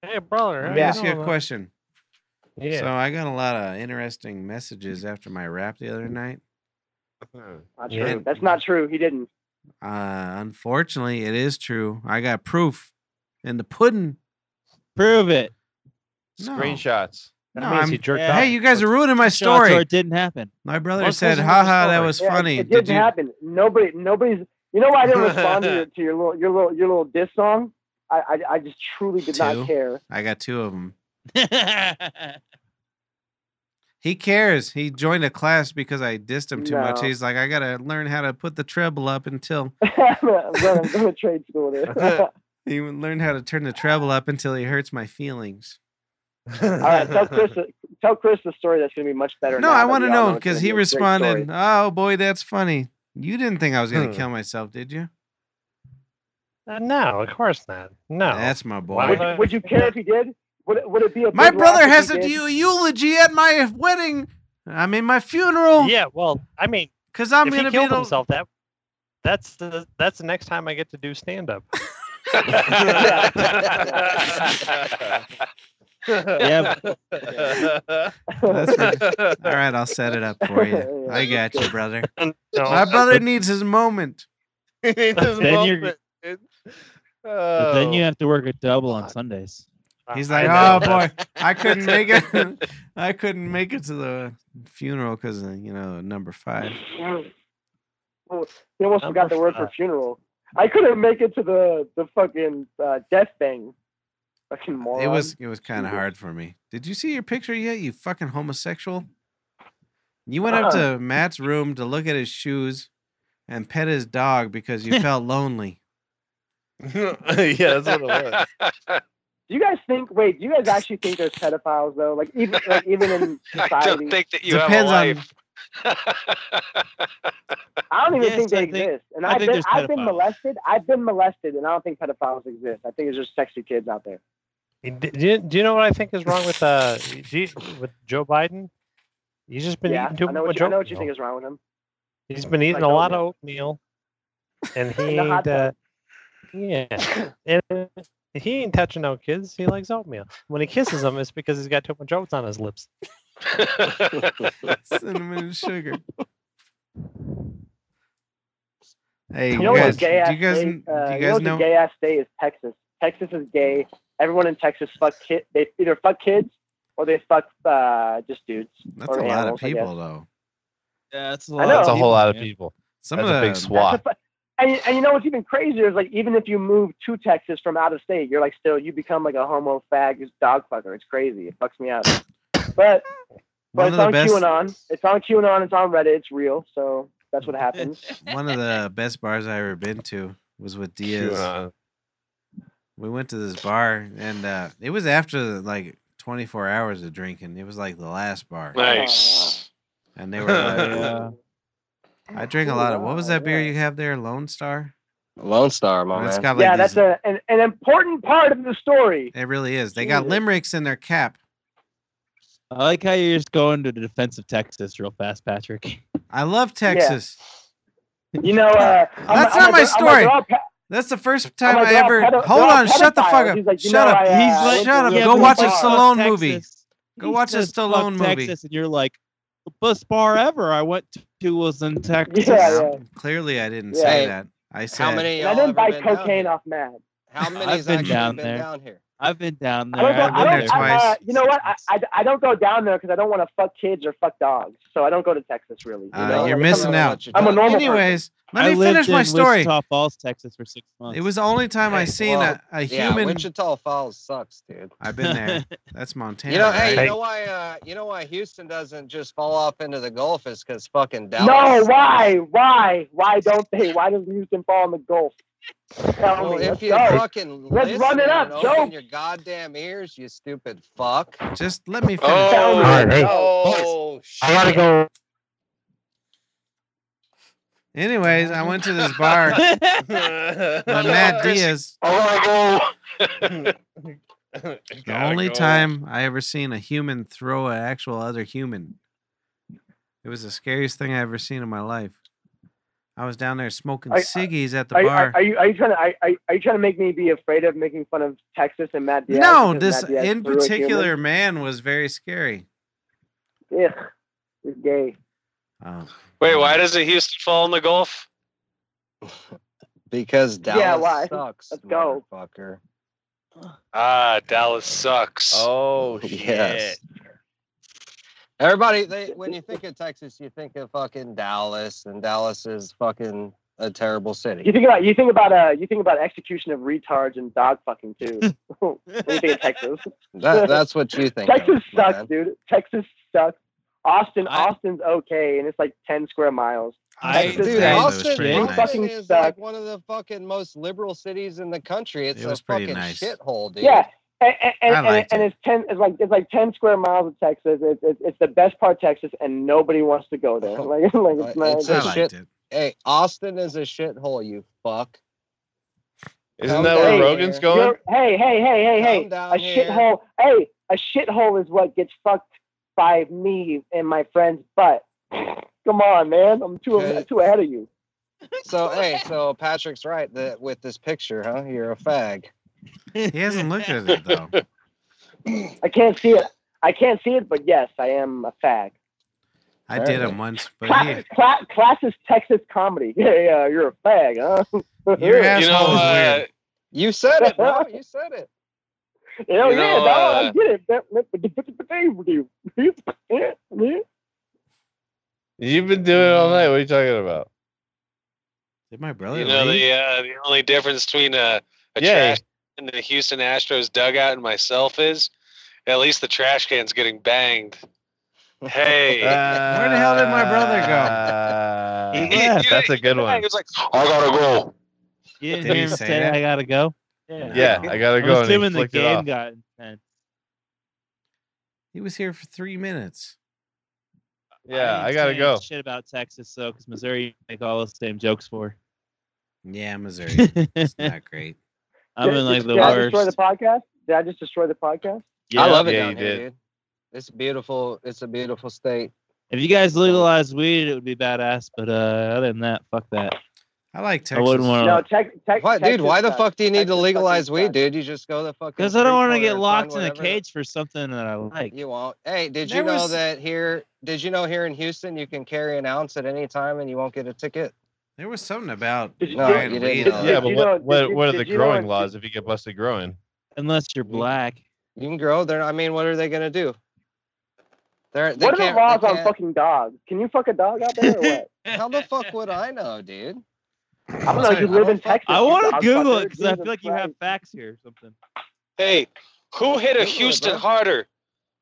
Speaker 7: Hey, brother.
Speaker 2: Let
Speaker 7: I
Speaker 2: me
Speaker 7: don't
Speaker 2: ask you
Speaker 13: Oh,
Speaker 7: know.
Speaker 2: a question.
Speaker 7: Yeah.
Speaker 2: So I got a lot of interesting messages after my rap the
Speaker 13: Mm-hmm.
Speaker 2: other night.
Speaker 3: [laughs]
Speaker 13: Not
Speaker 2: Yeah.
Speaker 13: true. That's not true. He didn't.
Speaker 2: Uh, unfortunately, it is true. I got proof in the pudding.
Speaker 4: Prove it.
Speaker 2: No.
Speaker 13: [laughs]
Speaker 3: Screenshots.
Speaker 2: No, I'm- hey, you guys are ruining my
Speaker 4: Screenshots Or
Speaker 2: story.
Speaker 4: it didn't happen. [laughs]
Speaker 2: My brother
Speaker 4: Mark
Speaker 2: said,
Speaker 4: wasn't
Speaker 2: "Ha
Speaker 4: in the
Speaker 2: ha, that
Speaker 4: story."
Speaker 2: was
Speaker 13: Yeah,
Speaker 2: funny."
Speaker 13: It,
Speaker 2: Did
Speaker 13: didn't
Speaker 2: you?
Speaker 13: happen. Nobody, nobody's. You know why I didn't respond to your, to your little, your little, your little diss song? I, I, I just truly did
Speaker 2: Two.
Speaker 13: not care. [laughs]
Speaker 2: I got two of them.
Speaker 4: That's
Speaker 2: He cares. He joined a class because I dissed him too much.
Speaker 13: No.
Speaker 2: He's like, "I gotta learn how to put the treble up until
Speaker 13: I'm going to trade school
Speaker 3: [laughs]
Speaker 13: there.
Speaker 2: he would learn how to turn the treble up until he hurts my feelings."
Speaker 13: All right, tell
Speaker 3: [laughs]
Speaker 13: Chris, tell Chris the story that's going to be much better.
Speaker 2: No,
Speaker 13: now
Speaker 2: I
Speaker 13: that
Speaker 2: want
Speaker 13: we
Speaker 2: to
Speaker 13: all
Speaker 2: know
Speaker 13: it's
Speaker 2: because
Speaker 13: gonna
Speaker 2: he
Speaker 13: be a great story.
Speaker 2: responded, "Oh boy, that's funny. You didn't think I was gonna
Speaker 7: Hmm.
Speaker 2: kill myself, did you?"
Speaker 7: Uh, no, of course not. No.
Speaker 2: That's my boy.
Speaker 7: Why
Speaker 13: Would
Speaker 7: would
Speaker 13: you,
Speaker 7: I-
Speaker 13: would you care if he did? Would it, would it be a
Speaker 2: My
Speaker 13: big laugh
Speaker 2: brother
Speaker 13: if
Speaker 2: has
Speaker 13: he
Speaker 2: a
Speaker 13: did?
Speaker 2: eu- eulogy at my wedding. I mean, my funeral.
Speaker 7: Yeah. Well, I mean,
Speaker 2: because I'm
Speaker 7: if
Speaker 2: gonna
Speaker 7: he
Speaker 2: be
Speaker 7: killed
Speaker 2: the-
Speaker 7: himself. That that's the that's the next time I get to do
Speaker 2: [laughs]
Speaker 7: stand up.
Speaker 4: Yeah.
Speaker 2: That's
Speaker 7: [laughs]
Speaker 2: right. All right, I'll set it up for
Speaker 13: [laughs]
Speaker 2: you. I got you, brother. My
Speaker 7: [laughs]
Speaker 2: brother needs his moment.
Speaker 3: he needs his
Speaker 4: Then you're-
Speaker 3: moment, dude.
Speaker 4: But
Speaker 3: Oh.
Speaker 4: then you have to work a double on Sundays.
Speaker 2: He's like,
Speaker 4: I
Speaker 2: oh
Speaker 4: know.
Speaker 2: boy, I couldn't make
Speaker 7: [laughs]
Speaker 2: it. [laughs] I couldn't make it to the funeral because you know number five.
Speaker 13: Oh, He almost
Speaker 2: Number
Speaker 13: forgot the word for
Speaker 2: five.
Speaker 13: funeral. I couldn't make it to the the fucking uh, death thing. Fucking moron.
Speaker 2: It was it was kind of hard for me. Did you see your picture yet? You fucking homosexual. You went up
Speaker 13: Uh-uh.
Speaker 2: to Matt's
Speaker 13: [laughs]
Speaker 2: room to look at his shoes and pet his dog because you felt lonely.
Speaker 18: yeah, that's what it was.
Speaker 13: Do you guys think? Wait, do you guys actually think there's pedophiles though? Like even like even in society,
Speaker 7: [laughs] I [laughs] don't think that you have a life. [laughs]
Speaker 13: I don't even
Speaker 11: Yes,
Speaker 13: think they
Speaker 11: I think-
Speaker 13: exist. And
Speaker 11: I
Speaker 13: I've
Speaker 11: think
Speaker 13: been
Speaker 11: there's
Speaker 13: I've been
Speaker 11: pedophiles.
Speaker 13: molested. I've been molested, and I don't think pedophiles exist. I think it's just sexy kids out there.
Speaker 3: Do you, do you know what I think is wrong with uh do you- with Joe Biden? He's just been
Speaker 13: yeah,
Speaker 3: eating too
Speaker 13: I know,
Speaker 3: much
Speaker 13: what you, I know what you
Speaker 3: oatmeal.
Speaker 13: think is wrong with them.
Speaker 3: He's been eating
Speaker 13: Like
Speaker 3: a lot
Speaker 13: oatmeal.
Speaker 3: of oatmeal, and he
Speaker 13: In the
Speaker 3: ain't,
Speaker 13: hot
Speaker 3: uh, yeah, and he ain't touching no kids. He likes oatmeal. When he kisses them, it's because he's got too much oats on
Speaker 9: [laughs]
Speaker 3: his lips.
Speaker 2: Cinnamon and sugar. Hey,
Speaker 13: You
Speaker 2: you,
Speaker 13: know
Speaker 2: guys,
Speaker 13: what's gay ass
Speaker 2: do you guys,
Speaker 13: state?
Speaker 2: do
Speaker 13: uh,
Speaker 2: you
Speaker 13: know
Speaker 2: guys
Speaker 13: what's a
Speaker 2: know?
Speaker 13: gay ass state is Texas. Texas is gay. Everyone in Texas fuck kid. They either fuck kids or they fuck uh, just dudes.
Speaker 2: That's
Speaker 13: or
Speaker 2: a lot of
Speaker 13: animals, I guess.
Speaker 2: people, though.
Speaker 10: Yeah, that's a
Speaker 13: I lot know. of
Speaker 18: That's a
Speaker 13: people,
Speaker 18: whole lot of
Speaker 10: man.
Speaker 18: people.
Speaker 2: Some
Speaker 18: That's
Speaker 2: of
Speaker 18: a big
Speaker 2: the-
Speaker 18: swath.
Speaker 13: That's a fu- and, and you know what's even crazier is like even if you move to Texas from out of state, you're like still you become like a homo fag who's dog fucker. It's crazy. It fucks me out. But
Speaker 2: One
Speaker 13: but
Speaker 2: of
Speaker 13: it's
Speaker 2: the
Speaker 13: on
Speaker 2: best-
Speaker 13: QAnon. It's on QAnon. It's on Reddit. It's real. So that's what happens.
Speaker 2: One of the best bars I ever been to was with Diaz.
Speaker 18: QAnon.
Speaker 2: We went to this bar, and uh, it was after like 24 hours of drinking. It was like the last bar,
Speaker 9: Nice.
Speaker 2: and they were
Speaker 5: [laughs]
Speaker 2: like,
Speaker 10: Yeah.
Speaker 2: [laughs] "I drink a lot of what was that beer you have there, Lone Star?"
Speaker 5: Lone Star, my
Speaker 2: And it's
Speaker 5: man.
Speaker 2: got like
Speaker 13: yeah,
Speaker 2: these,
Speaker 13: that's a, an an important part of the story.
Speaker 2: it really is. They got
Speaker 13: Jesus.
Speaker 2: limericks in their cap.
Speaker 10: I like how you're just going to the defense of Texas real fast,
Speaker 13: [laughs]
Speaker 10: Patrick.
Speaker 2: I love Texas.
Speaker 13: You
Speaker 2: [laughs]
Speaker 13: know, uh, I'm,
Speaker 2: That's not
Speaker 13: I'm like,
Speaker 2: my
Speaker 13: I'm like,
Speaker 2: story.
Speaker 13: they're all pe-
Speaker 2: That's the first time
Speaker 13: like,
Speaker 2: I
Speaker 13: they're all
Speaker 2: ever.
Speaker 13: pedo-
Speaker 2: Hold
Speaker 13: they're all
Speaker 2: on, shut the fuck
Speaker 13: pedophiles.
Speaker 2: up.
Speaker 13: He's like, you
Speaker 2: shut
Speaker 13: know,
Speaker 2: up.
Speaker 13: I, uh, He's like,
Speaker 2: shut up.
Speaker 13: yeah,
Speaker 2: Go
Speaker 13: but
Speaker 2: watch a
Speaker 13: fuck
Speaker 2: Stallone
Speaker 10: Texas.
Speaker 2: movie. Go
Speaker 10: He
Speaker 2: watch a
Speaker 10: says, "Fuck
Speaker 2: Stallone movie.
Speaker 10: Texas, and you're like, the best bar ever I went to was in Texas.
Speaker 13: Yeah, yeah.
Speaker 2: Clearly, I didn't
Speaker 13: Yeah.
Speaker 2: say
Speaker 5: Hey,
Speaker 2: that. I said
Speaker 5: How many of
Speaker 13: And
Speaker 5: y'all
Speaker 13: I
Speaker 5: ever
Speaker 13: didn't buy
Speaker 5: been down
Speaker 13: cocaine
Speaker 5: here?
Speaker 13: off Mad.
Speaker 5: How many's
Speaker 10: I've been
Speaker 5: actually
Speaker 10: down
Speaker 5: been
Speaker 10: there.
Speaker 5: down here?
Speaker 10: I've been down
Speaker 13: I
Speaker 10: there.
Speaker 13: don't go.
Speaker 10: I've
Speaker 13: I
Speaker 2: been
Speaker 13: don't,
Speaker 2: there
Speaker 13: I, uh,
Speaker 2: twice.
Speaker 13: you know what? I, I, I don't go down there because I don't want to fuck kids or fuck dogs. So I don't go to Texas really. You
Speaker 2: Uh,
Speaker 13: know?
Speaker 2: you're
Speaker 13: Like,
Speaker 2: missing
Speaker 13: I'm,
Speaker 5: know
Speaker 2: out.
Speaker 5: what you're
Speaker 13: I'm a
Speaker 5: talking
Speaker 13: normal. person.
Speaker 2: Anyways, let
Speaker 10: I
Speaker 2: me
Speaker 10: lived
Speaker 2: finish my
Speaker 10: in
Speaker 2: story.
Speaker 10: Wichita Falls, Texas, for six months.
Speaker 2: It was the only time I seen
Speaker 5: well,
Speaker 2: a, a
Speaker 5: Yeah,
Speaker 2: human.
Speaker 5: Wichita Falls sucks, dude.
Speaker 2: I've
Speaker 10: [laughs]
Speaker 2: been
Speaker 5: [laughs]
Speaker 2: there. That's Montana.
Speaker 5: You know, hey,
Speaker 2: right?
Speaker 5: you know why? Uh, you know why Houston doesn't just fall off into the Gulf is because fucking Dallas.
Speaker 13: No, why, why, why don't they? Why does Houston fall in the Gulf?
Speaker 5: Well,
Speaker 13: Tell me. Let's
Speaker 5: if you
Speaker 13: go.
Speaker 5: fucking
Speaker 13: Let's
Speaker 5: listen
Speaker 13: run it up,
Speaker 5: and open
Speaker 13: Joe.
Speaker 5: your goddamn ears, you stupid fuck.
Speaker 2: Just let me finish.
Speaker 13: Tell me.
Speaker 7: Oh,
Speaker 3: Alright, hey.
Speaker 5: Oh shit!
Speaker 3: I gotta [laughs] go.
Speaker 2: Anyways, I went to this
Speaker 5: [laughs]
Speaker 2: bar when [laughs] Matt Diaz.
Speaker 5: Oh,
Speaker 7: I wanna go.
Speaker 2: The only time I ever seen a human throw an actual other human. It was the scariest thing I ever seen in my life. I was down there smoking
Speaker 13: I- I-
Speaker 2: ciggies at the
Speaker 13: Are, you-
Speaker 2: bar.
Speaker 13: are, are you are you trying to are, are are you trying to make me be afraid of making fun of Texas and Matt Diaz?
Speaker 2: no,
Speaker 13: because
Speaker 2: this
Speaker 13: Matt Diaz
Speaker 2: in
Speaker 13: threw a human?
Speaker 2: particular man was very scary.
Speaker 13: Ugh, he's gay.
Speaker 2: Oh,
Speaker 9: Wait, why doesn't Houston fall in the Gulf?
Speaker 5: Because Dallas
Speaker 13: Yeah, why?
Speaker 5: sucks.
Speaker 13: Let's go.
Speaker 5: motherfucker. [laughs]
Speaker 9: Ah, Dallas sucks.
Speaker 21: Oh shit!
Speaker 5: [laughs] Yes. Everybody, they, when you think of Texas, you think of fucking Dallas, and Dallas is fucking a terrible
Speaker 13: You
Speaker 5: city.
Speaker 13: think about you think about uh you think about execution of retards and dog fucking
Speaker 2: [laughs]
Speaker 13: too. [laughs] when you think of Texas.
Speaker 5: That, that's what you think. of,
Speaker 13: Texas
Speaker 5: my
Speaker 13: sucks,
Speaker 5: man.
Speaker 13: dude. Texas sucks. Austin,
Speaker 10: I-
Speaker 13: Austin's okay, and it's like ten square miles.
Speaker 10: I
Speaker 13: Texas
Speaker 5: Dude,
Speaker 10: Texas-
Speaker 2: Nice. It was
Speaker 5: Austin,
Speaker 2: pretty
Speaker 5: Austin
Speaker 13: nice.
Speaker 5: is like
Speaker 13: Fucking
Speaker 5: one of the fucking most liberal cities in the country. It's
Speaker 2: It was
Speaker 5: a
Speaker 2: pretty
Speaker 5: fucking
Speaker 2: nice.
Speaker 5: shithole, dude.
Speaker 13: Yeah, and and, and,
Speaker 2: I
Speaker 13: and-
Speaker 2: liked
Speaker 13: and
Speaker 2: it.
Speaker 13: it's ten. It's like it's like ten square miles of Texas. It's it's, it's the best part of Texas, and nobody wants to go there. [laughs] Like like it's
Speaker 5: Uh,
Speaker 13: not.
Speaker 5: it's
Speaker 2: Oh, I
Speaker 5: a
Speaker 2: liked
Speaker 5: shit-
Speaker 2: it.
Speaker 5: Hey, Austin is a shithole, you fuck.
Speaker 18: Isn't that where
Speaker 13: Hey,
Speaker 18: Rogan's
Speaker 5: there.
Speaker 18: going?
Speaker 13: You're- hey hey hey hey hey
Speaker 5: Calm down
Speaker 13: a
Speaker 5: here.
Speaker 13: shithole. Hey, a shithole is what gets fucked by me and my friends. But come on, man, I'm too
Speaker 5: Good.
Speaker 13: too ahead of you.
Speaker 5: So hey, so Patrick's right that with this picture, huh? You're a fag.
Speaker 2: He hasn't looked at it
Speaker 5: [laughs]
Speaker 2: though.
Speaker 13: I can't see it. I can't see it, but yes, I am a fag.
Speaker 2: I did
Speaker 5: Alright.
Speaker 2: him once, but
Speaker 5: [laughs]
Speaker 2: he,
Speaker 13: Class, cla- classist Texas comedy. Yeah, yeah, you're a fag, huh?
Speaker 2: your
Speaker 13: yeah,
Speaker 9: You
Speaker 2: asshole
Speaker 9: know,
Speaker 2: is
Speaker 9: uh,
Speaker 2: weird.
Speaker 5: You said it, [laughs] bro. You said it.
Speaker 13: yeah,
Speaker 9: you know,
Speaker 13: dog, I
Speaker 9: uh,
Speaker 13: get it. That- that- that- that- that- that- that- that- that- that-
Speaker 18: You've been doing it all night. What are you talking
Speaker 13: [laughs]
Speaker 18: about?
Speaker 2: Did my brother
Speaker 9: you know
Speaker 2: leave?
Speaker 9: the uh, the only difference between a, a
Speaker 18: Yeah.
Speaker 9: trash and the Houston Astros dugout and myself is at least the trash can's getting banged.
Speaker 3: [laughs]
Speaker 9: Hey.
Speaker 3: Uh,
Speaker 18: Where
Speaker 2: the hell did my brother go?
Speaker 18: go?
Speaker 9: You-
Speaker 18: that's
Speaker 9: you-
Speaker 18: a good
Speaker 9: Yeah,
Speaker 18: one.
Speaker 9: he was like, I gotta go.
Speaker 4: You didn't
Speaker 2: Did he
Speaker 4: hear him
Speaker 2: say
Speaker 4: say,
Speaker 2: that?
Speaker 4: I gotta go.
Speaker 3: Yeah, I gotta
Speaker 4: I'm
Speaker 3: go. and he
Speaker 4: assuming the
Speaker 3: flicked it
Speaker 4: game
Speaker 3: off.
Speaker 4: got intense.
Speaker 2: He was here for three minutes.
Speaker 3: Yeah, I
Speaker 4: didn't
Speaker 3: gotta
Speaker 4: say
Speaker 3: go.
Speaker 4: Shit about Texas though, because Missouri make all the same jokes for.
Speaker 2: Yeah, [laughs] Missouri. it's not great.
Speaker 4: I'm
Speaker 13: Did I
Speaker 4: in like
Speaker 13: just-
Speaker 4: the
Speaker 13: did I destroy the
Speaker 4: worst.
Speaker 13: podcast? Did I just destroy the podcast?
Speaker 5: I love it
Speaker 4: Yeah,
Speaker 5: down
Speaker 4: you
Speaker 5: here,
Speaker 4: did.
Speaker 5: dude. It's beautiful. It's a beautiful state.
Speaker 4: If you guys legalized weed, it would be badass. But uh, other than that, fuck that.
Speaker 2: I like
Speaker 4: I wouldn't want
Speaker 13: No,
Speaker 4: to.
Speaker 13: tech, tech,
Speaker 5: What, dude?
Speaker 13: Texas
Speaker 5: Why the
Speaker 13: sucks.
Speaker 5: fuck do you need to
Speaker 13: Texas
Speaker 5: legalize
Speaker 13: fucking
Speaker 5: weed,
Speaker 13: sucks.
Speaker 5: dude? You just go the fucking.
Speaker 4: Because I don't
Speaker 5: want to
Speaker 4: get locked in a cage for something that I like.
Speaker 5: You won't. Hey, did
Speaker 2: There
Speaker 5: you know
Speaker 2: was-
Speaker 5: that here? Did you know here in Houston you can carry an ounce at any time and you won't get a ticket?
Speaker 2: There was something about
Speaker 13: Did you-
Speaker 2: Brian
Speaker 5: did-
Speaker 2: Lee,
Speaker 5: did-
Speaker 2: though.
Speaker 3: Yeah,
Speaker 13: Did
Speaker 3: but
Speaker 13: you know-
Speaker 3: what, what,
Speaker 13: did-
Speaker 3: what are
Speaker 13: did
Speaker 3: the
Speaker 13: you know
Speaker 3: growing
Speaker 13: in-
Speaker 3: laws if you get busted growing?
Speaker 4: Unless you're black.
Speaker 5: You can grow there. I mean, what are they gonna do? They're, they
Speaker 13: What are
Speaker 5: can't,
Speaker 13: the laws
Speaker 5: they
Speaker 13: on
Speaker 5: can't-
Speaker 13: fucking dogs? Can you fuck a dog out there
Speaker 5: [laughs]
Speaker 13: or what?
Speaker 5: How the fuck would I know, dude? [laughs]
Speaker 13: I don't
Speaker 5: I
Speaker 13: know. You live
Speaker 5: don't
Speaker 13: in
Speaker 5: fuck-
Speaker 13: Texas.
Speaker 4: I
Speaker 13: you
Speaker 4: want to
Speaker 13: dog
Speaker 4: Google
Speaker 13: fucker.
Speaker 4: it because I
Speaker 13: Jesus
Speaker 4: feel like you
Speaker 13: Christ.
Speaker 4: have facts here or something.
Speaker 7: Hey, who hit a
Speaker 5: Google it,
Speaker 7: Houston
Speaker 5: bro.
Speaker 7: harder?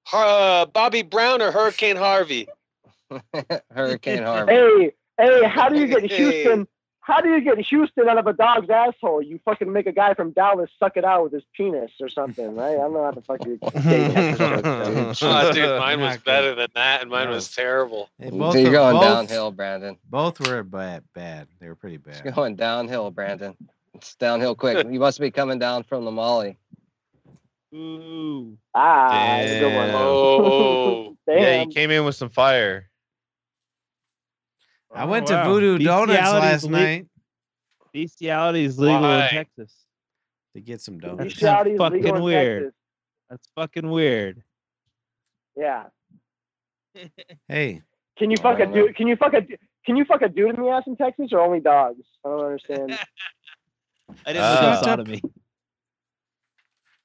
Speaker 7: Har- Uh, Bobby Brown or Hurricane Harvey?
Speaker 13: [laughs]
Speaker 5: Hurricane Harvey.
Speaker 13: Hey, hey, how do
Speaker 4: [laughs]
Speaker 13: you get
Speaker 7: Hey.
Speaker 13: Houston? How do you get Houston out of a dog's asshole? You fucking make a guy from Dallas suck it out with his penis or something, right? I don't know how
Speaker 5: [laughs]
Speaker 13: the fuck you. say Texas jokes, though.
Speaker 2: [laughs]
Speaker 13: [laughs]
Speaker 7: Oh, dude, mine
Speaker 2: Not
Speaker 7: was
Speaker 2: good.
Speaker 7: better than that, and mine
Speaker 2: No.
Speaker 7: was terrible.
Speaker 2: They
Speaker 5: Dude,
Speaker 2: both
Speaker 5: you're
Speaker 2: are-
Speaker 5: going
Speaker 2: both-
Speaker 5: downhill, Brandon.
Speaker 2: Both were bad. Bad. They were pretty
Speaker 5: It's
Speaker 2: bad.
Speaker 5: going downhill, Brandon. It's downhill quick. you must be coming down from the Molly.
Speaker 4: Ooh.
Speaker 13: Ah, it's a good one.
Speaker 3: Damn.
Speaker 7: Oh,
Speaker 13: [laughs]
Speaker 3: Yeah, you
Speaker 13: Damn.
Speaker 3: came in with some fire.
Speaker 2: I
Speaker 4: Oh,
Speaker 2: went to
Speaker 4: wow.
Speaker 2: Voodoo Donuts
Speaker 4: Bestiality is
Speaker 2: last
Speaker 4: le-
Speaker 2: night
Speaker 4: Bestiality is legal
Speaker 7: Why?
Speaker 4: in Texas.
Speaker 2: to get some
Speaker 13: You
Speaker 2: donuts.
Speaker 13: shout is
Speaker 4: fucking
Speaker 13: legal in
Speaker 4: weird.
Speaker 13: Texas.
Speaker 4: That's fucking weird.
Speaker 13: Yeah.
Speaker 2: Hey,
Speaker 13: Can you
Speaker 5: I
Speaker 13: fuck a
Speaker 5: don't know.
Speaker 13: dude? Can you fuck a du- can you fuck a dude in the ass in Texas or only dogs? I don't understand.
Speaker 4: I didn't
Speaker 3: Ah.
Speaker 4: know sodomy.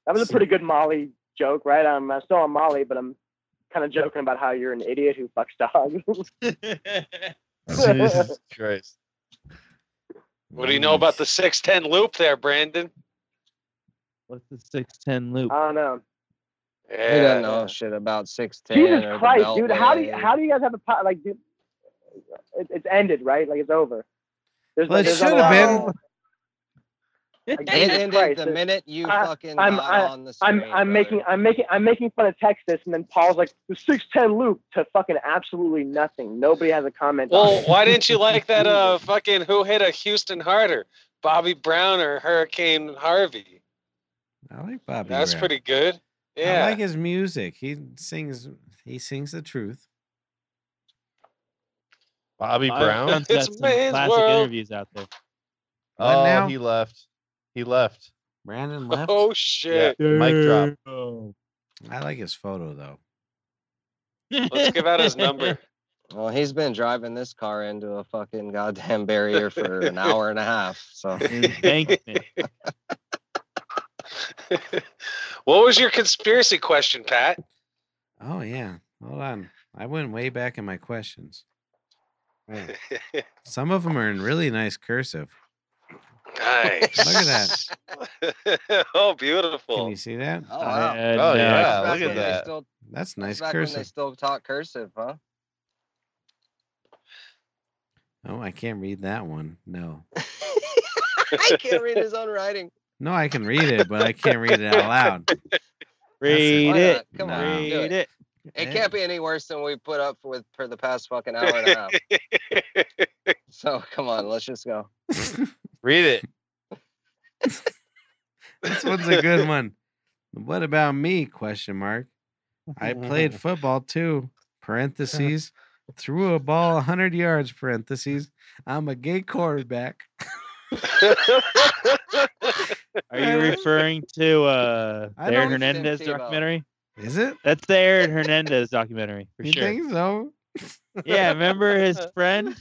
Speaker 13: That was a pretty good Molly joke, right? I'm, I'm still on Molly, but I'm kind of joking about how you're an idiot who fucks dogs. [laughs]
Speaker 3: Jesus Christ.
Speaker 7: what do you know about the six ten loop there, Brandon?
Speaker 4: What's the six ten loop?
Speaker 13: I don't know.
Speaker 7: Yeah.
Speaker 5: He doesn't know shit about six ten.
Speaker 13: Jesus Christ, dude! How do you, how do you guys have a pot? Like, dude, it, it's ended, right? Like it's over. There's,
Speaker 2: Well, it
Speaker 13: there's
Speaker 2: should
Speaker 13: not a
Speaker 2: have
Speaker 13: lot-
Speaker 2: been.
Speaker 13: like,
Speaker 5: It
Speaker 13: Jesus
Speaker 5: ended
Speaker 13: Christ,
Speaker 5: the
Speaker 13: it-
Speaker 5: minute you
Speaker 13: I-
Speaker 5: fucking
Speaker 13: I'm-
Speaker 5: got
Speaker 13: I-
Speaker 5: on the screen.
Speaker 13: I'm I'm making
Speaker 5: brother.
Speaker 13: I'm making I'm making fun of Texas, and then Paul's like the six ten loop to fucking absolutely nothing. Nobody has a comment. on
Speaker 7: Well,
Speaker 13: it.
Speaker 7: why didn't you like that? Uh, fucking who hit a Houston harder, Bobby Brown or Hurricane Harvey?
Speaker 2: I like Bobby.
Speaker 7: That's
Speaker 2: Brown.
Speaker 7: pretty good.
Speaker 2: I
Speaker 7: Yeah, [laughs]
Speaker 2: like his music. He sings. He sings the truth.
Speaker 3: Bobby
Speaker 4: I've [laughs]
Speaker 3: Brown?
Speaker 4: done
Speaker 7: It's
Speaker 4: some
Speaker 7: man's
Speaker 4: classic
Speaker 7: world.
Speaker 4: interviews out there.
Speaker 2: What
Speaker 3: oh,
Speaker 2: now?
Speaker 3: he left. He left.
Speaker 2: Brandon left.
Speaker 7: [laughs] Oh shit!
Speaker 3: Yeah, mic drop.
Speaker 2: I like his photo though.
Speaker 7: Let's give out his
Speaker 2: [laughs]
Speaker 7: number. [laughs]
Speaker 5: Well, he's been driving this car into a fucking [laughs] goddamn barrier for an hour and a half. So
Speaker 4: [laughs] Embankment.
Speaker 7: what was your conspiracy question, Pat?
Speaker 2: Oh yeah. Hold on. I went way back in my questions.
Speaker 4: [laughs]
Speaker 2: Some of them are in really nice cursive.
Speaker 7: Nice.
Speaker 2: Look at
Speaker 7: that. [laughs] oh,
Speaker 2: Can
Speaker 7: beautiful.
Speaker 2: you see that?
Speaker 5: oh
Speaker 4: I-
Speaker 5: wow.
Speaker 4: I-
Speaker 3: Oh,
Speaker 4: no,
Speaker 3: yeah.
Speaker 5: Back
Speaker 3: look at
Speaker 5: when they
Speaker 3: that.
Speaker 5: Still,
Speaker 2: That's nice
Speaker 5: back when they
Speaker 2: cursive.
Speaker 5: still taught cursive, huh?
Speaker 2: Oh, I can't read that one. No.
Speaker 5: [laughs] I can't read his own writing.
Speaker 2: No, I can read it, but I can't read it out
Speaker 4: [laughs]
Speaker 2: loud.
Speaker 4: Read
Speaker 5: Why
Speaker 4: it.
Speaker 5: not? Come
Speaker 2: Nah.
Speaker 5: on, do
Speaker 4: Read
Speaker 5: it.
Speaker 4: it.
Speaker 5: It can't be any worse than we put up with for the past fucking hour and a half. [laughs] So come on, let's
Speaker 4: [laughs]
Speaker 5: just go.
Speaker 3: Read it.
Speaker 2: [laughs] This one's a good one. What about me? Question mark. I
Speaker 4: [laughs]
Speaker 2: played football too. Parentheses. Threw a ball 100 yards. Parentheses. I'm a gay quarterback.
Speaker 7: [laughs]
Speaker 4: Are you referring to uh, the
Speaker 2: I
Speaker 4: Aaron
Speaker 5: don't-
Speaker 4: Hernandez
Speaker 5: Tim Tebow.
Speaker 4: documentary?
Speaker 2: Is it?
Speaker 4: That's the Aaron Hernandez documentary for
Speaker 2: you
Speaker 4: sure.
Speaker 2: think so?
Speaker 4: Yeah, remember
Speaker 2: [laughs]
Speaker 4: his friend?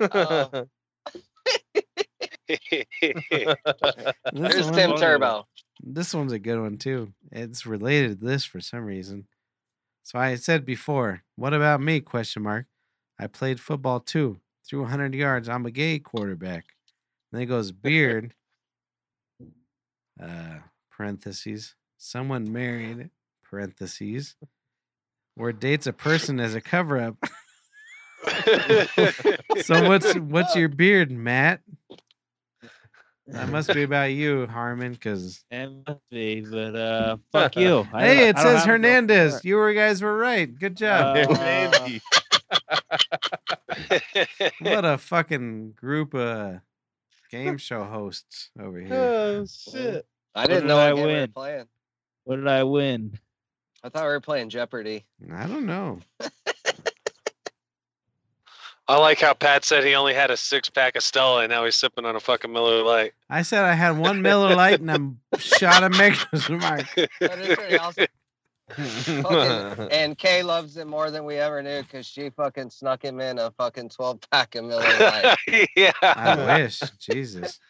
Speaker 7: Uh,
Speaker 5: Oh,
Speaker 2: This
Speaker 5: here's
Speaker 2: one-
Speaker 5: Tim Turbo.
Speaker 2: This one's a good one too. It's related to this for some reason. So I said before, what about me? Question mark. I played football too. Threw 100 yards. I'm a gay quarterback. then it goes beard. Uh, parentheses. Someone married. Parentheses. Or dates a person as a cover up. so what's what's your beard, Matt? That must be about you, Harmon, because
Speaker 4: Empathy, but
Speaker 2: [laughs]
Speaker 4: uh, fuck you. I-
Speaker 2: hey, it
Speaker 4: I don't
Speaker 2: says
Speaker 4: have a
Speaker 2: Hernandez. You were guys were right. Good job.
Speaker 5: [laughs]
Speaker 4: Uh,
Speaker 2: what a fucking group of game show hosts over here.
Speaker 5: Uh,
Speaker 22: Oh shit!
Speaker 5: I
Speaker 4: What
Speaker 5: didn't
Speaker 4: did
Speaker 5: know
Speaker 4: I
Speaker 5: what game we were
Speaker 4: win?
Speaker 5: playing.
Speaker 4: What did I
Speaker 5: [laughs]
Speaker 4: win?
Speaker 5: I thought we were playing Jeopardy.
Speaker 2: I don't know.
Speaker 7: [laughs] I like how Pat said he only had a six pack of Stella and now he's sipping on a fucking Miller
Speaker 2: [laughs]
Speaker 7: Lite.
Speaker 2: I said I had one Miller
Speaker 5: [laughs]
Speaker 2: Lite and I'm shot a [laughs] Maker's Mark.
Speaker 5: [laughs] That is pretty awesome. Fucking- and Kay loves it more than we ever knew because she fucking snuck him in a fucking 12 pack of Miller
Speaker 7: [laughs]
Speaker 5: Lite.
Speaker 7: yeah.
Speaker 2: I wish. Jesus.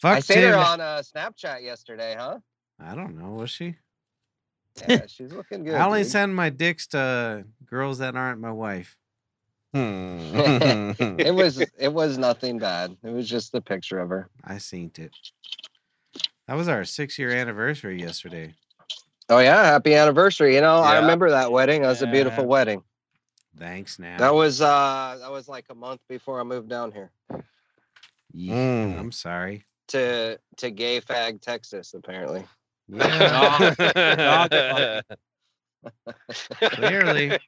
Speaker 2: Fuck
Speaker 5: I seen her
Speaker 2: Tim.
Speaker 5: on uh, Snapchat yesterday, huh?
Speaker 2: I don't know. Was she?
Speaker 5: Yeah, she's looking good.
Speaker 2: I only
Speaker 5: dude.
Speaker 2: send my dicks to girls that aren't my wife.
Speaker 5: [laughs] it was it was nothing bad. It was just a picture of her.
Speaker 2: I seen it. That was our six year anniversary yesterday.
Speaker 5: Oh yeah, happy anniversary. You know, I
Speaker 2: Yeah.
Speaker 5: remember that wedding. That was a beautiful
Speaker 2: Yeah.
Speaker 5: wedding.
Speaker 2: Thanks now.
Speaker 5: That was uh that was like a month before I moved down here
Speaker 2: Yeah,
Speaker 5: Mm.
Speaker 2: I'm sorry.
Speaker 5: to to Gay Fag, Texas, apparently.
Speaker 2: Yeah. Clearly.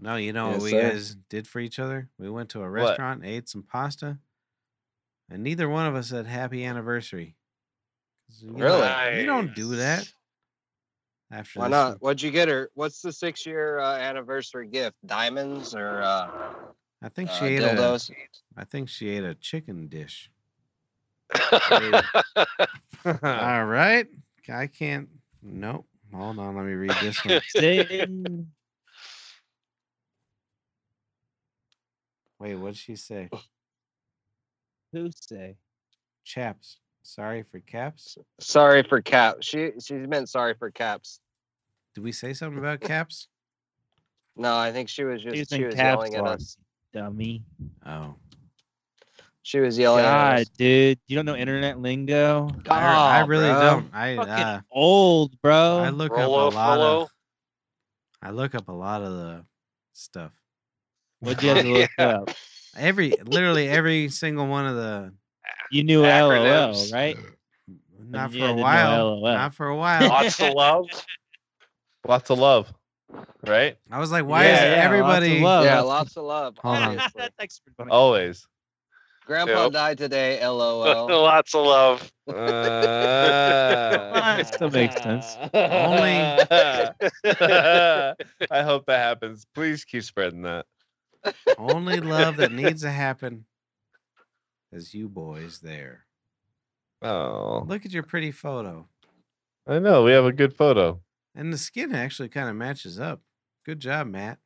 Speaker 2: No, you know what
Speaker 5: Yes,
Speaker 2: we
Speaker 5: sir.
Speaker 2: guys did for each other? We went to a restaurant, ate some pasta, and neither one of us said happy anniversary. 'Cause you know,
Speaker 5: Really?
Speaker 2: You don't do that. After
Speaker 5: Why
Speaker 2: this
Speaker 5: not? What'd you get her? What's the six year uh, anniversary gift? Diamonds or uh,
Speaker 2: I think
Speaker 5: uh,
Speaker 2: she ate a,
Speaker 5: dildos?
Speaker 2: I think she ate a chicken dish. All right. I can't. Nope. Hold on. Let me read this
Speaker 5: [laughs]
Speaker 2: one.
Speaker 4: Zing.
Speaker 2: Wait, what'd she say?
Speaker 4: Who say?
Speaker 2: Chaps. Sorry for caps.
Speaker 5: Sorry for caps. She she meant sorry for caps.
Speaker 2: Did we say something about caps?
Speaker 5: No, I think she was just
Speaker 4: She's
Speaker 5: she
Speaker 4: in
Speaker 5: was
Speaker 4: caps
Speaker 5: yelling at
Speaker 4: lock,
Speaker 5: us.
Speaker 4: dummy.
Speaker 2: Oh.
Speaker 5: She was yelling at
Speaker 4: God,
Speaker 5: us.
Speaker 4: dude, you don't know internet lingo.
Speaker 2: I, re- I
Speaker 5: God,
Speaker 2: really
Speaker 5: bro.
Speaker 2: don't. I
Speaker 4: Fucking
Speaker 2: uh,
Speaker 4: old, bro.
Speaker 2: I look
Speaker 7: Rolo,
Speaker 2: up a lot
Speaker 7: follow.
Speaker 2: of I look up a lot of the stuff.
Speaker 4: What'd you have
Speaker 5: [laughs]
Speaker 4: to look up?
Speaker 2: Every literally every single one of the
Speaker 4: You knew LOL,
Speaker 7: Acronyms.
Speaker 4: right?
Speaker 2: not
Speaker 4: you
Speaker 2: for
Speaker 4: had
Speaker 2: a
Speaker 4: to know
Speaker 2: while.
Speaker 4: LOL.
Speaker 2: Not for a [laughs] while.
Speaker 7: Lots of love.
Speaker 3: [laughs] Lots of love, right?
Speaker 2: I was like, why
Speaker 3: Yeah,
Speaker 2: is
Speaker 3: yeah, lots of
Speaker 2: everybody
Speaker 4: love. [laughs]
Speaker 5: yeah, Oh. lots of love.
Speaker 2: Hold on.
Speaker 5: obviously.
Speaker 3: Always.
Speaker 5: Grandpa
Speaker 7: Yep.
Speaker 5: died today. LOL.
Speaker 7: Lots of love.
Speaker 3: Uh,
Speaker 4: That still makes sense.
Speaker 3: [laughs] I hope that happens. Please keep spreading that.
Speaker 2: only love that needs to happen is you boys there.
Speaker 3: Oh,
Speaker 2: Look at your pretty photo.
Speaker 3: I know we have a good photo.
Speaker 2: And the skin actually kind of matches up. Good job, Matt.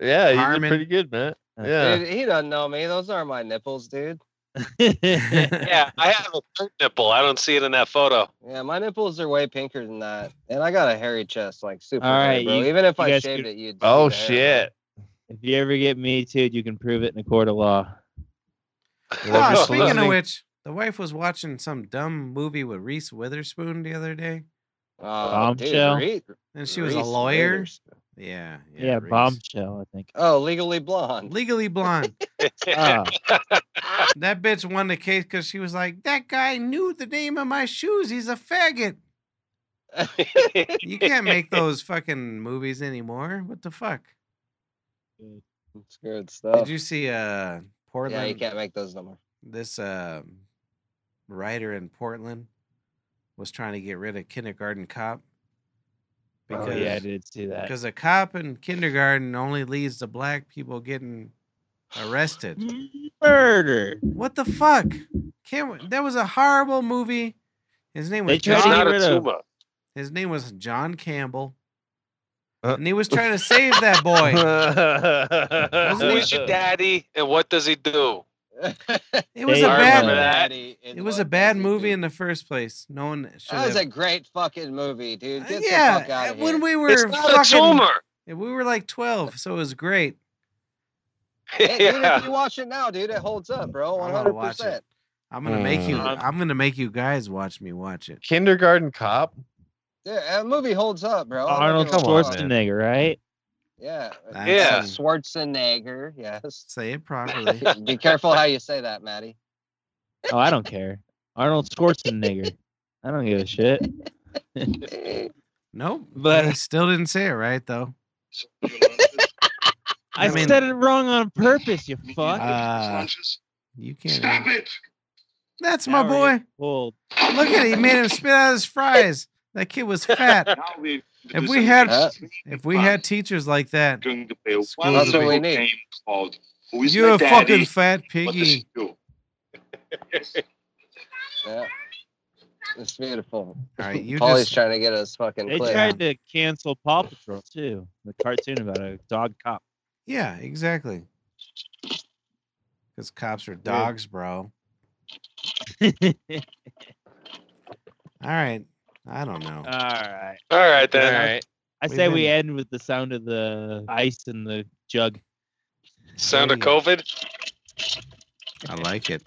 Speaker 3: Yeah, you
Speaker 2: Harmon.
Speaker 3: did pretty good, man.
Speaker 4: Uh,
Speaker 3: Yeah,
Speaker 5: Dude, he doesn't know me. Those aren't my nipples, dude.
Speaker 2: [laughs]
Speaker 7: Yeah, I have a pink nipple. I don't see it in that photo.
Speaker 5: Yeah, my nipples are way pinker than that, and I got a hairy chest, like super.
Speaker 4: All
Speaker 5: hairy,
Speaker 4: right,
Speaker 5: bro.
Speaker 4: you-
Speaker 5: Even if
Speaker 4: you
Speaker 5: I
Speaker 4: guys
Speaker 5: shaved
Speaker 4: could-
Speaker 5: it, you'd. see
Speaker 3: Oh
Speaker 5: the hair,
Speaker 3: shit!
Speaker 4: If you ever get me too, you can prove it in a court of law.
Speaker 7: [laughs]
Speaker 2: Ah,
Speaker 3: Well, if you're
Speaker 2: speaking of
Speaker 3: listening-
Speaker 2: which, the wife was watching some dumb movie with Reese Witherspoon the other day,
Speaker 5: bro. Oh, dude,
Speaker 4: Bombshell.
Speaker 5: Reed-
Speaker 2: and she was a
Speaker 5: Reese
Speaker 2: lawyer.
Speaker 5: Witherspoon.
Speaker 2: Yeah, yeah,
Speaker 4: Yeah,
Speaker 2: Reese.
Speaker 4: bombshell, I think.
Speaker 5: Oh, legally blonde.
Speaker 2: Legally blonde. [laughs]
Speaker 4: Ah,
Speaker 2: that bitch won the case because she was like, "That guy knew the name of my shoes. He's a faggot. You can't
Speaker 4: [laughs]
Speaker 2: make those fucking movies anymore. What the fuck?
Speaker 5: It's good
Speaker 2: Did
Speaker 5: stuff.
Speaker 2: you see uh
Speaker 5: yeah, you
Speaker 2: Portland?
Speaker 5: can't make those no more.
Speaker 2: this uh, writer in Portland was trying to get rid of kindergarten cop
Speaker 4: oh, yeah, I did see that.
Speaker 2: because a cop in kindergarten only leads to black people getting arrested.
Speaker 4: Murder.
Speaker 2: what the fuck? Can't we- that was a horrible movie. His name was
Speaker 4: They tried
Speaker 7: It's
Speaker 4: to
Speaker 2: John,
Speaker 7: not
Speaker 4: get
Speaker 7: a
Speaker 4: rid of-
Speaker 7: tumor.
Speaker 2: his name was John Campbell.
Speaker 3: Uh.
Speaker 2: And he was trying to save that
Speaker 7: [laughs]
Speaker 2: boy.
Speaker 7: Who is your daddy and what does he do?
Speaker 2: It was
Speaker 4: They-
Speaker 2: a
Speaker 4: I
Speaker 2: bad
Speaker 7: remember that.
Speaker 2: it was a bad movie in the first place. No one should
Speaker 5: That
Speaker 2: have.
Speaker 5: was
Speaker 2: Uh,
Speaker 5: a great fucking movie, dude. Get the fuck
Speaker 2: yeah,
Speaker 5: out of here.
Speaker 2: when we were
Speaker 7: It's not a
Speaker 2: fucking,
Speaker 7: tumor.
Speaker 2: we were like twelve, so it was great.
Speaker 5: Hey, dude,
Speaker 7: Yeah.
Speaker 5: if you watch it now, dude, it holds up, bro.
Speaker 2: I'm
Speaker 5: One
Speaker 2: gonna
Speaker 5: hundred
Speaker 2: watch it.
Speaker 5: percent.
Speaker 2: I'm gonna make you.
Speaker 7: Mm.
Speaker 2: I'm gonna make you guys watch me watch it.
Speaker 3: Kindergarten cop. [laughs]
Speaker 5: Yeah, that movie holds up, bro. I'm not
Speaker 23: Arnold
Speaker 5: gonna lie.
Speaker 23: Schwarzenegger, right?
Speaker 5: Yeah.
Speaker 23: That's- Yeah.
Speaker 5: Schwarzenegger. Yes.
Speaker 2: [laughs] Say it
Speaker 5: [laughs]
Speaker 2: properly.
Speaker 5: Be careful how you say that, Maddie.
Speaker 23: Oh, I don't care. Arnold Schwarzenegger. I don't give a
Speaker 2: [laughs]
Speaker 23: shit.
Speaker 2: nope. But still didn't say it right though.
Speaker 4: I,
Speaker 2: I mean-
Speaker 4: said it wrong on purpose, you fuck.
Speaker 2: Uh, you can't.
Speaker 4: Stop
Speaker 2: it. That's my boy.
Speaker 4: Hold.
Speaker 2: Look at it. He made him spit out his fries. That kid was
Speaker 5: [laughs]
Speaker 2: fat. If we had if we had teachers like that, schools
Speaker 8: That's
Speaker 2: would
Speaker 8: what we
Speaker 2: be-
Speaker 8: need. Called Who is
Speaker 2: You're
Speaker 8: my
Speaker 2: a fucking
Speaker 8: daddy?
Speaker 2: fat
Speaker 8: What does
Speaker 2: piggy.
Speaker 8: he do?
Speaker 5: Yeah. It's beautiful.
Speaker 2: All right, you
Speaker 5: Paulie's
Speaker 2: just-
Speaker 5: trying to get us fucking
Speaker 4: They
Speaker 5: clip.
Speaker 4: tried to cancel Paw Patrol too, the cartoon about a dog cop.
Speaker 2: Yeah, exactly. Because cops are dogs, bro. All right. I don't know.
Speaker 4: All right.
Speaker 7: All right then.
Speaker 4: All right. I
Speaker 2: We've
Speaker 4: say we
Speaker 2: been-
Speaker 4: end with the sound of the ice in the jug.
Speaker 7: Sound of COVID.
Speaker 2: I like it.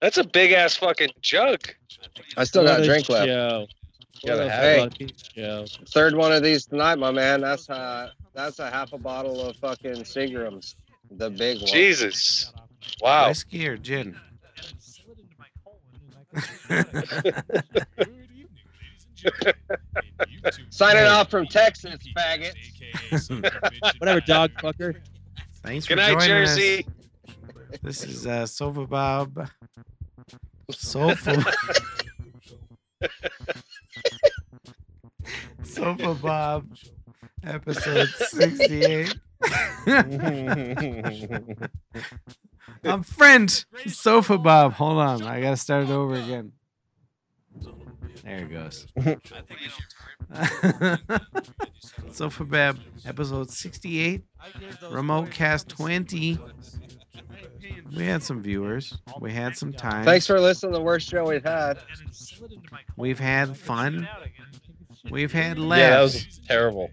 Speaker 7: That's a big ass fucking jug.
Speaker 5: I still got a
Speaker 7: What a
Speaker 5: drink left.
Speaker 4: Show.
Speaker 5: Gotta
Speaker 4: What a
Speaker 5: have it.
Speaker 4: fucking show.
Speaker 5: Third one of these tonight, my man. That's uh that's a half a bottle of fucking Seagrams. The big one.
Speaker 7: Jesus.
Speaker 5: Oh.
Speaker 7: Wow.
Speaker 2: Whiskey or gin?
Speaker 5: Signing off from Texas, faggot.
Speaker 4: Whatever, dog fucker.
Speaker 2: Thanks
Speaker 5: Good
Speaker 2: for
Speaker 5: night,
Speaker 2: joining
Speaker 5: Jersey.
Speaker 2: us. This is uh, Sofa Bob. Sofa. Sofa Bob, episode 68.
Speaker 3: [laughs]
Speaker 2: I'm friend Sofa Bob. Hold on. I got to start it over again. There it goes. [laughs] Sofa Bab, episode 68, Remote Cast 20. We had some viewers. We had some time.
Speaker 5: Thanks for listening to the worst show we've had.
Speaker 2: We've had fun. We've had laughs.
Speaker 3: Yeah, that was terrible.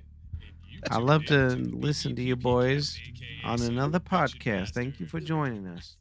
Speaker 2: I love to listen to you boys on another podcast. Thank you for joining us.